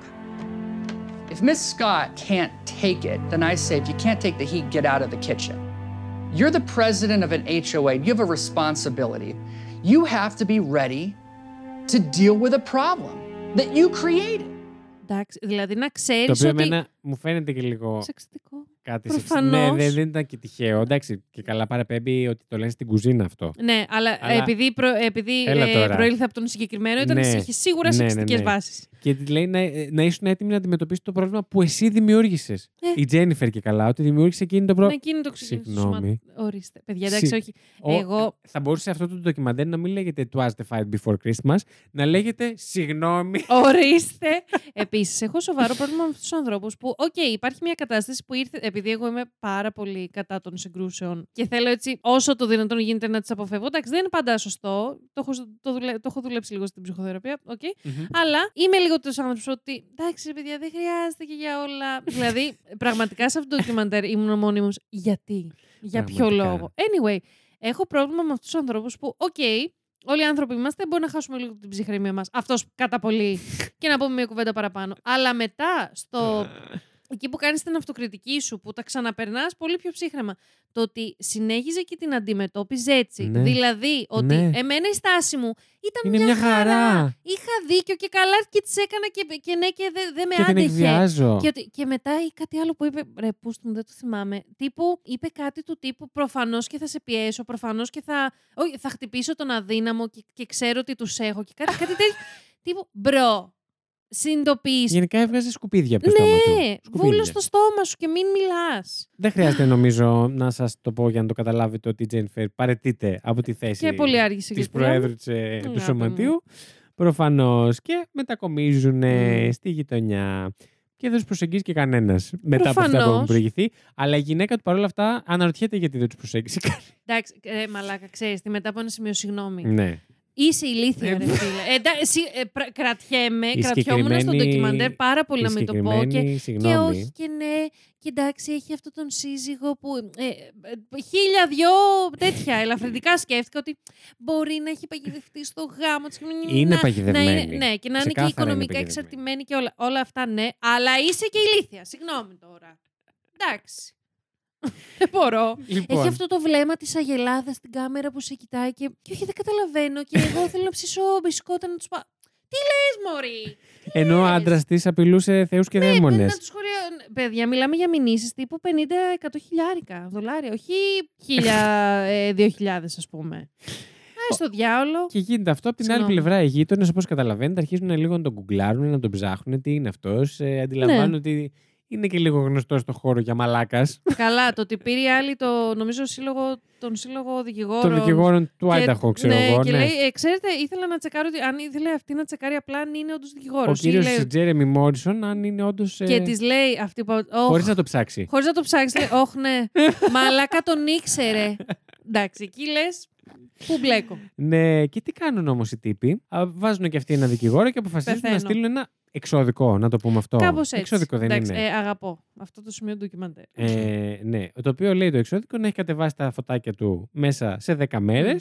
Speaker 3: If Miss Scott can't take it, then I say, if you can't take the heat, get out of the kitchen. You're the president of an HOA. You have a responsibility. You have to be ready to deal with a problem that you created.
Speaker 1: Εντάξει, δηλαδή να
Speaker 2: Το
Speaker 1: ξέρει
Speaker 2: οποίο
Speaker 1: ότι.
Speaker 2: εμένα μου φαίνεται και λίγο.
Speaker 1: Σεξιστικό.
Speaker 2: Κάτι σεξι-
Speaker 1: Προφανώς.
Speaker 2: Ναι, δεν, δεν ήταν και τυχαίο. Εντάξει, και καλά παραπέμπει ότι το λένε στην κουζίνα αυτό.
Speaker 1: Ναι, αλλά,
Speaker 2: Αλλά-
Speaker 1: επειδή, προ, επειδή
Speaker 2: Έλα
Speaker 1: ε,
Speaker 2: τώρα.
Speaker 1: προήλθε από τον συγκεκριμένο, ήταν,
Speaker 2: Ναι.
Speaker 1: είχε σίγουρα
Speaker 2: Ναι, ναι,
Speaker 1: σεξιστικές
Speaker 2: ναι.
Speaker 1: βάσεις.
Speaker 2: Και τη λέει να, να ήσουν έτοιμοι να αντιμετωπίσει το πρόβλημα που εσύ δημιούργησες.
Speaker 1: Ε.
Speaker 2: Η Τζένιφερ και καλά, ότι δημιούργησε εκείνη το
Speaker 1: Να
Speaker 2: πρόβλημα.
Speaker 1: Ναι, εκείνη το ξεκίνησε.
Speaker 2: Συγγνώμη.
Speaker 1: Ορίστε. Παιδιά, εντάξει,
Speaker 2: Συ-
Speaker 1: όχι.
Speaker 2: Ο-
Speaker 1: Ναι, Εγώ.
Speaker 2: Θα μπορούσε αυτό το ντοκιμαντέρ να μην λέγεται It was the fight before Christmas, να λέγεται Συγγνώμη.
Speaker 1: Ορίστε. Επίσης, έχω σοβαρό πρόβλημα με αυτούς τους ανθρώπους που, οκ, υπάρχει μια κατάσταση που ήρθε. Επειδή εγώ είμαι πάρα πολύ κατά των συγκρούσεων και θέλω έτσι όσο το δυνατόν γίνεται να τις αποφεύγω. Εντάξει, δεν είναι πάντα σωστό. Το έχω, το δουλε- το έχω δουλέψει λίγο στην ψυχοθεραπεία. οκ.
Speaker 2: Μμμ.
Speaker 1: Αλλά είμαι λίγο του άνθρωπο ότι εντάξει, ρε παιδιά, δεν χρειάζεται και για όλα. δηλαδή, πραγματικά σε αυτό το ντοκιμαντέρ ήμουν ο μόνιμο. Γιατί, για ποιο
Speaker 2: Πραγματικά.
Speaker 1: λόγο. Anyway, έχω πρόβλημα με αυτούς τους ανθρώπους που, οκ, όλοι οι άνθρωποι είμαστε, μπορεί να χάσουμε λίγο την ψυχραιμία μας. Αυτός κατά πολύ. και να πούμε μια κουβέντα παραπάνω. Αλλά μετά, στο... εκεί που κάνεις την αυτοκριτική σου, που τα ξαναπερνάς πολύ πιο ψύχρεμα. Το ότι συνέχιζε και την αντιμετώπιζε έτσι.
Speaker 2: Ναι.
Speaker 1: Δηλαδή, ότι
Speaker 2: Ναι.
Speaker 1: εμένα η στάση μου ήταν
Speaker 2: Είναι μια χαρά.
Speaker 1: Είχα δίκιο και καλά και τη έκανα και, και ναι και δεν δεν με
Speaker 2: Και την
Speaker 1: άντεχε.
Speaker 2: εκβιάζω.
Speaker 1: Και, ότι- και μετά ή κάτι άλλο που είπε. Ρε, πούστ μου, δεν το θυμάμαι. Τύπου, είπε κάτι του τύπου προφανώς και θα σε πιέσω, προφανώς και θα, όχι, θα χτυπήσω τον αδύναμο και, και ξέρω ότι τους έχω. Και κάτι, κάτι τέτοιο. τύπου, μπρο, συνειδητοποιείς.
Speaker 2: Γενικά έβγαζες σκουπίδια από το στόμα του.
Speaker 1: Ναι,
Speaker 2: Σκουπίδια.
Speaker 1: βούλος στο στόμα σου και μην μιλάς.
Speaker 2: Δεν χρειάζεται νομίζω να σας το πω για να το καταλάβετε ότι η Τζένιφερ παρετείται από τη θέση
Speaker 1: Και πολύ άργησε
Speaker 2: της
Speaker 1: και πουλάμε.
Speaker 2: Προέδρου της, ε,
Speaker 1: Αγάπη
Speaker 2: του
Speaker 1: μου.
Speaker 2: Σωματείου.
Speaker 1: ναι.
Speaker 2: Προφανώς και μετακομίζουν ε, στη γειτονιά. Και δεν τους προσεγγίζει και κανένας μετά από αυτά που έχουν
Speaker 1: Προφανώς.
Speaker 2: προηγηθεί. Αλλά η γυναίκα του παρόλα αυτά αναρωτιέται γιατί δεν τους προσέγγισε
Speaker 1: Ναι.
Speaker 2: κανένα.
Speaker 1: Εντάξει, ε, μαλάκα, ξέρεις τι, μετά από ένα σημείο, συγγνώμη.
Speaker 2: ναι.
Speaker 1: Είσαι ηλίθια, ρε φίλε. Ε, εντά- συ- ε, πρα- κρατιέμαι,
Speaker 2: Η
Speaker 1: κρατιόμουν στο
Speaker 2: συγκεκριμένη-
Speaker 1: ντοκιμαντέρ πάρα πολύ
Speaker 2: η
Speaker 1: να μην το πω. Και,
Speaker 2: συγκεκριμένη,
Speaker 1: και
Speaker 2: συγγνώμη.
Speaker 1: όχι και ναι, και εντάξει, έχει αυτό τον σύζυγο που. ε, ε, ε, χίλια δυο τέτοια ελαφρυντικά σκέφτηκα ότι μπορεί να έχει παγιδευτεί στο γάμο της.
Speaker 2: Είναι
Speaker 1: να, Να είναι, ναι, και
Speaker 2: παγιδευμένη.
Speaker 1: να είναι και
Speaker 2: Ξεκάθαρα είναι
Speaker 1: οικονομικά
Speaker 2: παγιδευμένη.
Speaker 1: εξαρτημένη και όλα, όλα αυτά, ναι. Αλλά είσαι και ηλίθια. Συγγνώμη τώρα. Εντάξει. Δεν μπορώ.
Speaker 2: Λοιπόν.
Speaker 1: Έχει αυτό το βλέμμα της αγελάδας στην κάμερα που σε κοιτάει και. Και όχι, δεν καταλαβαίνω. Και εγώ θέλω να ψήσω μπισκότα να τους πάω. Τι λες, Μωρή!
Speaker 2: Ενώ ο
Speaker 1: ε,
Speaker 2: άντρας της απειλούσε θεούς και
Speaker 1: Πρέπει
Speaker 2: δαίμονε.
Speaker 1: Ναι, να τους χωρια- Παιδιά, μιλάμε για μηνύσεις τύπου 50-100 χιλιάρικα δολάρια. Όχι ε, 1000-2000, ας πούμε. Α, στο διάολο.
Speaker 2: Και γίνεται αυτό. Από την άλλη
Speaker 1: Συγγνώμη.
Speaker 2: πλευρά, οι γείτονες, όπως καταλαβαίνετε, αρχίζουν λίγο να τον γκουγκλάρουν, να τον ψάχνουν, τι είναι αυτός. Ε, αντιλαμβάνουν
Speaker 1: Ναι.
Speaker 2: ότι είναι και λίγο γνωστό στο χώρο για μαλάκας
Speaker 1: Καλά, το ότι πήρε η άλλη το, νομίζω, σύλλογο, τον σύλλογο δικηγόρων.
Speaker 2: των δικηγόρων του
Speaker 1: Και-
Speaker 2: Άινταχο, ξέρω
Speaker 1: ναι,
Speaker 2: εγώ.
Speaker 1: Και
Speaker 2: ναι.
Speaker 1: λέει, «Ε, ξέρετε, ήθελα να τσεκάρω, ότι- αν ήθελε αυτή να τσεκάρει απλά αν είναι όντως δικηγόρος.
Speaker 2: Ο κύριος Τζέρεμι Μόρισον, αν είναι όντως.
Speaker 1: Και της λέει αυτή που.
Speaker 2: Χωρίς
Speaker 1: «Ωχ,
Speaker 2: Ε. να το ψάξει.
Speaker 1: Χωρίς να το ψάξει, λέει, Όχι, ναι. Μαλάκα τον ήξερε. Εντάξει, εκεί λες. Πού μπλέκω.
Speaker 2: Ναι, και τι κάνουν όμως οι τύποι. Α, Βάζουν και αυτοί ένα δικηγόρο και αποφασίζουν να
Speaker 1: Πεθαίνω.
Speaker 2: στείλουν ένα εξώδικο, να το πούμε αυτό.
Speaker 1: Κάπως έτσι.
Speaker 2: Εξώδικο δεν
Speaker 1: Εντάξει,
Speaker 2: είναι.
Speaker 1: ε, αγαπώ. Αυτό το σημείο του ντοκιμαντέρ.
Speaker 2: Ε, ναι, το οποίο λέει το εξώδικο να έχει κατεβάσει τα φωτάκια του μέσα σε 10 μέρε.
Speaker 1: Α,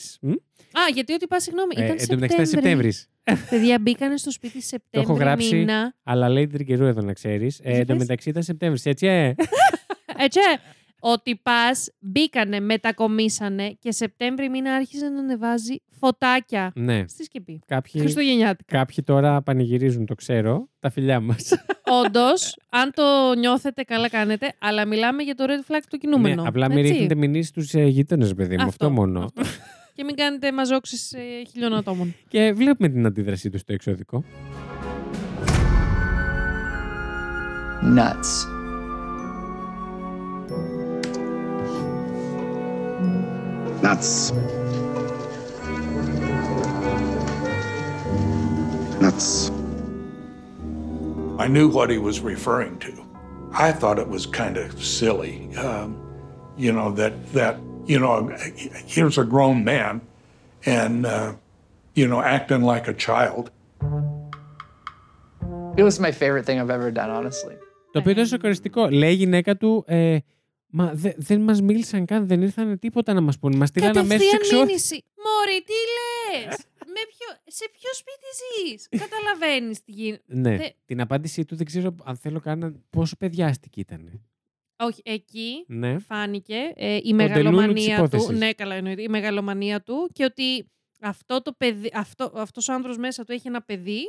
Speaker 1: γιατί ό,τι πας, συγγνώμη.
Speaker 2: Ε,
Speaker 1: Ήταν
Speaker 2: εν τω μεταξύ ήταν
Speaker 1: Σεπτέμβρη.
Speaker 2: Σεπτέμβρης.
Speaker 1: Παιδιά μπήκανε στο σπίτι
Speaker 2: Το έχω
Speaker 1: Σεπτέμβρη
Speaker 2: γράψει,
Speaker 1: μήνα.
Speaker 2: αλλά λέει την καιρού εδώ να ξέρεις. Ε,
Speaker 1: Για
Speaker 2: εν τω
Speaker 1: πες.
Speaker 2: μεταξύ ήταν Σεπτέμβρης, έτσι, ε.
Speaker 1: Έτσι. Ότι πας μπήκανε, μετακομίσανε και Σεπτέμβρη μήνα άρχισε να ανεβάζει φωτάκια.
Speaker 2: ναι.
Speaker 1: Στη σκεπή.
Speaker 2: Κάποιοι,
Speaker 1: Χριστουγεννιάτικα.
Speaker 2: κάποιοι τώρα πανηγυρίζουν, το ξέρω. Τα φιλιά μας.
Speaker 1: Όντως, αν το νιώθετε, καλά κάνετε. Αλλά μιλάμε για το red flag του κινούμενο.
Speaker 2: Ναι, απλά μην
Speaker 1: έτσι.
Speaker 2: ρίχνετε μηνύσει στου γείτονες, παιδί μου. Αυτό,
Speaker 1: Αυτό,
Speaker 2: μόνο.
Speaker 1: αυτό. Και μην κάνετε ε, μαζόξει χιλιών ατόμων.
Speaker 2: Και βλέπουμε την αντίδρασή τους στο εξώδικο.
Speaker 3: Nuts.
Speaker 14: Nuts. Nuts.
Speaker 15: I knew what he was referring to. I thought it was kind of silly, um, you know, that that you know, here's a grown man, and uh, you know, acting like a child.
Speaker 3: It was my favorite thing I've ever done, honestly.
Speaker 2: Το
Speaker 1: Ε.
Speaker 2: οποίο ήταν σοκαριστικό. Λέει η γυναίκα του. Ε, Μα δε- δεν μας μίλησαν καν, δεν ήρθαν τίποτα να μας πούνε. Μας στείλαν αμέσω
Speaker 1: Κατευθείαν
Speaker 2: εξώδικο.
Speaker 1: μήνυση. Μωρή, τι λες! σε ποιο σπίτι ζεις, Καταλαβαίνεις τι γίνεται.
Speaker 2: Ναι.
Speaker 1: Δε-
Speaker 2: Την απάντησή του δεν ξέρω αν θέλω καν να- πόσο παιδιάστικη ήταν.
Speaker 1: Όχι, εκεί
Speaker 2: Ναι.
Speaker 1: φάνηκε ε, η
Speaker 2: Ο τελούλου της
Speaker 1: μεγαλομανία του.
Speaker 2: υπόθεσης.
Speaker 1: Ναι, καλά εννοείται. Η μεγαλομανία του και ότι αυτό το παιδί, αυτό, αυτός ο άνδρος μέσα του έχει ένα παιδί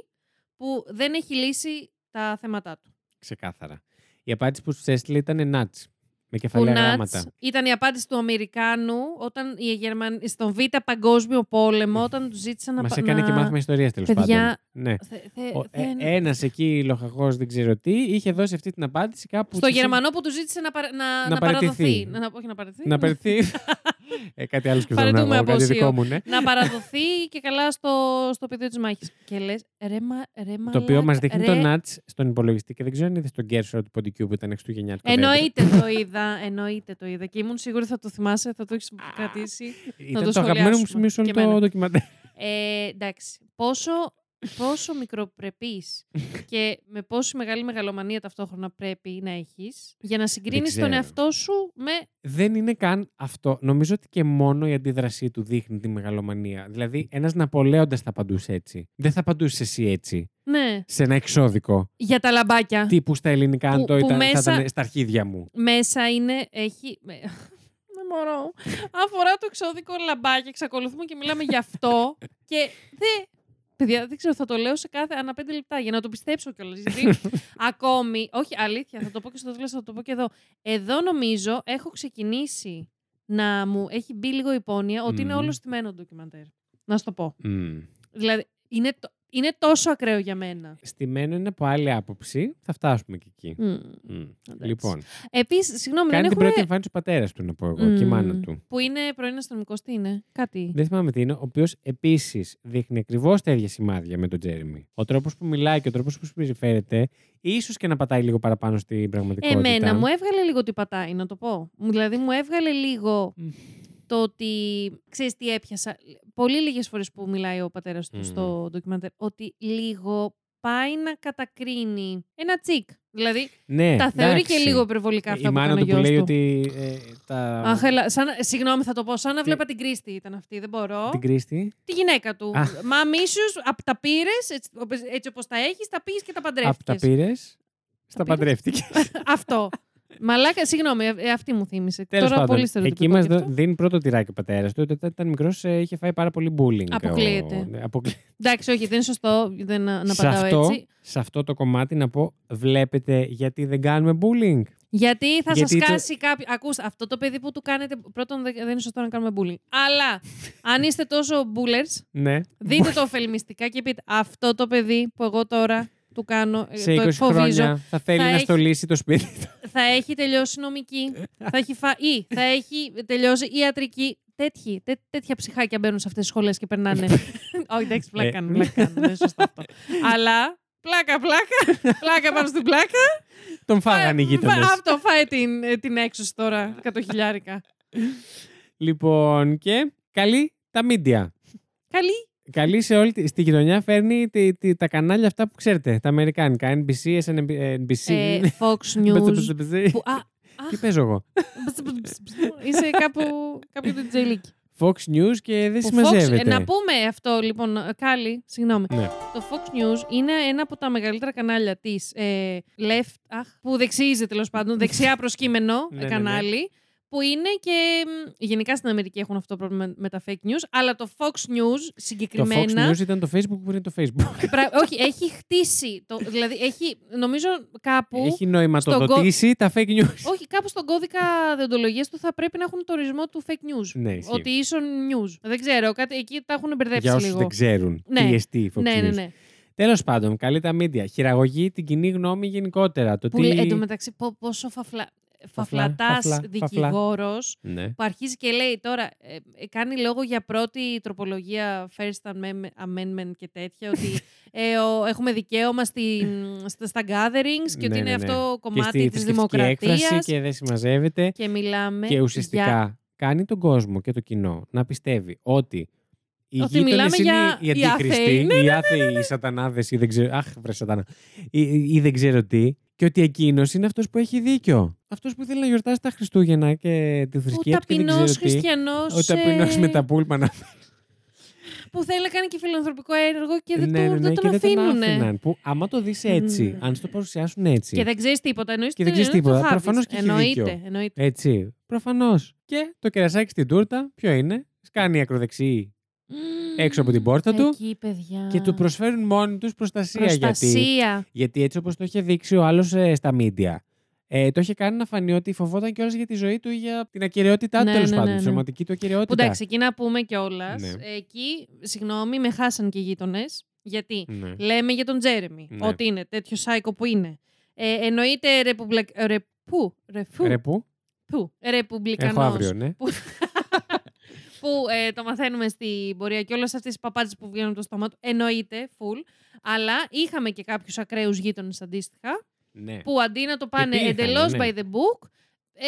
Speaker 1: που δεν έχει λύσει τα θέματα του.
Speaker 2: Ξεκάθαρα. Η απάντηση που σου έστειλε ήταν νάτς. Με
Speaker 1: Που
Speaker 2: κεφαλαία
Speaker 1: Νατς
Speaker 2: γράμματα.
Speaker 1: ήταν η απάντηση του Αμερικάνου όταν οι Γερμαν... στον Β' Παγκόσμιο Πόλεμο, όταν τους ζήτησαν να
Speaker 2: Μας
Speaker 1: πα-
Speaker 2: έκανε
Speaker 1: να-
Speaker 2: και μάθημα ιστορίας τέλος πάντων.
Speaker 1: Παιδιά,
Speaker 2: Ναι.
Speaker 1: θε- θε-
Speaker 2: Ο- ε,
Speaker 1: δεν-
Speaker 2: Ένας εκεί λοχαγός, δεν ξέρω τι, είχε δώσει αυτή την απάντηση κάπου.
Speaker 1: Στο
Speaker 2: της-
Speaker 1: Γερμανό που τους ζήτησε να, παρα... να, να,
Speaker 2: παραιτηθεί.
Speaker 1: παραδοθεί. Να, να- όχι να παραδοθεί.
Speaker 2: Να περθεί. ε, κάτι άλλο σκεφτόμουν. να
Speaker 1: Παρετούμε από
Speaker 2: πω, Κάτι δικό
Speaker 1: ουσίο.
Speaker 2: μου, ναι.
Speaker 1: να παραδοθεί και καλά στο, στο πεδίο της μάχης. Και λες, ρε, μα, ρε
Speaker 2: Το οποίο μας
Speaker 1: μαλάκα,
Speaker 2: δείχνει
Speaker 1: ρε.
Speaker 2: τον Νάτ στον υπολογιστή και δεν ξέρω αν είδες τον Κέρσορα του Ποντικού που ήταν Χριστουγεννιάτικο. δέντρο.
Speaker 1: Εννοείται το είδα, εννοείται το είδα. Και ήμουν σίγουρη θα το θυμάσαι, θα το έχεις κρατήσει. θα
Speaker 2: Ήταν το, αγαπημένο μου σημείο σε όλο
Speaker 1: Και εμένα.
Speaker 2: το ντοκιμαντέρ.
Speaker 1: Ε, εντάξει. Πόσο, πόσο μικροπρεπή και με πόση μεγάλη μεγαλομανία ταυτόχρονα πρέπει να έχεις για να συγκρίνεις τον
Speaker 2: ξέρω.
Speaker 1: εαυτό σου με.
Speaker 2: Δεν είναι καν αυτό. Νομίζω ότι και μόνο η αντίδρασή του δείχνει τη μεγαλομανία. Δηλαδή, ένας Ναπολέοντας θα απαντούσε έτσι. Δεν θα απαντούσε εσύ έτσι.
Speaker 1: Ναι.
Speaker 2: Σε ένα εξώδικο.
Speaker 1: Για τα λαμπάκια.
Speaker 2: Τύπου στα ελληνικά, αν
Speaker 1: Που-
Speaker 2: το
Speaker 1: που
Speaker 2: ήταν, θα
Speaker 1: μέσα-
Speaker 2: ήταν στα αρχίδια μου.
Speaker 1: Μέσα είναι. Έχει. με- Δεν μπορώ. Αφορά το εξώδικο λαμπάκι. Εξακολουθούμε και μιλάμε γι' αυτό. και δεν. Παιδιά, δεν ξέρω, θα το λέω σε κάθε ανά πέντε λεπτά για να το πιστέψω κιόλας. Γιατί ακόμη. Όχι, αλήθεια, θα το πω και στο τέλος, θα το πω και εδώ. Εδώ νομίζω έχω ξεκινήσει να μου έχει μπει λίγο η πόνοια ότι είναι
Speaker 2: Μμμ.
Speaker 1: όλο στημένο το ντοκιμαντέρ. Να σου το πω.
Speaker 2: Μμμ.
Speaker 1: Δηλαδή, είναι, το- είναι τόσο ακραίο για μένα.
Speaker 2: Στημένο είναι από άλλη άποψη. Θα φτάσουμε και εκεί.
Speaker 1: Μμμ.
Speaker 2: Μμμ. Λοιπόν.
Speaker 1: Επίσης, συγγνώμη,
Speaker 2: Κάνει
Speaker 1: δεν
Speaker 2: την
Speaker 1: έχουμε.
Speaker 2: πρώτη εμφάνιση ο πατέρας του, να πω εγώ, και η
Speaker 1: Μμμ.
Speaker 2: μάνα του.
Speaker 1: Που είναι πρώην αστυνομικός, τι είναι, κάτι.
Speaker 2: Δεν θυμάμαι τι είναι, ο οποίος επίσης δείχνει ακριβώς τα ίδια σημάδια με τον Τζέρεμι. Ο τρόπος που μιλάει και ο τρόπος που συμπεριφέρεται, ίσως και να πατάει λίγο παραπάνω στην πραγματικότητα.
Speaker 1: Εμένα μου έβγαλε λίγο τι πατάει, να το πω. Μου- Δηλαδή μου έβγαλε λίγο το ότι. ξέρεις τι έπιασα. Πολύ λίγες φορές που μιλάει ο πατέρας του
Speaker 2: Μμμ.
Speaker 1: στο ντοκιμαντέρ, ότι λίγο πάει να κατακρίνει ένα τσικ. Δηλαδή
Speaker 2: Ναι,
Speaker 1: τα θεωρεί
Speaker 2: εντάξει. Ε,
Speaker 1: και λίγο υπερβολικά αυτά
Speaker 2: Η
Speaker 1: που
Speaker 2: μάνα
Speaker 1: κάνει ο
Speaker 2: του που
Speaker 1: γιος
Speaker 2: λέει
Speaker 1: του.
Speaker 2: ότι. ε, τα...
Speaker 1: Αχ, έλα, σαν, συγγνώμη, θα το πω. Σαν να
Speaker 2: Τι-
Speaker 1: βλέπα την Κρίστη ήταν αυτή, δεν μπορώ.
Speaker 2: Την Κρίστη.
Speaker 1: Τη γυναίκα του.
Speaker 2: Αχ.
Speaker 1: Μαμ, ίσως απ' τα πήρες, έτσι, έτσι όπως τα έχεις, τα πήγε και τα παντρεύτηκε.
Speaker 2: Από τα πήρες. Στα παντρεύτηκες.
Speaker 1: Αυτό. Μαλάκα, συγγνώμη, ε, αυτή μου θύμισε.
Speaker 2: Τέλος
Speaker 1: Τώρα
Speaker 2: πάντων.
Speaker 1: πολύ στερεοτυπικό.
Speaker 2: Εκεί μας
Speaker 1: και αυτό.
Speaker 2: δίνει πρώτο τυράκι ο πατέρας του. ότι Όταν ήταν μικρός είχε φάει πάρα πολύ bullying.
Speaker 1: Αποκλείεται.
Speaker 2: Ο- ναι, αποκλεί-
Speaker 1: Εντάξει, όχι, δεν είναι σωστό δεν, να, να
Speaker 2: σε,
Speaker 1: πατάω
Speaker 2: αυτό,
Speaker 1: έτσι.
Speaker 2: σε αυτό το κομμάτι να πω, βλέπετε γιατί δεν κάνουμε bullying.
Speaker 1: Γιατί θα
Speaker 2: Γιατί
Speaker 1: σα
Speaker 2: το-
Speaker 1: κάσει κάποιο. Ακούστε, αυτό το παιδί που του κάνετε. Πρώτον, δε- δεν είναι σωστό να κάνουμε bullying. Αλλά αν είστε τόσο bullers,
Speaker 2: Ναι.
Speaker 1: δείτε το ωφελημιστικά και πείτε αυτό το παιδί που εγώ τώρα του κάνω. ε,
Speaker 2: σε
Speaker 1: το
Speaker 2: 20
Speaker 1: εκφοβίζω.
Speaker 2: χρόνια θα θέλει να
Speaker 1: έχει-
Speaker 2: στολίσει το σπίτι του.
Speaker 1: θα έχει τελειώσει νομική, θα έχει φα... ή θα έχει τελειώσει ιατρική. Τέτοιοι, τέ- τέτοια ψυχάκια μπαίνουν σε αυτές τις σχολές και περνάνε. Όχι, εντάξει, πλάκα
Speaker 2: Ε,
Speaker 1: κάνουμε. πλάκα κάνουμε, δεν είναι σωστό αυτό. Αλλά πλάκα, πλάκα, πλάκα πάνω στην πλάκα.
Speaker 2: Τον φάγανε οι γείτονες.
Speaker 1: Φα- Αυτό φάει την, ε, την έξωση τώρα, κατοχιλιάρικα.
Speaker 2: λοιπόν, και καλή τα μίντια.
Speaker 1: Καλή.
Speaker 2: Καλή σε όλη τη, στη γειτονιά φέρνει τη- τη- τα κανάλια αυτά που ξέρετε, τα αμερικάνικα, NBC, SNBC.
Speaker 1: Ε, Fox News. που, α,
Speaker 2: Τι παίζω εγώ.
Speaker 1: είσαι κάπου, κάποιο DJ Leak.
Speaker 2: Fox News και δεν
Speaker 1: Που Fox, ε,
Speaker 2: συμμαζεύεται.
Speaker 1: να πούμε αυτό λοιπόν, ε, Κάλλη, συγγνώμη.
Speaker 2: Ναι.
Speaker 1: Το Fox News είναι ένα από τα μεγαλύτερα κανάλια της ε, Left, αχ, που δεξίζει τέλος πάντων, δεξιά προσκύμενο
Speaker 2: Ναι, ναι, ναι.
Speaker 1: κανάλι. Που είναι και. μ, Γενικά στην Αμερική έχουν αυτό το πρόβλημα με τα fake news, αλλά το Fox News
Speaker 2: Το Fox
Speaker 1: συγκεκριμένα.
Speaker 2: News ήταν το Facebook που είναι το Facebook.
Speaker 1: πρα- όχι, έχει χτίσει. Το, δηλαδή, έχει, νομίζω κάπου.
Speaker 2: Έχει νοηματοδοτήσει τα fake news.
Speaker 1: Όχι, κάπου στον κώδικα δεοντολογία του θα πρέπει να έχουν το ορισμό του fake news.
Speaker 2: Ναι, ισχύει.
Speaker 1: ότι ίσον news. Δεν ξέρω, κάτι, εκεί τα έχουν μπερδέψει
Speaker 2: Για όσους
Speaker 1: λίγο.
Speaker 2: δεν ξέρουν.
Speaker 1: Ναι.
Speaker 2: PST, Fox
Speaker 1: ναι, ναι,
Speaker 2: News.
Speaker 1: ναι.
Speaker 2: Τέλος πάντων, καλή τα μίντια. Χειραγωγεί την κοινή γνώμη γενικότερα. Το
Speaker 1: Που
Speaker 2: τι...
Speaker 1: λέ- εν τω μεταξύ, πω- πόσο φαφλα... φαφλατά
Speaker 2: φαφλά,
Speaker 1: δικηγόρος
Speaker 2: Ναι.
Speaker 1: που αρχίζει και λέει τώρα, ε, ε, κάνει λόγο για πρώτη τροπολογία First Amendment- Amendment και τέτοια, ότι ε, ο- έχουμε δικαίωμα στην, στα, στα gatherings και ότι
Speaker 2: Ναι,
Speaker 1: είναι
Speaker 2: ναι, ναι.
Speaker 1: αυτό
Speaker 2: και
Speaker 1: κομμάτι της
Speaker 2: στη θρησκευτική
Speaker 1: δημοκρατίας
Speaker 2: έκφραση και δεν συμμαζεύεται.
Speaker 1: και μιλάμε
Speaker 2: Και ουσιαστικά
Speaker 1: για...
Speaker 2: κάνει τον κόσμο και το κοινό να πιστεύει ότι οι
Speaker 1: Ότι
Speaker 2: γείτονες
Speaker 1: μιλάμε
Speaker 2: είναι
Speaker 1: για-
Speaker 2: οι
Speaker 1: οι
Speaker 2: αντίχριστοι,
Speaker 1: άθεοι. Ναι,
Speaker 2: οι άθεοι, οι σατανάδες ή δεν ξέρω, αχ, βρε σατανά, ή, ή- ή δεν ξέρω τι, και ότι εκείνος είναι αυτός που έχει δίκιο. Αυτός που θέλει να γιορτάσει τα Χριστούγεννα και τη
Speaker 1: Ο
Speaker 2: θρησκεία του. και δεν
Speaker 1: ταπεινός
Speaker 2: ξέρω τι.
Speaker 1: χριστιανός...
Speaker 2: Ο ταπεινός
Speaker 1: ε,
Speaker 2: με τα πούλμα να
Speaker 1: που θέλει να κάνει και φιλανθρωπικό έργο και δεν,
Speaker 2: ναι,
Speaker 1: του,
Speaker 2: ναι, ναι,
Speaker 1: δεν
Speaker 2: και
Speaker 1: τον αφήνουν.
Speaker 2: άφηναν, Που, άμα το δεις έτσι,
Speaker 1: Ναι.
Speaker 2: αν στο παρουσιάσουν έτσι.
Speaker 1: Και δεν ξέρεις τίποτα. Εννοείς
Speaker 2: και δεν
Speaker 1: ότι
Speaker 2: ξέρει
Speaker 1: είναι
Speaker 2: τίποτα.
Speaker 1: το χάπις.
Speaker 2: Προφανώς και έχει
Speaker 1: εννοείται,
Speaker 2: δίκιο.
Speaker 1: εννοείται.
Speaker 2: Έτσι. Προφανώς. Και το κερασάκι στην τούρτα, ποιο είναι, σκάνει ακροδεξί έξω από την πόρτα του
Speaker 1: Εκεί, παιδιά.
Speaker 2: και του προσφέρουν μόνοι τους προστασία. Γιατί,
Speaker 1: Προστασία.
Speaker 2: γιατί έτσι όπως το είχε δείξει ο άλλος στα μίντια, ε, το είχε κάνει να φανεί ότι φοβόταν κιόλας για τη ζωή του ή για την ακαιρεότητά
Speaker 1: Ναι,
Speaker 2: του, τέλος
Speaker 1: ναι,
Speaker 2: πάντων,
Speaker 1: ναι,
Speaker 2: τη
Speaker 1: ναι.
Speaker 2: σωματική του ακαιρεότητα.
Speaker 1: Που εντάξει, εκεί να πούμε κιόλας.
Speaker 2: Ναι.
Speaker 1: Εκεί, συγγνώμη, με χάσαν και οι γείτονες. Γιατί
Speaker 2: Ναι.
Speaker 1: λέμε για τον Τζέρεμι
Speaker 2: Ναι.
Speaker 1: ότι είναι τέτοιο σάικο που είναι. Ε, εννοείται ρεπουμπλεκ... Ρε, πού, ρε, φου,
Speaker 2: Ρε, πού?
Speaker 1: πού, ρεπουμπλικανός.
Speaker 2: Έχω αύριο, ναι.
Speaker 1: Που, που, ε, το μαθαίνουμε στην πορεία και όλες αυτές οι παπάτσες που βγαίνουν από το στόμα του. Εννοείται, full. Αλλά είχαμε και κάποιους ακραίους γείτονες αντίστοιχα.
Speaker 2: Ναι.
Speaker 1: Που αντί να το πάνε
Speaker 2: Υπήρχαν,
Speaker 1: εντελώς
Speaker 2: ναι.
Speaker 1: by the book, ε,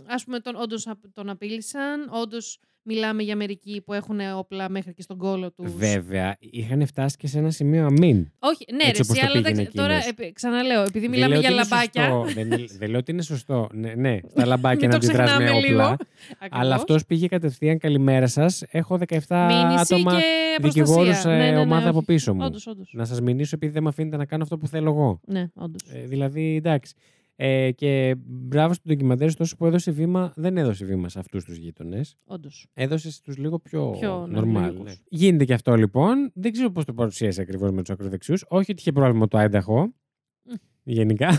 Speaker 1: μ, ας πούμε τον, όντως απ- τον απείλησαν, όντως μιλάμε για μερικοί που έχουν όπλα μέχρι και στον κόλο τους.
Speaker 2: Βέβαια, είχαν φτάσει και σε ένα σημείο αμήν.
Speaker 1: Όχι, ναι, ρε,
Speaker 2: Έτσι όπως
Speaker 1: εσύ,
Speaker 2: το
Speaker 1: αλλά
Speaker 2: πήγαινε
Speaker 1: εντάξει, τώρα
Speaker 2: εκείνος.
Speaker 1: επ- ξαναλέω, επειδή
Speaker 2: Δεν
Speaker 1: μιλάμε
Speaker 2: λέω
Speaker 1: για
Speaker 2: ότι είναι
Speaker 1: λαμπάκια.
Speaker 2: σωστό. δεν, μιλ- δεν λέω ότι είναι σωστό. Ναι, ναι στα
Speaker 1: Μην
Speaker 2: λαμπάκια να
Speaker 1: το
Speaker 2: αντιδράς με
Speaker 1: ξεχνάμε λίγο.
Speaker 2: όπλα. Αλλά
Speaker 1: Ακριβώς.
Speaker 2: αυτός πήγε κατευθείαν καλημέρα σας. Έχω 17
Speaker 1: Μήνυση
Speaker 2: άτομα
Speaker 1: και προστασία.
Speaker 2: δικηγόρου
Speaker 1: Ναι, ναι, ναι,
Speaker 2: ομάδα
Speaker 1: όχι.
Speaker 2: από πίσω μου.
Speaker 1: Όντως, όντως.
Speaker 2: Να σας μηνύσω επειδή δεν με αφήνετε να κάνω αυτό που θέλω εγώ.
Speaker 1: Ναι, όντως.
Speaker 2: Ε, δηλαδή, εντάξει. Ε, και μπράβο στον ντοκιμαντέρ, ωστόσο που έδωσε βήμα, δεν έδωσε βήμα σε αυτούς τους γείτονες.
Speaker 1: Όντως.
Speaker 2: Έδωσε στους λίγο πιο,
Speaker 1: Πιο, ναι,
Speaker 2: normal.
Speaker 1: λίγους.
Speaker 2: ναι. Γίνεται και αυτό λοιπόν. Δεν ξέρω πώς το παρουσίασε ακριβώς με τους ακροδεξιούς. Όχι ότι είχε πρόβλημα το Άινταχο. Γενικά.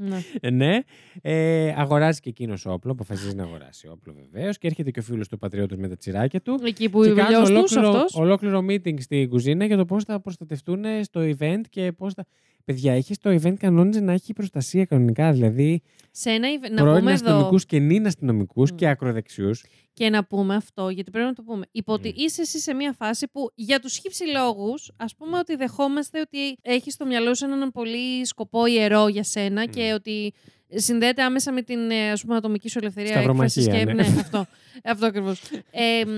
Speaker 1: Ναι.
Speaker 2: ναι. Ε, αγοράζει και εκείνος όπλο. Αποφασίζει να αγοράσει όπλο βεβαίως. Και έρχεται και ο φίλος του πατριώτη με τα τσιράκια του.
Speaker 1: Εκεί που
Speaker 2: και
Speaker 1: η
Speaker 2: κάνουν
Speaker 1: δουλειά τους
Speaker 2: ολόκληρο,
Speaker 1: αυτός.
Speaker 2: ολόκληρο meeting στην κουζίνα για το πώς θα προστατευτούν ε, στο event και πώς θα. Παιδιά, είχε στο event κανόνιζε να έχει προστασία κανονικά. Δηλαδή,
Speaker 1: Σε ένα event- να
Speaker 2: πρώην
Speaker 1: πούμε εδώ
Speaker 2: αστυνομικούς και νυν αστυνομικούς και ακροδεξιούς.
Speaker 1: και να πούμε αυτό, γιατί πρέπει να το πούμε. Υπό ότι είσαι εσύ σε μια φάση που για τους χύψη λόγους, ας πούμε ότι δεχόμαστε ότι έχεις στο μυαλό σου έναν πολύ σκοπό ιερό για σένα και ότι συνδέεται άμεσα με την ε, ας πούμε, ατομική σου ελευθερία
Speaker 2: Σταυρομαχία,
Speaker 1: έκφρασης και...
Speaker 2: ναι.
Speaker 1: αυτό. αυτό ακριβώς. ε, μ,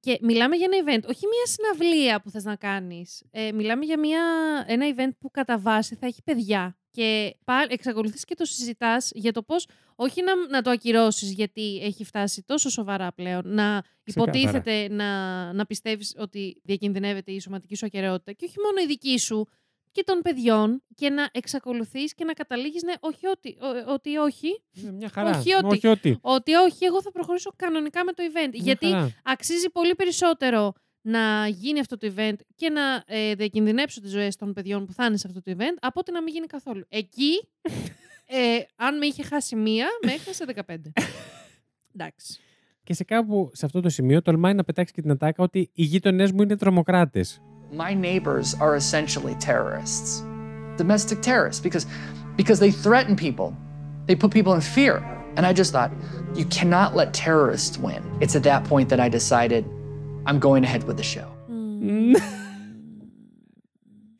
Speaker 1: και μιλάμε για ένα event, όχι μια συναυλία που θες να κάνεις. Ε, μιλάμε για μια, ένα event που κατά βάση θα έχει παιδιά. Και πάλι εξακολουθείς και το συζητάς για το πώς, όχι να, να το ακυρώσεις γιατί έχει φτάσει τόσο σοβαρά πλέον, να
Speaker 2: Ξεκάθαρα.
Speaker 1: υποτίθεται να, να πιστεύεις ότι διακινδυνεύεται η σωματική σου ακαιρεότητα και όχι μόνο η δική σου και των παιδιών και να εξακολουθείς και να καταλήγεις ναι, όχι ότι, ο- ότι όχι,
Speaker 2: Μια χαρά.
Speaker 1: Όχι ότι.
Speaker 2: Όχι ότι.
Speaker 1: ότι όχι, εγώ θα προχωρήσω κανονικά με το event.
Speaker 2: Ναι,
Speaker 1: γιατί
Speaker 2: χαρά.
Speaker 1: αξίζει πολύ περισσότερο να γίνει αυτό το event και να ε, διακινδυνέψω τις ζωές των παιδιών που θα είναι σε αυτό το event από ότι να μην γίνει καθόλου. Εκεί, ε, αν με είχε χάσει μία, με έχασε 15. Εντάξει.
Speaker 2: Και σε κάπου σε αυτό το σημείο τολμάει να πετάξει και την ατάκα ότι οι γείτονές μου είναι τρομοκράτες.
Speaker 3: my neighbors are essentially terrorists domestic terrorists because because they threaten people they put people in fear and i just thought you cannot let terrorists win it's at that point that i decided i'm going ahead with the show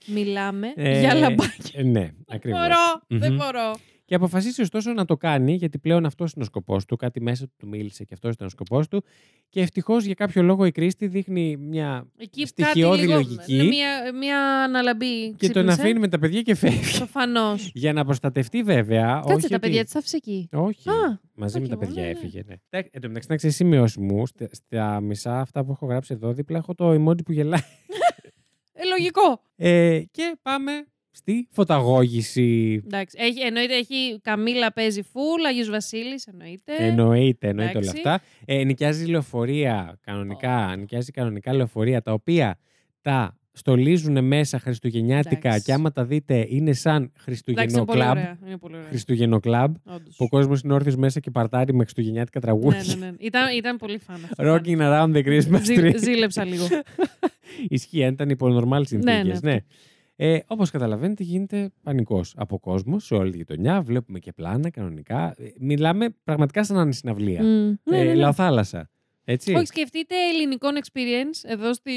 Speaker 1: Μιλάμε
Speaker 2: Ε,
Speaker 1: για λαμπάκι.
Speaker 2: Ναι, ακριβώ.
Speaker 1: Μπορώ, δεν μπορώ.
Speaker 2: Και αποφασίσει ωστόσο να το κάνει, γιατί πλέον αυτός είναι ο σκοπός του. Κάτι μέσα του του μίλησε και αυτός ήταν ο σκοπός του. Και ευτυχώς για κάποιο λόγο η Κρίστη δείχνει μια
Speaker 1: Εκεί
Speaker 2: στοιχειώδη
Speaker 1: κάτι λίγο,
Speaker 2: λογική
Speaker 1: ναι, Μια, μια αναλαμπή
Speaker 2: και τον αφήνει με τα παιδιά και φεύγει.
Speaker 1: Προφανώς.
Speaker 2: για να προστατευτεί βέβαια.
Speaker 1: Κάτσε
Speaker 2: όχι
Speaker 1: τα
Speaker 2: ότι-
Speaker 1: παιδιά τη αυσική.
Speaker 2: Όχι.
Speaker 1: Α,
Speaker 2: Μαζί
Speaker 1: όχι,
Speaker 2: με τα
Speaker 1: εγώ,
Speaker 2: παιδιά
Speaker 1: ναι, ναι.
Speaker 2: έφυγε. Ναι. Εντάξει, Εν τω μεταξύ, να ξέρεις σημειώσει μου, στα, στα μισά αυτά που έχω γράψει εδώ δίπλα, έχω το emoji που γελάει.
Speaker 1: Ε, λογικό.
Speaker 2: Ε, και πάμε στη φωταγώγηση.
Speaker 1: Εντάξει. Έχει, εννοείται έχει Καμίλα παίζει φουλ, Αγίου Βασίλης εννοείται.
Speaker 2: Εννοείται, εννοείται όλα
Speaker 1: Ε, εντάξει.
Speaker 2: αυτά. Ε, νοικιάζει λεωφορεία κανονικά, νοικιάζει κανονικά λεωφορεία τα οποία τα στολίζουν μέσα χριστουγεννιάτικα
Speaker 1: Εντάξει.
Speaker 2: και άμα τα δείτε είναι σαν
Speaker 1: Εντάξει,
Speaker 2: Χριστουγεννό
Speaker 1: είναι πολύ
Speaker 2: κλαμπ.
Speaker 1: ωραία. Είναι πολύ ωραία.
Speaker 2: Χριστουγεννό κλαμπ.
Speaker 1: Όντως.
Speaker 2: Που ο κόσμος είναι όρθιος μέσα και παρτάρει με χριστουγεννιάτικα
Speaker 1: Ναι,
Speaker 2: τραγούδια.
Speaker 1: ναι, ναι. Ήταν, ήταν πολύ φαν αυτό. ναι.
Speaker 2: Rocking around the Christmas
Speaker 1: Ζή-
Speaker 2: tree.
Speaker 1: ζήλεψα λίγο.
Speaker 2: Ισχύει, αν ήταν υπό normal συνθήκες. Ναι,
Speaker 1: ναι, αυτό.
Speaker 2: Ε, Όπως καταλαβαίνετε, γίνεται πανικός από κόσμος σε όλη τη γειτονιά. Βλέπουμε και πλάνα κανονικά. Ε, Μιλάμε πραγματικά σαν να είναι συναυλία.
Speaker 1: Μμ. Ναι, ναι,
Speaker 2: ε,
Speaker 1: ναι.
Speaker 2: Λαοθάλασσα. Έτσι.
Speaker 1: Όχι, σκεφτείτε ελληνικών experience εδώ στη,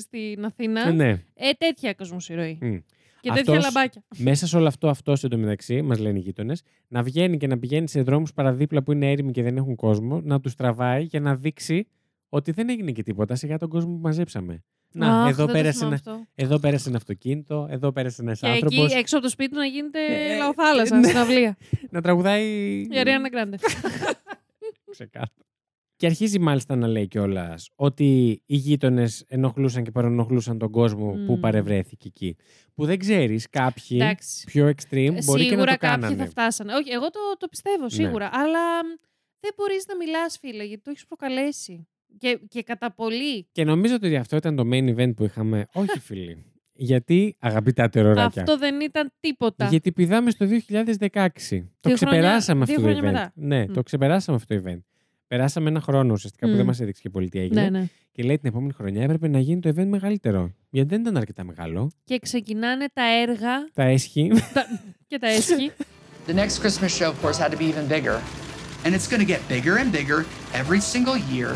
Speaker 1: στην Αθήνα.
Speaker 2: Ε, ναι.
Speaker 1: Ε, τέτοια κοσμοσυρωή.
Speaker 2: Μμ.
Speaker 1: Και τέτοια
Speaker 2: Αυτός-
Speaker 1: λαμπάκια.
Speaker 2: Μέσα σε όλο αυτό, αυτό εντωμεταξύ, μας λένε οι γείτονες, να βγαίνει και να πηγαίνει σε δρόμους παραδίπλα που είναι έρημοι και δεν έχουν κόσμο, να τους τραβάει για να δείξει ότι δεν έγινε και τίποτα. Σιγά τον κόσμο που μαζέψαμε. Να,
Speaker 1: Αχ,
Speaker 2: εδώ,
Speaker 1: δεν το
Speaker 2: πέρασε
Speaker 1: θυμάμαι
Speaker 2: ένα,
Speaker 1: αυτό.
Speaker 2: εδώ πέρασε ένα αυτοκίνητο, εδώ πέρασε ένας
Speaker 1: Και
Speaker 2: άνθρωπο.
Speaker 1: εκεί έξω από το σπίτι του να γίνεται
Speaker 2: Ε,
Speaker 1: ε,
Speaker 2: ναι.
Speaker 1: λαοθάλασσα, συναυλία.
Speaker 2: Να τραγουδάει.
Speaker 1: Η Αριάννα Γκράντε.
Speaker 2: Ξεκάθαρα. Και αρχίζει μάλιστα να λέει κιόλας ότι οι γείτονες ενοχλούσαν και παρενοχλούσαν τον κόσμο
Speaker 1: Μμμ.
Speaker 2: που παρευρέθηκε εκεί. Που δεν ξέρεις, κάποιοι
Speaker 1: Εντάξει.
Speaker 2: πιο extreme μπορεί
Speaker 1: Ε, σίγουρα
Speaker 2: και να το
Speaker 1: κάποιοι
Speaker 2: κάνανε. Ναι.
Speaker 1: θα φτάσανε. Όχι, εγώ το, το πιστεύω σίγουρα. Αλλά μ, δεν μπορείς να μιλάς, φίλε, γιατί το έχεις προκαλέσει. Και, και κατά πολύ.
Speaker 2: Και νομίζω ότι αυτό ήταν το main event που είχαμε. Όχι, φίλοι. Γιατί, αγαπητά τεροράκια.
Speaker 1: Αυτό δεν ήταν τίποτα.
Speaker 2: Γιατί πηδάμε στο 2016. το
Speaker 1: χρόνια-
Speaker 2: ξεπεράσαμε
Speaker 1: δύο
Speaker 2: αυτό το event.
Speaker 1: χρόνια μετά.
Speaker 2: Ναι,
Speaker 1: Μ.
Speaker 2: το ξεπεράσαμε αυτό το event. Περάσαμε ένα χρόνο ουσιαστικά που
Speaker 1: Μ.
Speaker 2: δεν μας έδειξε και πολύ τι έγινε.
Speaker 1: Ναι, ναι.
Speaker 2: Και λέει την επόμενη χρονιά έπρεπε να γίνει το event μεγαλύτερο. Γιατί δεν ήταν αρκετά μεγάλο.
Speaker 1: Και ξεκινάνε τα έργα
Speaker 2: Τα έσχη.
Speaker 1: και τα έσχη.
Speaker 3: The next Christmas show, of course, had to be even bigger. And it's going to get bigger and bigger every single year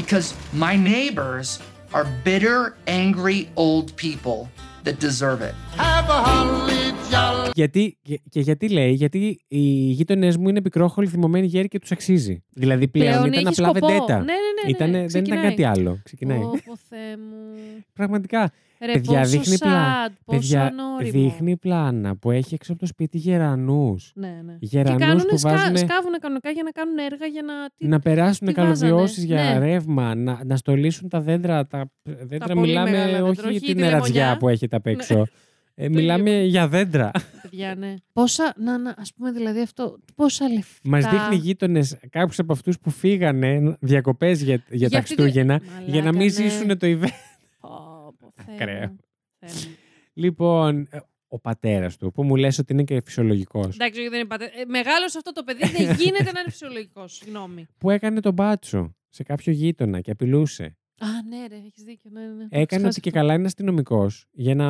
Speaker 3: because my neighbors are bitter, angry old people that deserve it.
Speaker 16: Have a holly jolly.
Speaker 2: γιατί, και, και γιατί λέει, γιατί οι γείτονές μου είναι πικρόχολοι, θυμωμένοι γέροι και τους αξίζει. Δηλαδή πλέον,
Speaker 1: Πλέον
Speaker 2: ήταν
Speaker 1: έχει
Speaker 2: απλά
Speaker 1: σκοπό.
Speaker 2: βεντέτα.
Speaker 1: Ναι, ναι, ναι, ναι,
Speaker 2: Ήτανε- δεν ήταν
Speaker 1: ξεκινάει.
Speaker 2: κάτι άλλο. Ξεκινάει.
Speaker 1: Ω, Θεέ μου.
Speaker 2: Πραγματικά.
Speaker 1: Ρε,
Speaker 2: παιδιά,
Speaker 1: πόσο
Speaker 2: δείχνει,
Speaker 1: sad,
Speaker 2: πλάνα,
Speaker 1: πόσο
Speaker 2: παιδιά
Speaker 1: ανώριμο.
Speaker 2: δείχνει πλάνα που έχει έξω από το σπίτι γερανούς.
Speaker 1: Ναι, ναι.
Speaker 2: Γερανούς
Speaker 1: και κάνουνε
Speaker 2: που
Speaker 1: σκα-
Speaker 2: βάζουνε-
Speaker 1: σκάβουνε κανονικά για να κάνουν έργα για να. Τι...
Speaker 2: Να περάσουν
Speaker 1: τι
Speaker 2: καλωδιώσει
Speaker 1: βάζανε.
Speaker 2: για
Speaker 1: Ναι.
Speaker 2: ρεύμα, να, να στολίσουν τα δέντρα. Τα δέντρα
Speaker 1: πολύ μεγάλα
Speaker 2: μιλάμε
Speaker 1: δέντρα,
Speaker 2: όχι
Speaker 1: όχι τη
Speaker 2: την
Speaker 1: Ναι. λεμονιά.
Speaker 2: ερατζιά που έχετε απ' έξω. Ε, μιλάμε για δέντρα.
Speaker 1: Παιδιά, ναι. Πόσα. Να, να, ας πούμε δηλαδή αυτό. Πόσα λεφτά.
Speaker 2: Μας δείχνει γείτονες κάποιους από αυτούς που φύγανε διακοπές για, για, τα
Speaker 1: αυτή τη-
Speaker 2: Χριστούγεννα για να
Speaker 1: Μαλάκα,
Speaker 2: μην
Speaker 1: ναι.
Speaker 2: ζήσουν το event. Ακραίο. Λοιπόν, ε, ο πατέρας του που μου λες ότι είναι και φυσιολογικός.
Speaker 1: Εντάξει, όχι, δεν είναι πατέρας. Ε, μεγάλο αυτό το παιδί δεν γίνεται να είναι φυσιολογικός. Συγγνώμη.
Speaker 2: Που έκανε τον μπάτσο σε κάποιο γείτονα και απειλούσε.
Speaker 1: Α, ναι, ρε, έχεις δίκιο. Ναι, ναι, ναι.
Speaker 2: Έκανε
Speaker 1: Ξεχάσα
Speaker 2: ότι και
Speaker 1: αυτό.
Speaker 2: καλά είναι αστυνομικός για να.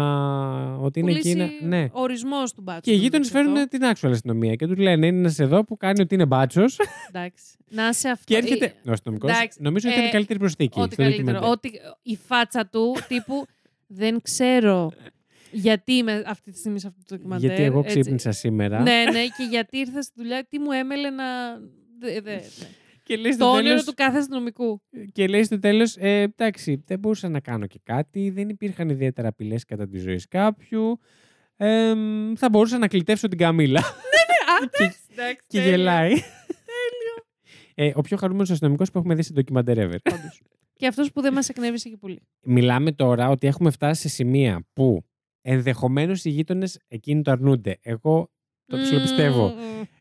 Speaker 2: ότι είναι εκεί. να-
Speaker 1: Πουλήσει
Speaker 2: Ναι.
Speaker 1: Ο ορισμός του μπάτσου.
Speaker 2: Και οι
Speaker 1: το
Speaker 2: γείτονε
Speaker 1: δείξει αυτό.
Speaker 2: φέρνουν την actual αστυνομία και τους λένε είναι ένα εδώ που κάνει ότι είναι μπάτσος.
Speaker 1: Εντάξει. Να είσαι αυτό.
Speaker 2: και έρχεται.
Speaker 1: Ε,
Speaker 2: Ο αστυνομικός.
Speaker 1: εντάξει,
Speaker 2: Νομίζω ότι ήταν
Speaker 1: ε,
Speaker 2: η καλύτερη προσθήκη.
Speaker 1: Ό,τι
Speaker 2: στο
Speaker 1: καλύτερο.
Speaker 2: ντοκιμαντέρ.
Speaker 1: Ότι η φάτσα του τύπου δεν ξέρω γιατί είμαι αυτή τη στιγμή σε αυτό το ντοκιμαντέρ.
Speaker 2: Γιατί εγώ
Speaker 1: ναι, έτσι.
Speaker 2: ξύπνησα σήμερα.
Speaker 1: Ναι, ναι, και γιατί ήρθα στη δουλειά, τι μου έμελε να. Δε, δε, ναι.
Speaker 2: Και λέει
Speaker 1: το
Speaker 2: στο
Speaker 1: όνειρο
Speaker 2: τέλος,
Speaker 1: του κάθε αστυνομικού.
Speaker 2: και λέει στο τέλος, ε, εντάξει, δεν μπορούσα να κάνω και κάτι, δεν υπήρχαν ιδιαίτερα απειλές κατά τη ζωή κάποιου. Ε, μ, θα μπορούσα να κλητεύσω την Καμίλα.
Speaker 1: Ναι, εντάξει.
Speaker 2: Ε, και γελάει. Ε, ο πιο χαρούμενος αστυνομικός που έχουμε δει σε ντοκιμαντέρ ever.
Speaker 1: Και αυτός που δεν μας εκνεύρισε και πολύ.
Speaker 2: Μιλάμε τώρα ότι έχουμε φτάσει σε σημεία που ενδεχομένως οι γείτονες εκείνοι το αρνούνται. Εγώ το ψιλοπιστεύω.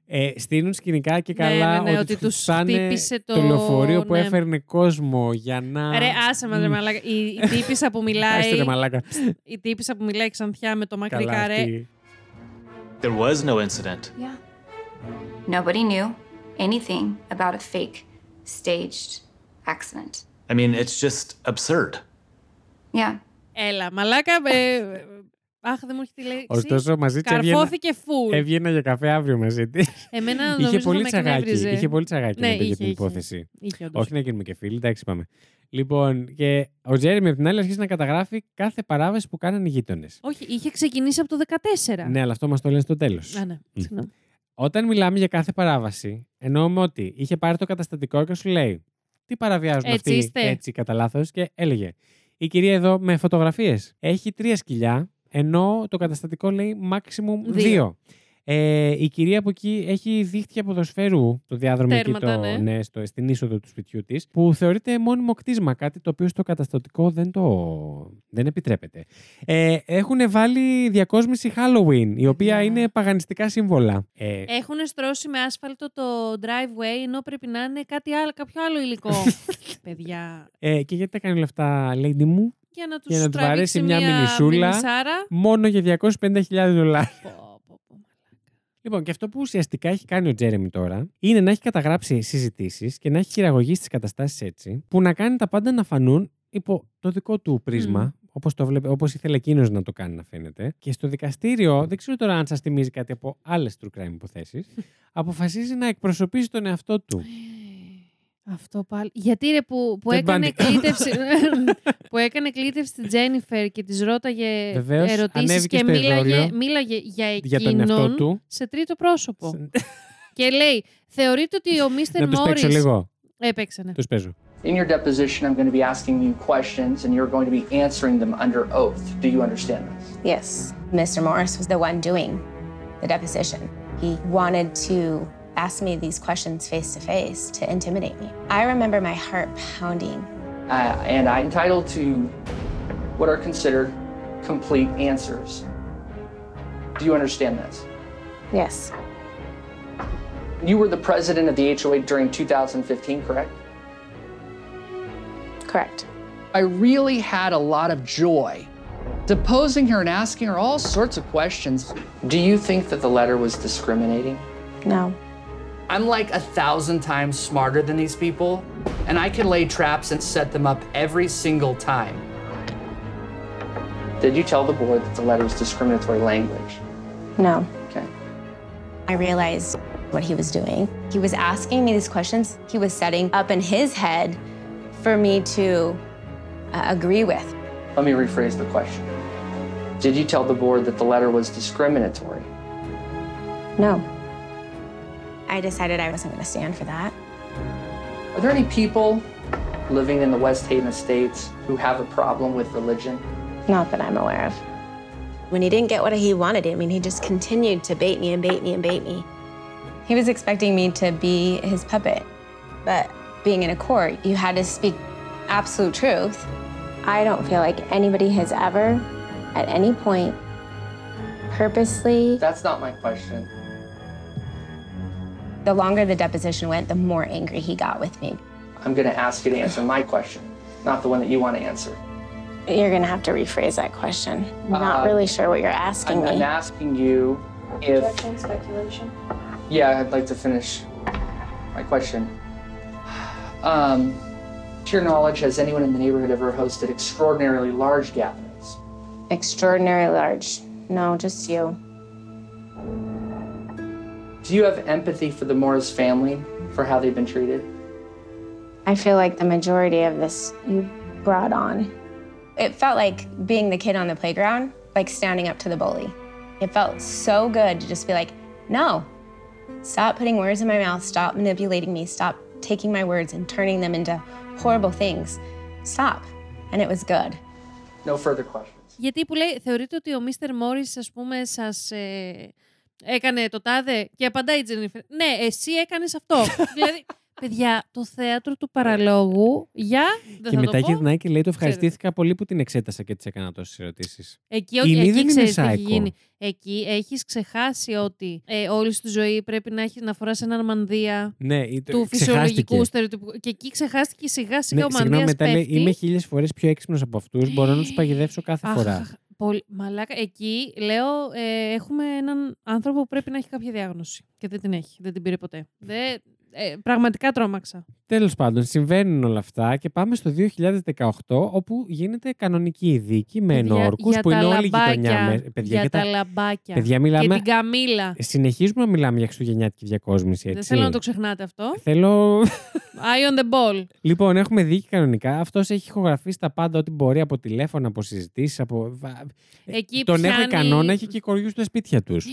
Speaker 2: Ε, στείλουν σκηνικά και
Speaker 1: Ναι,
Speaker 2: καλά
Speaker 1: ναι, ναι,
Speaker 2: ότι,
Speaker 1: ότι
Speaker 2: τους
Speaker 1: τους
Speaker 2: χτυπάνε
Speaker 1: χτύπησε
Speaker 2: το...
Speaker 1: το-
Speaker 2: λεωφορείο που
Speaker 1: ναι.
Speaker 2: έφερνε κόσμο για να...
Speaker 1: Ρε, άσε μας, ρε
Speaker 2: Μμμ.
Speaker 1: μαλάκα. Η, η τύπησα που
Speaker 2: Άστε
Speaker 1: μιλάει.
Speaker 2: ρε μαλάκα.
Speaker 1: η τύπησα που μιλάει ξανθιά με το μακρύ
Speaker 17: Καλά
Speaker 1: καρέ.
Speaker 17: αυτή. There was no incident.
Speaker 4: Yeah. Nobody knew anything about a fake, staged accident.
Speaker 17: I mean, it's just absurd.
Speaker 4: Yeah.
Speaker 1: Έλα, μαλάκα. ε, ε, αχ, δεν μου έχει τη λέξη.
Speaker 2: Ωστόσο, μαζί της έβγαινα-
Speaker 1: Καρφώθηκε φουλ.
Speaker 2: Έβγαινα για καφέ αύριο μαζί της.
Speaker 1: Εμένα νομίζω
Speaker 2: είχε
Speaker 1: θα
Speaker 2: πολύ
Speaker 1: με
Speaker 2: τσαγάκι.
Speaker 1: εκνεύριζε.
Speaker 2: Είχε πολύ τσαγάκι
Speaker 1: Ναι,
Speaker 2: μετά για
Speaker 1: είχε,
Speaker 2: την
Speaker 1: είχε.
Speaker 2: υπόθεση.
Speaker 1: Είχε, όντως.
Speaker 2: Όχι να γίνουμε και φίλοι, εντάξει πάμε. Λοιπόν, και ο Τζέρεμι απ' την άλλη αρχίζει να καταγράφει κάθε παράβαση που κάνανε οι γείτονες.
Speaker 1: Όχι, είχε ξεκινήσει από το 14.
Speaker 2: Ναι, αλλά αυτό μας το λένε στο τέλος.
Speaker 1: Α, ναι,
Speaker 2: Μμ.
Speaker 1: συγγνώμη.
Speaker 2: Όταν μιλάμε για κάθε παράβαση, εννοούμε ότι είχε πάρει το καταστατικό και σου λέει Τι παραβιάζουν
Speaker 1: Έτσι
Speaker 2: αυτοί
Speaker 1: είστε».
Speaker 2: έτσι κατά λάθος και έλεγε Η κυρία εδώ με φωτογραφίες έχει τρία σκυλιά, ενώ το καταστατικό λέει maximum
Speaker 1: Δύο.
Speaker 2: δύο. Ε, η κυρία από εκεί έχει δίχτυα ποδοσφαίρου το διάδρομο εκεί
Speaker 1: Τέρματα,
Speaker 2: το,
Speaker 1: ναι.
Speaker 2: στο, στην είσοδο του σπιτιού της, που θεωρείται μόνιμο κτίσμα, κάτι το οποίο στο καταστατικό δεν το. δεν επιτρέπεται. Ε, έχουν βάλει διακόσμηση Halloween, η οποία
Speaker 1: Ναι.
Speaker 2: είναι παγανιστικά σύμβολα. Ε,
Speaker 1: Έχουν στρώσει με άσφαλτο το driveway, ενώ πρέπει να είναι κάτι άλλο, κάποιο άλλο υλικό. Παιδιά.
Speaker 2: Ε, και γιατί τα κάνει όλα αυτά, lady μου,
Speaker 1: Για να του
Speaker 2: για να τους
Speaker 1: τραβήξει
Speaker 2: βαρέσει μια μηνυσούλα
Speaker 1: μηνυσάρα.
Speaker 2: μόνο για 250.000 δολάρια. Λοιπόν, και αυτό που ουσιαστικά έχει κάνει ο Τζέρεμι τώρα είναι να έχει καταγράψει συζητήσεις και να έχει χειραγωγήσει τις καταστάσεις έτσι, που να κάνει τα πάντα να φανούν υπό το δικό του πρίσμα, όπως όπω όπως ήθελε εκείνος να το κάνει να φαίνεται. Και στο δικαστήριο, δεν ξέρω τώρα αν σας θυμίζει κάτι από άλλες true crime υποθέσεις, αποφασίζει να εκπροσωπήσει τον εαυτό του.
Speaker 1: Αυτό πάλι. Γιατί ρε που, που
Speaker 2: Ted
Speaker 1: έκανε
Speaker 2: Bundy.
Speaker 1: κλήτευση. που έκανε κλήτευση στη Τζένιφερ και της ρώταγε
Speaker 2: Βεβαίως,
Speaker 1: ερωτήσεις
Speaker 2: ανέβηκε
Speaker 1: και
Speaker 2: στο
Speaker 1: μίλαγε,
Speaker 2: εδώριο
Speaker 1: μίλαγε για
Speaker 2: για τον εαυτό
Speaker 1: εκείνον
Speaker 2: του.
Speaker 1: σε τρίτο πρόσωπο. και λέει, θεωρείτε ότι ο Μίστερ
Speaker 2: να τους παίξω
Speaker 1: Μόρις.
Speaker 2: λίγο.
Speaker 1: Έπαιξε, ναι.
Speaker 2: Τους παίζω.
Speaker 3: In your deposition, I'm going to be asking you questions and you're going to be answering them under oath. Do you understand this?
Speaker 6: Yes, Mr. Morris was the one doing the deposition. He wanted to asked me these questions face to face to intimidate me. I remember my heart pounding.
Speaker 3: Uh, and I'm entitled to what are considered complete answers. Do you understand this?
Speaker 6: Yes.
Speaker 3: You were the president of the HOA during 2015, correct?
Speaker 6: Correct.
Speaker 3: I really had a lot of joy deposing her and asking her all sorts of questions. Do you think that the letter was discriminating?
Speaker 6: No.
Speaker 3: I'm like a thousand times smarter than these people, and I can lay traps and set them up every single time. Did you tell the board that the letter was discriminatory language?
Speaker 6: No.
Speaker 3: Okay.
Speaker 6: I realized what he was doing. He was asking me these questions. He was setting up in his head for me to uh, agree with.
Speaker 3: Let me rephrase the question. Did you tell the board that the letter was discriminatory?
Speaker 6: No. I decided I wasn't going to stand for that.
Speaker 3: Are there any people living in the West Haven Estates who have a problem with religion?
Speaker 6: Not that I'm aware of. When he didn't get what he wanted, I mean, he just continued to bait me and bait me and bait me. He was expecting me to be his puppet. But being in a court, you had to speak absolute truth. I don't feel like anybody has ever, at any point, purposely.
Speaker 3: That's not my question.
Speaker 6: The longer the deposition went, the more angry he got with me.
Speaker 3: I'm going to ask you to answer my question, not the one that you want to answer.
Speaker 6: You're going to have to rephrase that question. I'm not
Speaker 3: Uh,
Speaker 6: really sure what you're asking
Speaker 3: I'm, I'm
Speaker 6: me.
Speaker 3: asking you if.
Speaker 13: speculation.
Speaker 3: Yeah, I'd like to finish my question. Um, to your knowledge, has anyone in the neighborhood ever hosted extraordinarily large gatherings?
Speaker 6: Extraordinarily large. No, just you.
Speaker 3: Do you have empathy for the Morris family for how they've been treated?
Speaker 6: I feel like the majority of this you brought on. It felt like being the kid on the playground, like standing up to the bully. It felt so good to just be like, no, stop putting words in my mouth, stop manipulating me, stop taking my words and turning them into horrible things. Stop. And it was good.
Speaker 3: No further questions.
Speaker 1: Γιατί που λέει, θεωρείτε ότι ο Μίστερ Μόρι, ας πούμε, σας ε, έκανε το τάδε και απαντάει η Τζενίφερ. Ναι, εσύ έκανες αυτό. δηλαδή, παιδιά, το θέατρο του παραλόγου για. Δεν
Speaker 2: Και
Speaker 1: θα
Speaker 2: μετά
Speaker 1: το πω.
Speaker 2: γυρνάει και λέει: Το ευχαριστήθηκα πολύ που την εξέτασα και της έκανα τόσες ερωτήσεις.
Speaker 1: Εκεί,
Speaker 2: Η
Speaker 1: ό,τι,
Speaker 2: Λίδη
Speaker 1: εκεί
Speaker 2: είναι
Speaker 1: ξέρεις τι έχει
Speaker 2: psycho.
Speaker 1: γίνει. Εκεί έχεις ξεχάσει ότι ε, όλη σου τη ζωή πρέπει να, έχεις, να φοράς έναν μανδύα
Speaker 2: Ναι, ή-
Speaker 1: του
Speaker 2: ξεχάστηκε.
Speaker 1: φυσιολογικού στερεοτυπικού. Και εκεί ξεχάστηκε σιγά σιγά
Speaker 2: Ναι,
Speaker 1: ο
Speaker 2: συγγνώμη,
Speaker 1: μανδύας
Speaker 2: μετά λέει:
Speaker 1: πέφτει.
Speaker 2: Είμαι χίλιες φορές πιο έξυπνος από αυτούς. Μπορώ να τους παγιδεύσω κάθε
Speaker 1: Αχ,
Speaker 2: φορά.
Speaker 1: αχ, πολύ- Μαλάκα, εκεί λέω ε, έχουμε έναν άνθρωπο που πρέπει να έχει κάποια διάγνωση. Και δεν την έχει. Δεν την πήρε ποτέ. Δεν- ε, πραγματικά τρόμαξα.
Speaker 2: Τέλος πάντων, συμβαίνουν όλα αυτά και πάμε στο 2018, όπου γίνεται κανονική η δίκη με
Speaker 1: Παιδιά,
Speaker 2: ενόρκους
Speaker 1: για
Speaker 2: που
Speaker 1: τα
Speaker 2: είναι όλη η
Speaker 1: λαμπάκια,
Speaker 2: γειτονιά. με- Παιδιά,
Speaker 1: για τα λαμπάκια.
Speaker 2: Παιδιά,
Speaker 1: Και
Speaker 2: μιλάμε.
Speaker 1: την Καμίλα.
Speaker 2: Συνεχίζουμε να μιλάμε για χριστουγεννιάτικη διακόσμηση, Ε, έτσι.
Speaker 1: Δεν θέλω να το ξεχνάτε αυτό.
Speaker 2: Θέλω.
Speaker 1: Eye on the ball.
Speaker 2: λοιπόν, έχουμε δίκη κανονικά. Αυτός έχει ηχογραφήσει τα πάντα ό,τι μπορεί από τηλέφωνα, από συζητήσεις. Από... βα-
Speaker 1: Ε, Εκεί
Speaker 2: Τον
Speaker 1: πιάνει...
Speaker 2: έχουν κανόνα, έχει και κοριούς στα σπίτια τους.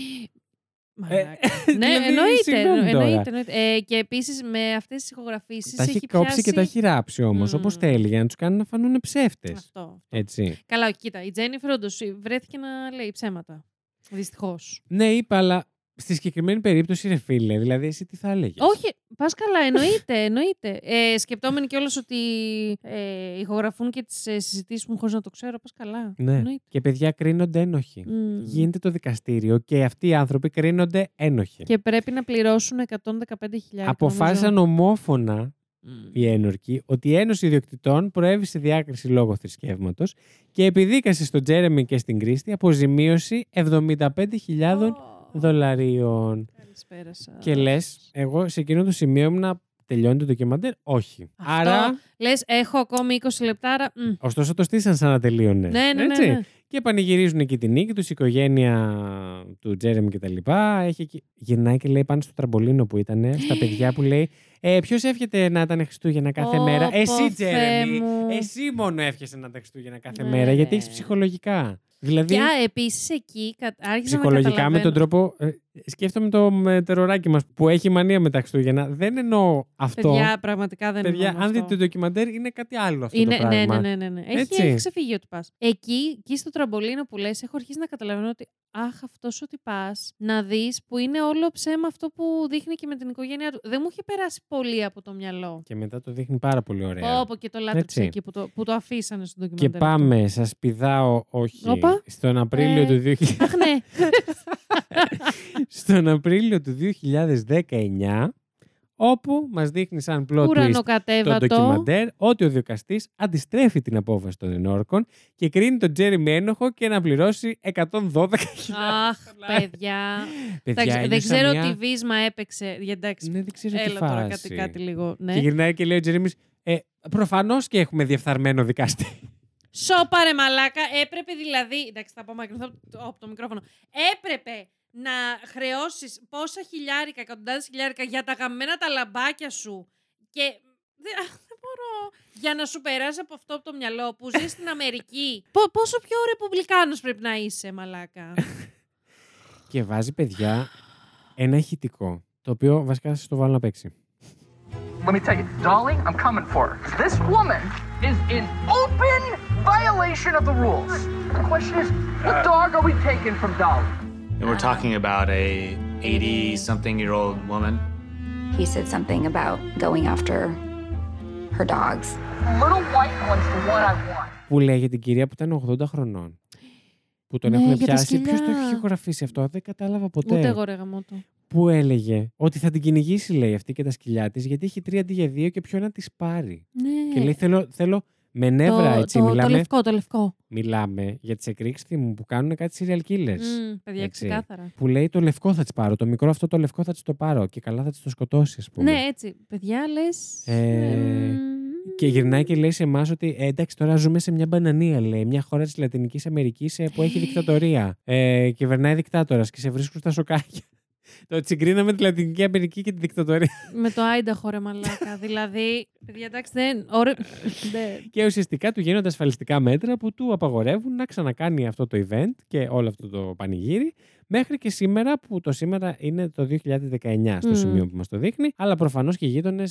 Speaker 1: ναι,
Speaker 2: Ε, δηλαδή,
Speaker 1: εννοείται.
Speaker 2: συγγνώμη
Speaker 1: εννο-
Speaker 2: τώρα.
Speaker 1: εννοείται, εννοείται. Ε, και επίσης με αυτές τις ηχογραφήσεις.
Speaker 2: Τα έχει κόψει και τα έχει ράψει όμως, όπως όπω θέλει, για να τους κάνει να φανούν ψεύτες.
Speaker 1: Αυτό.
Speaker 2: Έτσι.
Speaker 1: Καλά, όχι, κοίτα. Η Τζένιφερ όντως βρέθηκε να λέει ψέματα. Δυστυχώς.
Speaker 2: Ναι, είπα, αλλά στη συγκεκριμένη περίπτωση, ρε φίλε, δηλαδή εσύ τι θα έλεγες.
Speaker 1: Όχι, πας καλά, εννοείται. εννοείται. Ε, σκεπτόμενοι κιόλας ότι ε, ηχογραφούν και τις ε, συζητήσεις μου χωρίς να το ξέρω, πας καλά.
Speaker 2: Ναι.
Speaker 1: Εννοείται.
Speaker 2: Και παιδιά κρίνονται ένοχοι.
Speaker 1: Μμμ.
Speaker 2: Γίνεται το δικαστήριο και αυτοί οι άνθρωποι κρίνονται ένοχοι.
Speaker 1: Και πρέπει να πληρώσουν 115.000.
Speaker 2: Αποφάσισαν ομόφωνα
Speaker 1: νομίζω.
Speaker 2: οι ένορκοι ότι η Ένωση Ιδιοκτητών προέβη σε διάκριση λόγω θρησκεύματος και επιδίκασε στον Τζέρεμι και στην Κρίστη αποζημίωση 75.000 δολαρίων.
Speaker 1: Καλησπέρα σας.
Speaker 2: Και λες, εγώ σε εκείνο το σημείο ήμουνα τελειώνει το ντοκιμαντέρ. Όχι. Άρα,
Speaker 1: Λες, έχω ακόμη 20 λεπτά, άρα. μμ.
Speaker 2: ωστόσο το στήσαν σαν να τελείωνε.
Speaker 1: Ναι, ναι, ναι,
Speaker 2: Έτσι.
Speaker 1: ναι.
Speaker 2: Και πανηγυρίζουν εκεί την νίκη τους, η οικογένεια του Τζέρεμι και τα λοιπά. Έχει... εκεί- Γυρνάει και λέει πάνω στο τραμπολίνο που ήταν, στα παιδιά που λέει ε, Ποιος εύχεται να ήταν Χριστούγεννα κάθε
Speaker 1: Ω,
Speaker 2: μέρα.
Speaker 1: πω,
Speaker 2: Εσύ,
Speaker 1: Θεέ
Speaker 2: Τζέρεμι.
Speaker 1: μου.
Speaker 2: Εσύ μόνο εύχεσαι να ήταν Χριστούγεννα κάθε
Speaker 1: Ναι,
Speaker 2: μέρα, γιατί
Speaker 1: ρε.
Speaker 2: έχεις ψυχολογικά. Δηλαδή,
Speaker 1: Και επίσης εκεί κα- άρχισα να
Speaker 2: ψυχολογικά με
Speaker 1: καταλαβαίνω-
Speaker 2: τον τρόπο. ε, Σκέφτομαι το με, τεροράκι μας που έχει μανία με τα Χριστούγεννα. Δεν εννοώ αυτό.
Speaker 1: Παιδιά, πραγματικά δεν
Speaker 2: Παιδιά,
Speaker 1: εννοώ
Speaker 2: αν δείτε
Speaker 1: αυτό.
Speaker 2: το ντοκιμαντέρ, είναι κάτι άλλο αυτό
Speaker 1: Είναι,
Speaker 2: το
Speaker 1: ναι,
Speaker 2: πράγμα.
Speaker 1: ναι, ναι, ναι, ναι. Έχει,
Speaker 2: Έτσι.
Speaker 1: έχει ξεφύγει ότι πας. Εκεί, εκεί στο τραμπολίνο που λες, έχω αρχίσει να καταλαβαίνω ότι αχ, αυτός ότι πας να δεις που είναι όλο ψέμα αυτό που δείχνει και με την οικογένειά του. Δεν μου είχε περάσει πολύ από το μυαλό.
Speaker 2: Και μετά το δείχνει πάρα πολύ ωραία.
Speaker 1: Όπω και το λάτρεψε
Speaker 2: Έτσι.
Speaker 1: εκεί που το, που το αφήσανε στο
Speaker 2: Και
Speaker 1: ντοκιμαντέρ. αυτό.
Speaker 2: πάμε, σας πηδάω, όχι.
Speaker 1: Όπα.
Speaker 2: Στον Απρίλιο
Speaker 1: Ε,
Speaker 2: του 2000.
Speaker 1: Αχ, ναι.
Speaker 2: στον Απρίλιο του 2019, όπου μας δείχνει σαν plot twist το
Speaker 1: Ουρανοκατέβατο.
Speaker 2: ντοκιμαντέρ ότι ο δικαστής αντιστρέφει την απόφαση των ενόρκων και κρίνει τον Τζέρι με ένοχο και να πληρώσει 112
Speaker 1: Αχ, παιδιά.
Speaker 2: Παιδιά,
Speaker 1: Εντάξει, δεν
Speaker 2: ένιωσα
Speaker 1: ξέρω
Speaker 2: μια-
Speaker 1: τι βίσμα έπαιξε. Για Εντάξει,
Speaker 2: Ναι, δεν ξέρω τι
Speaker 1: έλα τώρα κάτι,
Speaker 2: φάση.
Speaker 1: κάτι λίγο. Ναι.
Speaker 2: Και γυρνάει και λέει ο Τζέρεμις, ε, προφανώς και έχουμε διεφθαρμένο δικαστή.
Speaker 1: Σόπα ρε μαλάκα, έπρεπε δηλαδή. Εντάξει, θα απομακρυνθώ από το, από το μικρόφωνο. Έπρεπε να χρεώσεις πόσα χιλιάρικα, εκατοντάδες χιλιάρικα για τα γαμμένα τα λαμπάκια σου. Και. Δεν, αχ, δεν μπορώ. Για να σου περάσει από αυτό από το μυαλό που ζεις στην Αμερική. Πο- πόσο πιο ρεπουμπλικάνος πρέπει να είσαι, μαλάκα.
Speaker 2: και βάζει, παιδιά, ένα ηχητικό, το οποίο βασικά σας το βάλω να παίξει.
Speaker 12: Let me tell you, Dolly, I'm coming for her. This woman is in open violation of the rules. The question is, what dog are we taking from Dolly?
Speaker 17: And we're talking about a 80 something year old woman.
Speaker 4: He said something about going after her dogs.
Speaker 12: Little white one's the one I want.
Speaker 2: Που λέει για την κυρία που ήταν 80 χρονών. Που τον
Speaker 1: Ναι,
Speaker 2: έχουν
Speaker 1: για τα
Speaker 2: πιάσει. Ποιος το
Speaker 1: σκυλιά.
Speaker 2: έχει γραφήσει αυτό, δεν κατάλαβα ποτέ.
Speaker 1: Ούτε εγώ ρε γαμότο.
Speaker 2: Που έλεγε ότι θα την κυνηγήσει, λέει αυτή και τα σκυλιά της, γιατί έχει τρία αντί για δύο και ποιο να της πάρει.
Speaker 1: Ναι.
Speaker 2: Και λέει: Θέλω, θέλω με νεύρα, έτσι. μιλάμε,
Speaker 1: το λευκό, το λευκό.
Speaker 2: μιλάμε για τις εκρήξεις θυμού που κάνουν κάτι serial killers.
Speaker 1: Μμμ, παιδιά,
Speaker 2: έτσι.
Speaker 1: ξεκάθαρα.
Speaker 2: Που λέει: Το λευκό θα τη πάρω. Το μικρό αυτό το λευκό θα τη το πάρω. Και καλά θα τη το σκοτώσει, ας πούμε.
Speaker 1: Ναι, έτσι. Παιδιά, λες.
Speaker 2: Ε, και γυρνάει και λέει σε εμάς ότι «Ε, εντάξει, τώρα ζούμε σε μια μπανανία, λέει. Μια χώρα της Λατινικής Αμερικής ε, που έχει δικτατορία. Ε, κυβερνάει δικτάτορας και σε βρίσκουν στα σοκάκια. Το τσιγκρίναμε τη Λατινική Αμερική και τη δικτατορία.
Speaker 1: Με το Άινταχο ρε μαλάκα. δηλαδή, παιδιά, εντάξει, δεν... Ναι. Ωραία. δεν-
Speaker 2: Και ουσιαστικά του γίνονται ασφαλιστικά μέτρα που του απαγορεύουν να ξανακάνει αυτό το event και όλο αυτό το πανηγύρι. Μέχρι και σήμερα, που το σήμερα είναι το 2019 στο
Speaker 1: Μμμ.
Speaker 2: σημείο που μας το δείχνει. Αλλά προφανώς και οι γείτονες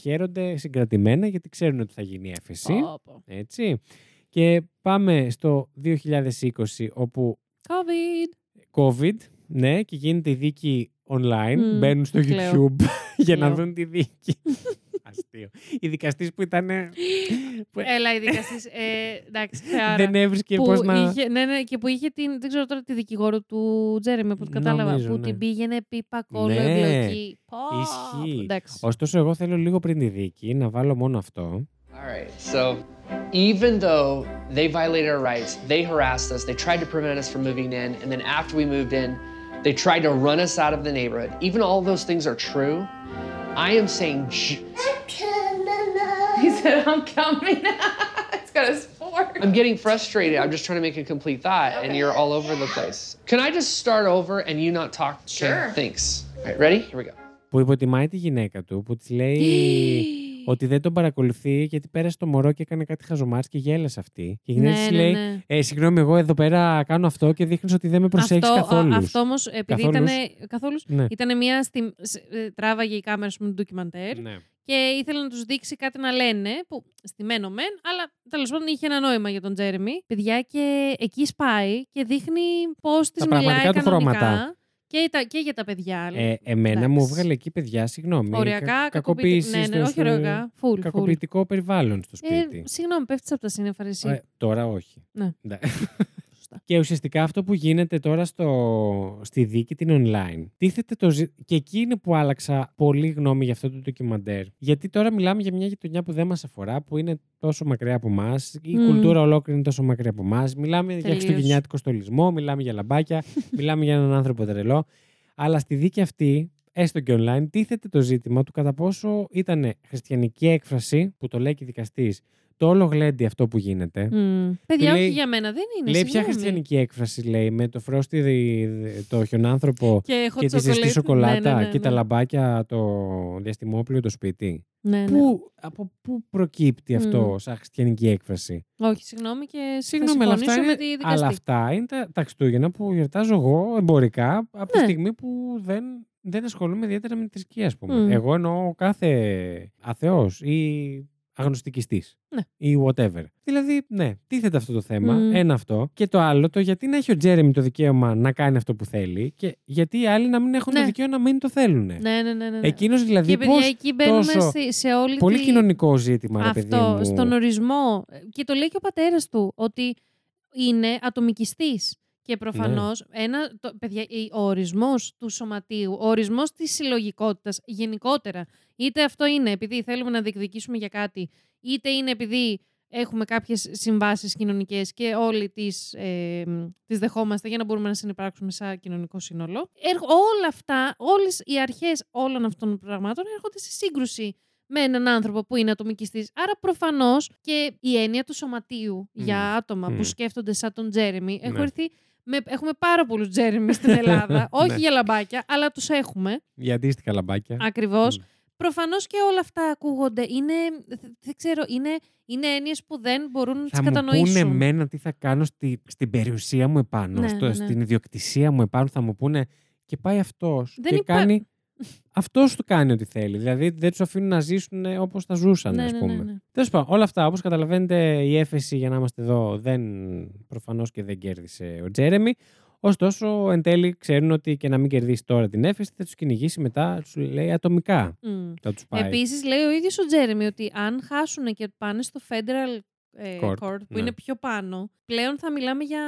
Speaker 2: χαίρονται συγκρατημένα γιατί ξέρουν ότι θα γίνει έφεση.
Speaker 1: Πω, πω.
Speaker 2: Έτσι. Και πάμε στο 2020 όπου
Speaker 1: COVID.
Speaker 2: COVID, ναι, και γίνεται η δίκη online.
Speaker 1: Μμμ,
Speaker 2: Μπαίνουν στο
Speaker 1: κλαίω.
Speaker 2: YouTube για να
Speaker 1: Κλαίω.
Speaker 2: δουν τη δίκη. Αστείο. Η δικαστής που ήταν. που-
Speaker 1: Έλα, η δικαστής. Ε, εντάξει, θεάρα.
Speaker 2: Δεν έβρισκε πώς να-
Speaker 1: Είχε, ναι, ναι, και που είχε την. Δεν ξέρω τώρα τη δικηγόρο του Τζέρεμι, που κατάλαβα.
Speaker 2: Νομίζω,
Speaker 1: που
Speaker 2: ναι.
Speaker 1: την πήγαινε πίπα κόλλο
Speaker 2: Ναι.
Speaker 1: εμπλοκή. Πω,
Speaker 2: Ισχύει.
Speaker 1: Εντάξει.
Speaker 2: Ωστόσο, εγώ θέλω λίγο πριν τη δίκη να βάλω μόνο αυτό.
Speaker 3: All right. So, even though they violated our rights, they harassed us, they tried to prevent us from moving in, and then after we moved in, they tried to run us out of the neighborhood. Even all those things are true. I am saying, j-
Speaker 13: He said, I'm coming. it's got a fork.
Speaker 3: I'm getting frustrated. I'm just trying to make a complete thought, and you're all over the place. Can I just start over and you not talk? Okay,
Speaker 13: Sure.
Speaker 3: Thanks. All right, ready? Here we go.
Speaker 2: Που υποτιμάει τη γυναίκα του, που της λέει ότι δεν τον παρακολουθεί γιατί πέρασε το μωρό και έκανε κάτι χαζομάρι και γέλασε αυτή. Και η γυναίκα
Speaker 1: Ναι,
Speaker 2: της
Speaker 1: ναι,
Speaker 2: λέει:
Speaker 1: ναι.
Speaker 2: «Ε, Συγγνώμη, εγώ εδώ πέρα κάνω αυτό και δείχνεις ότι δεν με προσέχεις
Speaker 1: αυτό,
Speaker 2: καθόλου.
Speaker 1: α, αυτό όμως, επειδή
Speaker 2: Καθόλους.
Speaker 1: ήταν. Καθόλους.
Speaker 2: Ναι.
Speaker 1: Ήταν μια. Στη, σ- ε, τράβαγε η κάμερα σου με το ντοκιμαντέρ.
Speaker 2: Ναι.
Speaker 1: Και ήθελε να τους δείξει κάτι να λένε. Που στημένο μεν, αλλά τέλος πάντων είχε ένα νόημα για τον Τζέρεμι. Παιδιά, και εκεί σπάει και δείχνει πώς της μιλάει
Speaker 2: πραγματικά του
Speaker 1: κανονικά.
Speaker 2: χρώματα.
Speaker 1: Και, τα, και για τα παιδιά.
Speaker 2: Ε, εμένα
Speaker 1: Εντάξει.
Speaker 2: μου έβγαλε εκεί, παιδιά, συγγνώμη.
Speaker 1: Οριακά,
Speaker 2: κα-
Speaker 1: κακοποιητικό- ναι, ναι,
Speaker 2: στο-
Speaker 1: όχι
Speaker 2: στο-
Speaker 1: οριακά, full, full.
Speaker 2: Κακοποιητικό περιβάλλον στο
Speaker 1: Ε,
Speaker 2: σπίτι.
Speaker 1: συγγνώμη, πέφτεις από τα σύννεφα ρε εσύ.
Speaker 2: Ε, τώρα όχι.
Speaker 1: Ναι.
Speaker 2: Ναι. Και ουσιαστικά αυτό που γίνεται τώρα στο, στη δίκη την online, τίθεται το ζη- και εκεί είναι που άλλαξα πολύ γνώμη για αυτό το ντοκιμαντέρ. Γιατί τώρα μιλάμε για μια γειτονιά που δεν μας αφορά, που είναι τόσο μακριά από εμάς, η
Speaker 1: Μμμ.
Speaker 2: κουλτούρα ολόκληρη είναι τόσο μακριά από εμάς. Μιλάμε για
Speaker 1: Τελείως.
Speaker 2: χριστουγεννιάτικο στολισμό, μιλάμε για λαμπάκια, μιλάμε για έναν άνθρωπο τρελό. Αλλά στη δίκη αυτή, έστω και online, τίθεται το ζήτημα του κατά πόσο ήταν χριστιανική έκφραση, που το λέει και δικαστής, Το όλο γλέντι αυτό που γίνεται.
Speaker 1: Μμ. Παιδιά,
Speaker 2: λέει-
Speaker 1: όχι για μένα, δεν είναι.
Speaker 2: λέει ποια
Speaker 1: Ναι, συγγνώμη.
Speaker 2: χριστιανική έκφραση λέει με το φρόστι, δι- δι- το χιονάνθρωπο
Speaker 1: Και hot
Speaker 2: και τη ζεστή
Speaker 1: chocolate.
Speaker 2: σοκολάτα
Speaker 1: Ναι, ναι, ναι,
Speaker 2: και τα
Speaker 1: ναι.
Speaker 2: λαμπάκια το διαστημόπλαιο το σπίτι.
Speaker 1: Ναι, ναι.
Speaker 2: Πού, από πού προκύπτει αυτό
Speaker 1: Μμ.
Speaker 2: σαν χριστιανική έκφραση.
Speaker 1: Όχι, συγγνώμη και
Speaker 2: Συγγνώμη,
Speaker 1: θα
Speaker 2: αλλά αυτά,
Speaker 1: συμφωνήσω
Speaker 2: είναι,
Speaker 1: με τη δικαστή.
Speaker 2: αλλά αυτά είναι τα, τα Χριστούγεννα που γιορτάζω εγώ εμπορικά από τη
Speaker 1: Ναι.
Speaker 2: στιγμή που δεν, δεν ασχολούμαι ιδιαίτερα με τη θρησκεία, ας πούμε.
Speaker 1: Μμ.
Speaker 2: Εγώ εννοώ κάθε αθεός ή αγνωστικιστής
Speaker 1: Ναι.
Speaker 2: ή whatever. Δηλαδή, ναι, τίθεται αυτό το θέμα.
Speaker 1: Μμ.
Speaker 2: Ένα αυτό. Και το άλλο, το γιατί να έχει ο Τζέρεμι το δικαίωμα να κάνει αυτό που θέλει και γιατί οι άλλοι να μην έχουν το
Speaker 1: Ναι.
Speaker 2: δικαίωμα να μην το θέλουν. Ναι,
Speaker 1: Ναι, ναι, ναι. ναι, ναι.
Speaker 2: Εκείνος δηλαδή
Speaker 1: και παιδιά,
Speaker 2: πώς
Speaker 1: εκεί μπαίνουμε
Speaker 2: τόσο-
Speaker 1: σε, σε όλη
Speaker 2: Πολύ
Speaker 1: τη...
Speaker 2: κοινωνικό ζήτημα, ρε παιδί
Speaker 1: Αυτό,
Speaker 2: μου.
Speaker 1: στον ορισμό. Και το λέει και ο πατέρας του, ότι είναι ατομικιστής. Και προφανώς,
Speaker 2: Ναι.
Speaker 1: παιδιά, η- ο ορισμός του σωματείου, ο ορισμός της συλλογικότητας γενικότερα, είτε αυτό είναι επειδή θέλουμε να διεκδικήσουμε για κάτι, είτε είναι επειδή έχουμε κάποιες συμβάσεις κοινωνικές και όλοι τις ε, μ, τις δεχόμαστε για να μπορούμε να συνεπάρξουμε σαν κοινωνικό σύνολο. Έρχ- όλα αυτά, όλες οι αρχές όλων αυτών των πραγμάτων έρχονται σε σύγκρουση με έναν άνθρωπο που είναι ατομικιστής. Άρα προφανώς και η έννοια του σωματείου για άτομα που
Speaker 4: Μμμ.
Speaker 1: σκέφτονται σαν τον Τζέρεμι. Έχω
Speaker 4: Ναι.
Speaker 1: έρθει με, έχουμε πάρα πολλούς Τζέρεμις στην Ελλάδα.
Speaker 2: Ναι.
Speaker 1: όχι για λαμπάκια, αλλά τους έχουμε.
Speaker 2: Για αντίστοιχα λαμπάκια.
Speaker 1: Ακριβώς. Προφανώς και όλα αυτά ακούγονται. Είναι, δεν ξέρω, είναι, είναι έννοιες που δεν μπορούν να τις
Speaker 2: θα μου πούνε
Speaker 1: κατανοήσουν.
Speaker 2: εμένα τι θα κάνω στη, στην περιουσία μου επάνω,
Speaker 1: Ναι,
Speaker 2: στο,
Speaker 1: ναι, ναι.
Speaker 2: στην ιδιοκτησία μου επάνω. Θα μου πούνε και πάει αυτός.
Speaker 1: Δεν
Speaker 2: και
Speaker 1: υπά-
Speaker 2: κάνει. Αυτός του κάνει ό,τι θέλει. Δηλαδή δεν τους αφήνουν να ζήσουν όπως θα ζούσαν,
Speaker 1: Ναι,
Speaker 2: ας
Speaker 1: ναι,
Speaker 2: πούμε.
Speaker 1: ναι, ναι.
Speaker 2: Τέλος πάντων, όλα αυτά, όπως καταλαβαίνετε, η έφεση για να είμαστε εδώ δεν προφανώς και δεν κέρδισε ο Τζέρεμι. Ωστόσο, εν τέλει ξέρουν ότι και να μην κερδίσει τώρα την έφεση, θα τους κυνηγήσει μετά, τους λέει ατομικά.
Speaker 1: Μμ.
Speaker 2: Θα τους πάει.
Speaker 1: Επίσης, λέει ο ίδιος ο Τζέρεμι ότι αν χάσουν και πάνε στο federal ε,
Speaker 2: Court,
Speaker 1: court, που
Speaker 2: ναι.
Speaker 1: είναι πιο πάνω, πλέον θα μιλάμε για.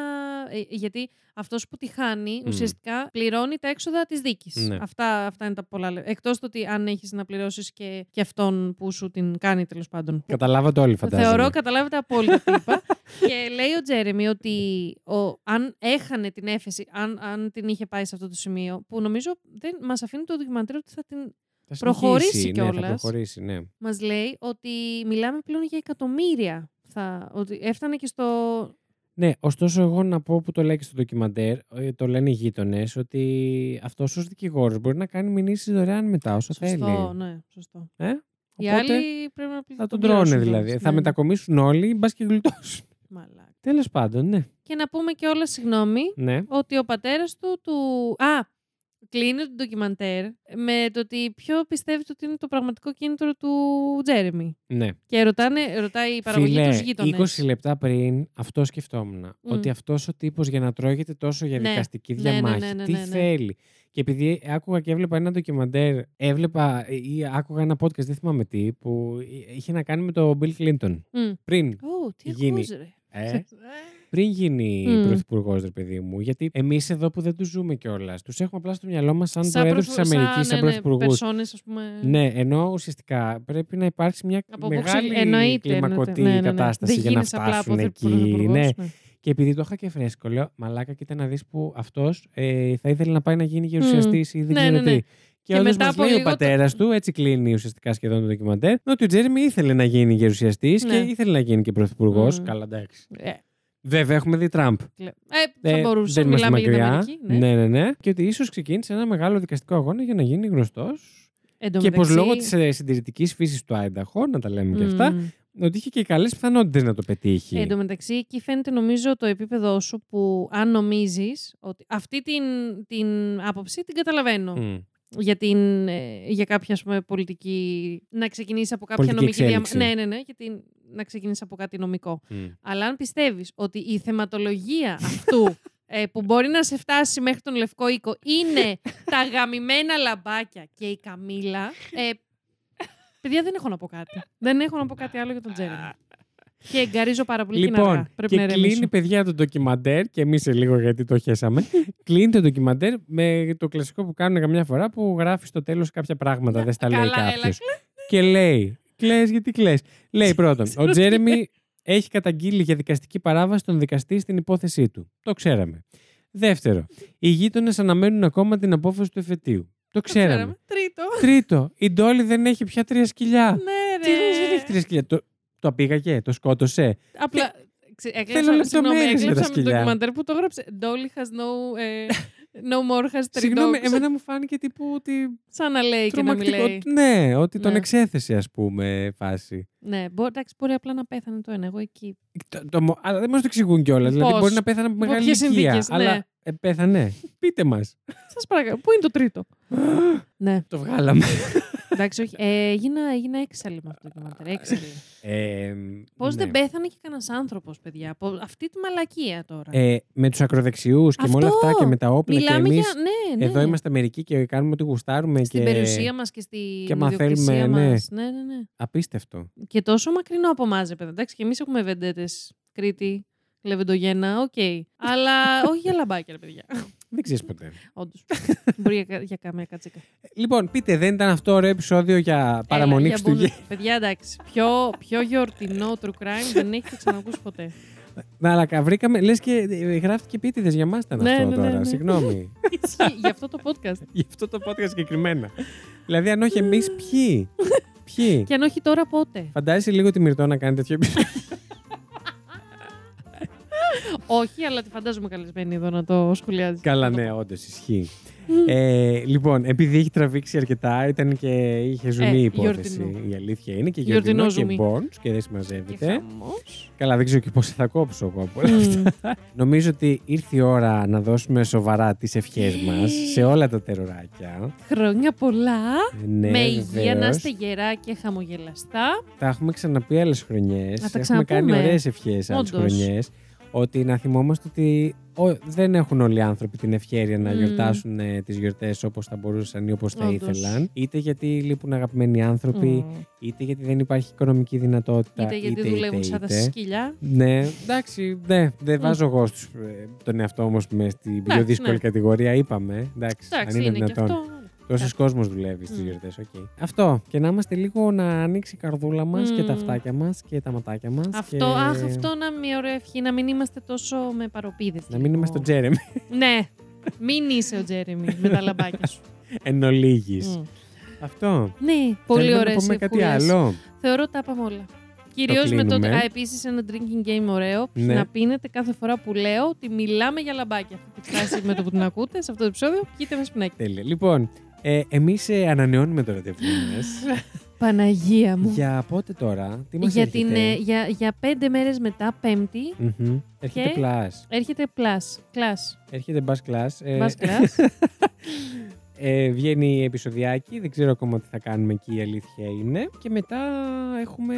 Speaker 1: ε, γιατί αυτός που τη χάνει
Speaker 4: Μμμ.
Speaker 1: ουσιαστικά πληρώνει τα έξοδα της δίκης.
Speaker 4: Ναι.
Speaker 1: Αυτά, αυτά είναι τα πολλά. Εκτό του ότι αν έχεις να πληρώσεις και, και αυτόν που σου την κάνει τέλος πάντων. Που-
Speaker 2: Καταλάβατε όλοι, φαντάζομαι.
Speaker 1: Θεωρώ, καταλάβατε απόλυτα τι είπα. και λέει ο Τζέρεμι ότι ο, αν έχανε την έφεση, αν, αν την είχε πάει σε αυτό το σημείο, που νομίζω δεν μας αφήνει το ντοκιμαντέρ ότι θα την
Speaker 2: Θα
Speaker 1: προχωρήσει
Speaker 2: συνεχίσει, ναι, θα
Speaker 1: κιόλας.
Speaker 2: προχωρήσει, ναι.
Speaker 1: Μας λέει ότι μιλάμε πλέον για εκατομμύρια. Θα, ότι έφτανε και στο.
Speaker 2: Ναι, ωστόσο, εγώ να πω που το λέει και στο ντοκιμαντέρ, ε, το λένε οι γείτονες, ότι αυτός ο δικηγόρος μπορεί να κάνει μηνύσεις δωρεάν μετά όσο
Speaker 1: Σωστό,
Speaker 2: θέλει.
Speaker 1: ναι, σωστό.
Speaker 2: Ε,
Speaker 1: Οι
Speaker 2: οπότε
Speaker 1: άλλοι πρέπει να πληθούν.
Speaker 2: Θα τον τρώνε δηλαδή. θα
Speaker 1: ναι.
Speaker 2: μετακομίσουν όλοι, μπας και γλιτώσουν.
Speaker 1: Μαλάκα.
Speaker 2: Τέλος πάντων, ναι.
Speaker 1: Και να πούμε και όλα συγγνώμη
Speaker 2: Ναι.
Speaker 1: ότι ο πατέρας του, του... Α, κλείνει το ντοκιμαντέρ με το ότι ποιο πιστεύετε ότι είναι το πραγματικό κίνητρο του Τζέρεμι.
Speaker 2: ναι.
Speaker 1: Και ρωτάνε, ρωτάει η παραγωγή τους γείτονες.
Speaker 2: 20 λεπτά πριν αυτό σκεφτόμουν.
Speaker 1: Μμ.
Speaker 2: Ότι αυτός ο τύπος για να τρώγεται τόσο για
Speaker 1: Ναι.
Speaker 2: δικαστική
Speaker 1: Ναι, ναι,
Speaker 2: διαμάχη,
Speaker 1: ναι, ναι,
Speaker 2: τι
Speaker 1: ναι, ναι.
Speaker 2: θέλει. Και επειδή άκουγα και έβλεπα ένα ντοκιμαντέρ, έβλεπα ε, ή άκουγα ένα podcast, δεν θυμάμαι τι, που είχε να κάνει με τον Bill Clinton.
Speaker 1: Μμ.
Speaker 2: Πριν
Speaker 1: Ω, τι
Speaker 2: γίνει.
Speaker 1: ακούς, ρε.
Speaker 2: Ε, πριν γίνει
Speaker 1: Μμ.
Speaker 2: πρωθυπουργός, ρε παιδί μου, γιατί εμείς εδώ που δεν τους ζούμε κιόλας, τους έχουμε απλά στο μυαλό μας σαν,
Speaker 1: Σαν
Speaker 2: προέδρους της
Speaker 1: πρωθυπου-
Speaker 2: Αμερικής, σαν,
Speaker 1: σαν, ναι, ναι,
Speaker 2: πρωθυπουργούς.
Speaker 1: περσόνες, ας πούμε.
Speaker 2: Ναι, ενώ ουσιαστικά πρέπει να υπάρξει μια
Speaker 1: Από πού
Speaker 2: μεγάλη
Speaker 1: ξε- εννοείται,
Speaker 2: κλιμακωτή
Speaker 1: εννοείται. Ναι, ναι, ναι.
Speaker 2: κατάσταση
Speaker 1: Δεν
Speaker 2: για να
Speaker 1: γίνεις απλά
Speaker 2: φτάσουν
Speaker 1: πρωθυπουργός,
Speaker 2: εκεί. Ναι.
Speaker 1: ναι.
Speaker 2: Και επειδή το είχα και φρέσκο, λέω Μαλάκα, κοίτα να δεις που αυτός ε, θα ήθελε να πάει να γίνει γερουσιαστής ή δεν
Speaker 1: Ναι,
Speaker 2: ξέρω
Speaker 1: ναι, ναι.
Speaker 2: τι. Και,
Speaker 1: Και
Speaker 2: όντως
Speaker 1: μετά
Speaker 2: μας
Speaker 1: από
Speaker 2: λέει ο
Speaker 1: λίγο το-
Speaker 2: πατέρας του, έτσι κλείνει ουσιαστικά σχεδόν το ντοκιμαντέρ, ότι ο Τζέρεμι ήθελε να γίνει γερουσιαστή
Speaker 1: Ναι.
Speaker 2: και ήθελε να γίνει και πρωθυπουργός.
Speaker 1: Μμ.
Speaker 2: Καλά, εντάξει.
Speaker 1: Ε,
Speaker 2: Βέβαια, έχουμε δει Τραμπ.
Speaker 1: ε, θα
Speaker 2: Ε,
Speaker 1: μπορούσε,
Speaker 2: δεν είμαστε
Speaker 1: μιλάμε για την
Speaker 2: μακριά.
Speaker 1: Αμερική. Ναι.
Speaker 2: ναι, ναι, ναι. Και ότι ίσως ξεκίνησε ένα μεγάλο δικαστικό αγώνα για να γίνει γνωστός.
Speaker 1: Εν τω
Speaker 2: Και πως
Speaker 1: μεταξύ-
Speaker 2: λόγω της συντηρητικής φύσης του Άινταχο, να τα λέμε και
Speaker 1: Μμμ.
Speaker 2: αυτά, ότι είχε και καλές πιθανότητες να το πετύχει.
Speaker 1: Ε, εν τω μεταξύ, εκεί φαίνεται νομίζω το επίπεδο σου που αν νομίζεις ότι αυτή την, την άποψη την καταλαβαίνω.
Speaker 2: Μμ.
Speaker 1: Για, την, ε, για κάποια ας πούμε, πολιτική. να ξεκινήσεις από κάποια
Speaker 4: Πολιτική
Speaker 1: νομική διαμάχη.
Speaker 4: εξέλιξη.
Speaker 1: Ναι, ναι, ναι, για την, να ξεκινήσεις από κάτι νομικό.
Speaker 4: Μμ.
Speaker 1: Αλλά αν πιστεύεις ότι η θεματολογία αυτού ε, που μπορεί να σε φτάσει μέχρι τον Λευκό Οίκο είναι τα γαμημένα λαμπάκια και η Καμίλα. Ε, παιδιά, δεν έχω να πω κάτι. δεν έχω να πω κάτι άλλο για τον Τζέρεμι. Και εγκαρίζω πάρα πολύ την αργά.
Speaker 2: Λοιπόν,
Speaker 1: Πρέπει
Speaker 2: και
Speaker 1: να
Speaker 2: κλείνει
Speaker 1: ρεμίσω.
Speaker 2: παιδιά το ντοκιμαντέρ, και εμείς σε λίγο γιατί το χέσαμε. κλείνει το ντοκιμαντέρ με το κλασικό που κάνουν καμιά φορά που γράφει στο τέλος κάποια πράγματα, δεν στα λέει
Speaker 1: καλά, έλα,
Speaker 2: κάποιος. Και λέει, κλες γιατί κλες. Λέει πρώτον, ο Τζέρεμι έχει καταγγείλει για δικαστική παράβαση τον δικαστή στην υπόθεσή του. Το ξέραμε. Δεύτερο, οι γείτονες αναμένουν ακόμα την απόφαση του εφετείου. Το ξέραμε.
Speaker 1: Τρίτο.
Speaker 2: Τρίτο, η Ντόλη δεν έχει πια τρία σκυλιά.
Speaker 1: Ναι, ρε.
Speaker 2: Τι λες, δεν έχει τρία σκυλιά. Το, Το απήγαγε, το σκότωσε.
Speaker 1: Απλά. ξε-
Speaker 2: θέλω
Speaker 1: Έκλεψα,
Speaker 2: λεπτομέρειες
Speaker 1: συγγνώμη,
Speaker 2: για τα
Speaker 1: έκλεψα με το
Speaker 2: σκυλιά.
Speaker 1: ντοκιμαντέρ που το έγραψε. Dolly has no, ε, no more has three
Speaker 2: Συγγνώμη,
Speaker 1: dogs.
Speaker 2: εμένα μου φάνηκε τύπου ότι.
Speaker 1: Σαν να λέει και να
Speaker 2: τρομακτικό.
Speaker 1: μιλάει.
Speaker 2: Ναι, ότι τον
Speaker 1: Ναι.
Speaker 2: εξέθεσε, ας πούμε, φάση.
Speaker 1: Ναι, μπο- εντάξει, μπορεί απλά να πέθανε το ένα. Εγώ εκεί.
Speaker 2: Το- το μο- αλλά δεν μας το εξηγούν κιόλας. Δηλαδή,
Speaker 1: Πώς?
Speaker 2: μπορεί να πέθανε από
Speaker 1: Υπό
Speaker 2: μεγάλη
Speaker 1: ποιες
Speaker 2: ηλικία.
Speaker 1: συνθήκες, ναι.
Speaker 2: Αλλά ε, πέθανε. Πείτε μας.
Speaker 1: Σας παρακαλώ, πού είναι το τρίτο. ναι.
Speaker 2: Το βγάλαμε.
Speaker 1: Εντάξει, όχι. Ε, έγινα, έγινα έξαλλη με αυτό το ντοκιμαντέρ. Έξαλλη.
Speaker 2: Ε,
Speaker 1: Πώς δεν
Speaker 2: ναι.
Speaker 1: πέθανε και κανένας άνθρωπος, παιδιά. Από αυτή τη μαλακία τώρα.
Speaker 2: Ε, με τους ακροδεξιούς και με όλα
Speaker 1: Αυτό!
Speaker 2: αυτά και με τα όπλα.
Speaker 1: Μιλάμε
Speaker 2: και εμείς
Speaker 1: για- ναι, ναι.
Speaker 2: Εδώ είμαστε Αμερικοί και κάνουμε ό,τι γουστάρουμε.
Speaker 1: στην
Speaker 2: και...
Speaker 1: περιουσία μας και στην
Speaker 2: και μαθαίνουμε,
Speaker 1: ιδιοκτησία
Speaker 2: ναι.
Speaker 1: μας. Ναι, ναι, ναι.
Speaker 2: Απίστευτο.
Speaker 1: Και τόσο μακρινό από εμάς, παιδιά. Εντάξει, και εμείς έχουμε βεντέτες. Κρήτη, Λεβεντογένα, οκ. Αλλά όχι για λαμπάκια, ρε παιδιά.
Speaker 2: Δεν ξέρεις ποτέ.
Speaker 1: Όντως. Μπορεί για, κα- για κάμια κατσίκα.
Speaker 2: Λοιπόν, πείτε, δεν ήταν αυτό ωραίο επεισόδιο για παραμονή
Speaker 1: Έλα, Ε, για
Speaker 2: Χριστουγέννων.
Speaker 1: μπουνούς. Παιδιά, εντάξει. Πιο, πιο γιορτινό true crime δεν έχετε ξανακούσει ποτέ.
Speaker 2: Να αλλά βρήκαμε, λες και ε, γράφτηκε επίτηδες για μας ήταν
Speaker 1: Ναι,
Speaker 2: αυτό
Speaker 1: ναι, ναι,
Speaker 2: τώρα.
Speaker 1: ναι.
Speaker 2: Συγγνώμη.
Speaker 1: Ισχύει για αυτό το podcast.
Speaker 2: Γι' αυτό το podcast συγκεκριμένα. δηλαδή, αν όχι εμείς, ποιοι. ποιοι.
Speaker 1: Και αν όχι τώρα πότε.
Speaker 2: Φαντάζεσαι λίγο τη Μυρτώ να κάνει τέτοιο επεισόδιο.
Speaker 1: όχι, αλλά τη φαντάζομαι καλεσμένη εδώ να το σχολιάζει.
Speaker 2: Καλά, ναι, όντως ισχύει. ε, λοιπόν, επειδή έχει τραβήξει αρκετά, ήταν και είχε ζουμί
Speaker 1: Ε,
Speaker 2: η υπόθεση.
Speaker 1: γιορτινό.
Speaker 2: Η αλήθεια είναι και
Speaker 1: Γιορτινό
Speaker 2: γιορτινό,
Speaker 1: ζουμί.
Speaker 2: και bonds και δεν συμμαζεύεται.
Speaker 1: Όμως.
Speaker 2: Καλά, δεν ξέρω και πόσοι θα κόψω εγώ από όλα αυτά. Νομίζω ότι ήρθε η ώρα να δώσουμε σοβαρά τις ευχές μας σε όλα τα τεροράκια.
Speaker 1: Χρόνια πολλά.
Speaker 2: Ναι,
Speaker 1: με υγεία να
Speaker 2: βεβαίως.
Speaker 1: είστε γερά και χαμογελαστά.
Speaker 2: Τα έχουμε ξαναπεί άλλες χρονιές.
Speaker 1: Να τα
Speaker 2: Έχουμε κάνει
Speaker 1: ξαναπούμε.
Speaker 2: ωραίες ευχές άλλες
Speaker 1: Όντως.
Speaker 2: χρονιές. Ότι να θυμόμαστε ότι ο, δεν έχουν όλοι οι άνθρωποι την ευχαίρεια να
Speaker 1: Μμμ.
Speaker 2: γιορτάσουν ε, τις γιορτές όπως θα μπορούσαν ή όπως θα
Speaker 1: Όντως.
Speaker 2: ήθελαν. Είτε γιατί λείπουν αγαπημένοι άνθρωποι,
Speaker 1: Μμμ.
Speaker 2: είτε γιατί δεν υπάρχει οικονομική δυνατότητα.
Speaker 1: Είτε γιατί δουλεύουν σαν τα
Speaker 2: είτε.
Speaker 1: σκυλιά.
Speaker 2: Ναι, εντάξει, ναι, δεν
Speaker 1: Μμ.
Speaker 2: βάζω εγώ στους, ε, τον εαυτό όμω με στην
Speaker 1: Ναι,
Speaker 2: πιο δύσκολη
Speaker 1: ναι.
Speaker 2: κατηγορία. Είπαμε. Εντάξει,
Speaker 1: Εντάξει,
Speaker 2: αν είναι,
Speaker 1: είναι και
Speaker 2: δυνατόν.
Speaker 1: αυτό.
Speaker 2: Τόσος κόσμος δουλεύει στις
Speaker 1: Μμ.
Speaker 2: γιορτές, οκ. Ε. Αυτό. Και να είμαστε λίγο να ανοίξει η καρδούλα μας και τα
Speaker 1: Μμ.
Speaker 2: αυτάκια μας και τα ματάκια μας.
Speaker 1: Αυτό,
Speaker 2: και...
Speaker 1: αχ, αυτό να μια ωραία ευχή, να μην είμαστε τόσο με παροπίδες. δηλαδή.
Speaker 2: Να μην είμαστε ο Τζέρεμι
Speaker 1: Ναι, μην είσαι ο Τζέρεμι με τα λαμπάκια σου.
Speaker 2: εν ολίγης.
Speaker 1: Μμ.
Speaker 2: Αυτό.
Speaker 1: Ναι, πολύ
Speaker 2: Θέλουμε
Speaker 1: ωραίε
Speaker 2: Να πούμε κάτι άλλο.
Speaker 1: Θεωρώ τα είπαμε όλα. Κυρίως με το.
Speaker 2: κλείνουμε.
Speaker 1: Α, επίσης ένα drinking game ωραίο.
Speaker 2: Ναι.
Speaker 1: Να πίνετε κάθε φορά που λέω ότι μιλάμε για λαμπάκια. Αυτή τη φράση με το που την ακούτε σε αυτό το επεισόδιο, πείτε με σπινάκι.
Speaker 2: Τέλεια. Λοιπόν, ε, εμείς ανανεώνουμε το ραντεβού μας.
Speaker 1: Παναγία μου.
Speaker 2: για πότε τώρα, τι μας
Speaker 1: για,
Speaker 2: έρχεται.
Speaker 1: την, ε, για, για πέντε μέρες μετά, Πέμπτη,
Speaker 2: Μμμ. Έρχεται
Speaker 1: Και-
Speaker 2: class.
Speaker 1: έρχεται Plus. Class.
Speaker 2: Έρχεται Bass Class. Ε,
Speaker 1: Bass Class.
Speaker 2: ε, βγαίνει επεισοδιάκι, δεν ξέρω ακόμα τι θα κάνουμε εκεί, η αλήθεια είναι. Και μετά έχουμε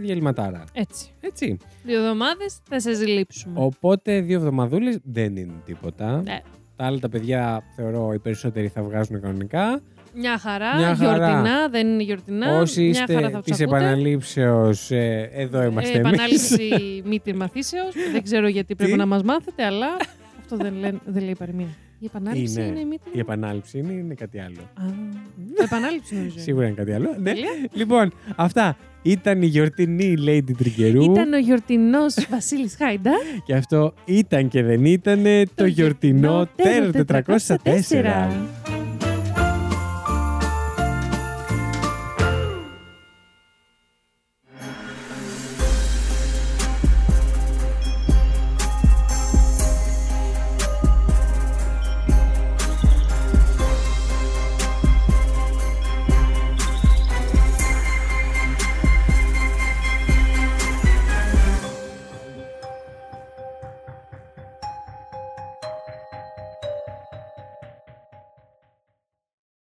Speaker 2: διαλυματάρα.
Speaker 1: Έτσι.
Speaker 2: Έτσι.
Speaker 1: Δύο εβδομάδες θα σα λείψουμε.
Speaker 2: Οπότε δύο εβδομαδούλες δεν είναι τίποτα.
Speaker 1: Ναι.
Speaker 2: Τα άλλα τα παιδιά θεωρώ οι περισσότεροι θα βγάζουν κανονικά.
Speaker 1: Μια χαρά,
Speaker 2: Μια χαρά.
Speaker 1: γιορτινά, δεν είναι γιορτινά.
Speaker 2: Όσοι
Speaker 1: Ναι, μια χαρά
Speaker 2: είστε
Speaker 1: θα
Speaker 2: τη
Speaker 1: τους ακούτε.
Speaker 2: επαναλήψεως, ε, εδώ είμαστε
Speaker 1: Ε,
Speaker 2: εμείς.
Speaker 1: επανάληψη μη τη μαθήσεως. Δεν ξέρω γιατί πρέπει
Speaker 2: Τι?
Speaker 1: να μας μάθετε, αλλά αυτό δεν, λένε, δεν λέει η παροιμία. Η επανάληψη
Speaker 2: Είναι.
Speaker 1: είναι, η μη τη
Speaker 2: Η επανάληψη είναι, είναι κάτι άλλο.
Speaker 1: Α, επανάληψη νομίζω. είναι.
Speaker 2: Σίγουρα είναι κάτι άλλο. Ναι.
Speaker 1: Τέλεια.
Speaker 2: Λοιπόν, αυτά ήταν η γιορτινή Lady Τριγκερού.
Speaker 1: Ήταν ο γιορτινός Βασίλης Χάιντα.
Speaker 2: Και αυτό ήταν και δεν ήταν το,
Speaker 1: Το
Speaker 2: γιορτινό
Speaker 1: γιορτινό
Speaker 2: τέρο
Speaker 1: Τέρο
Speaker 2: 404.
Speaker 1: 404.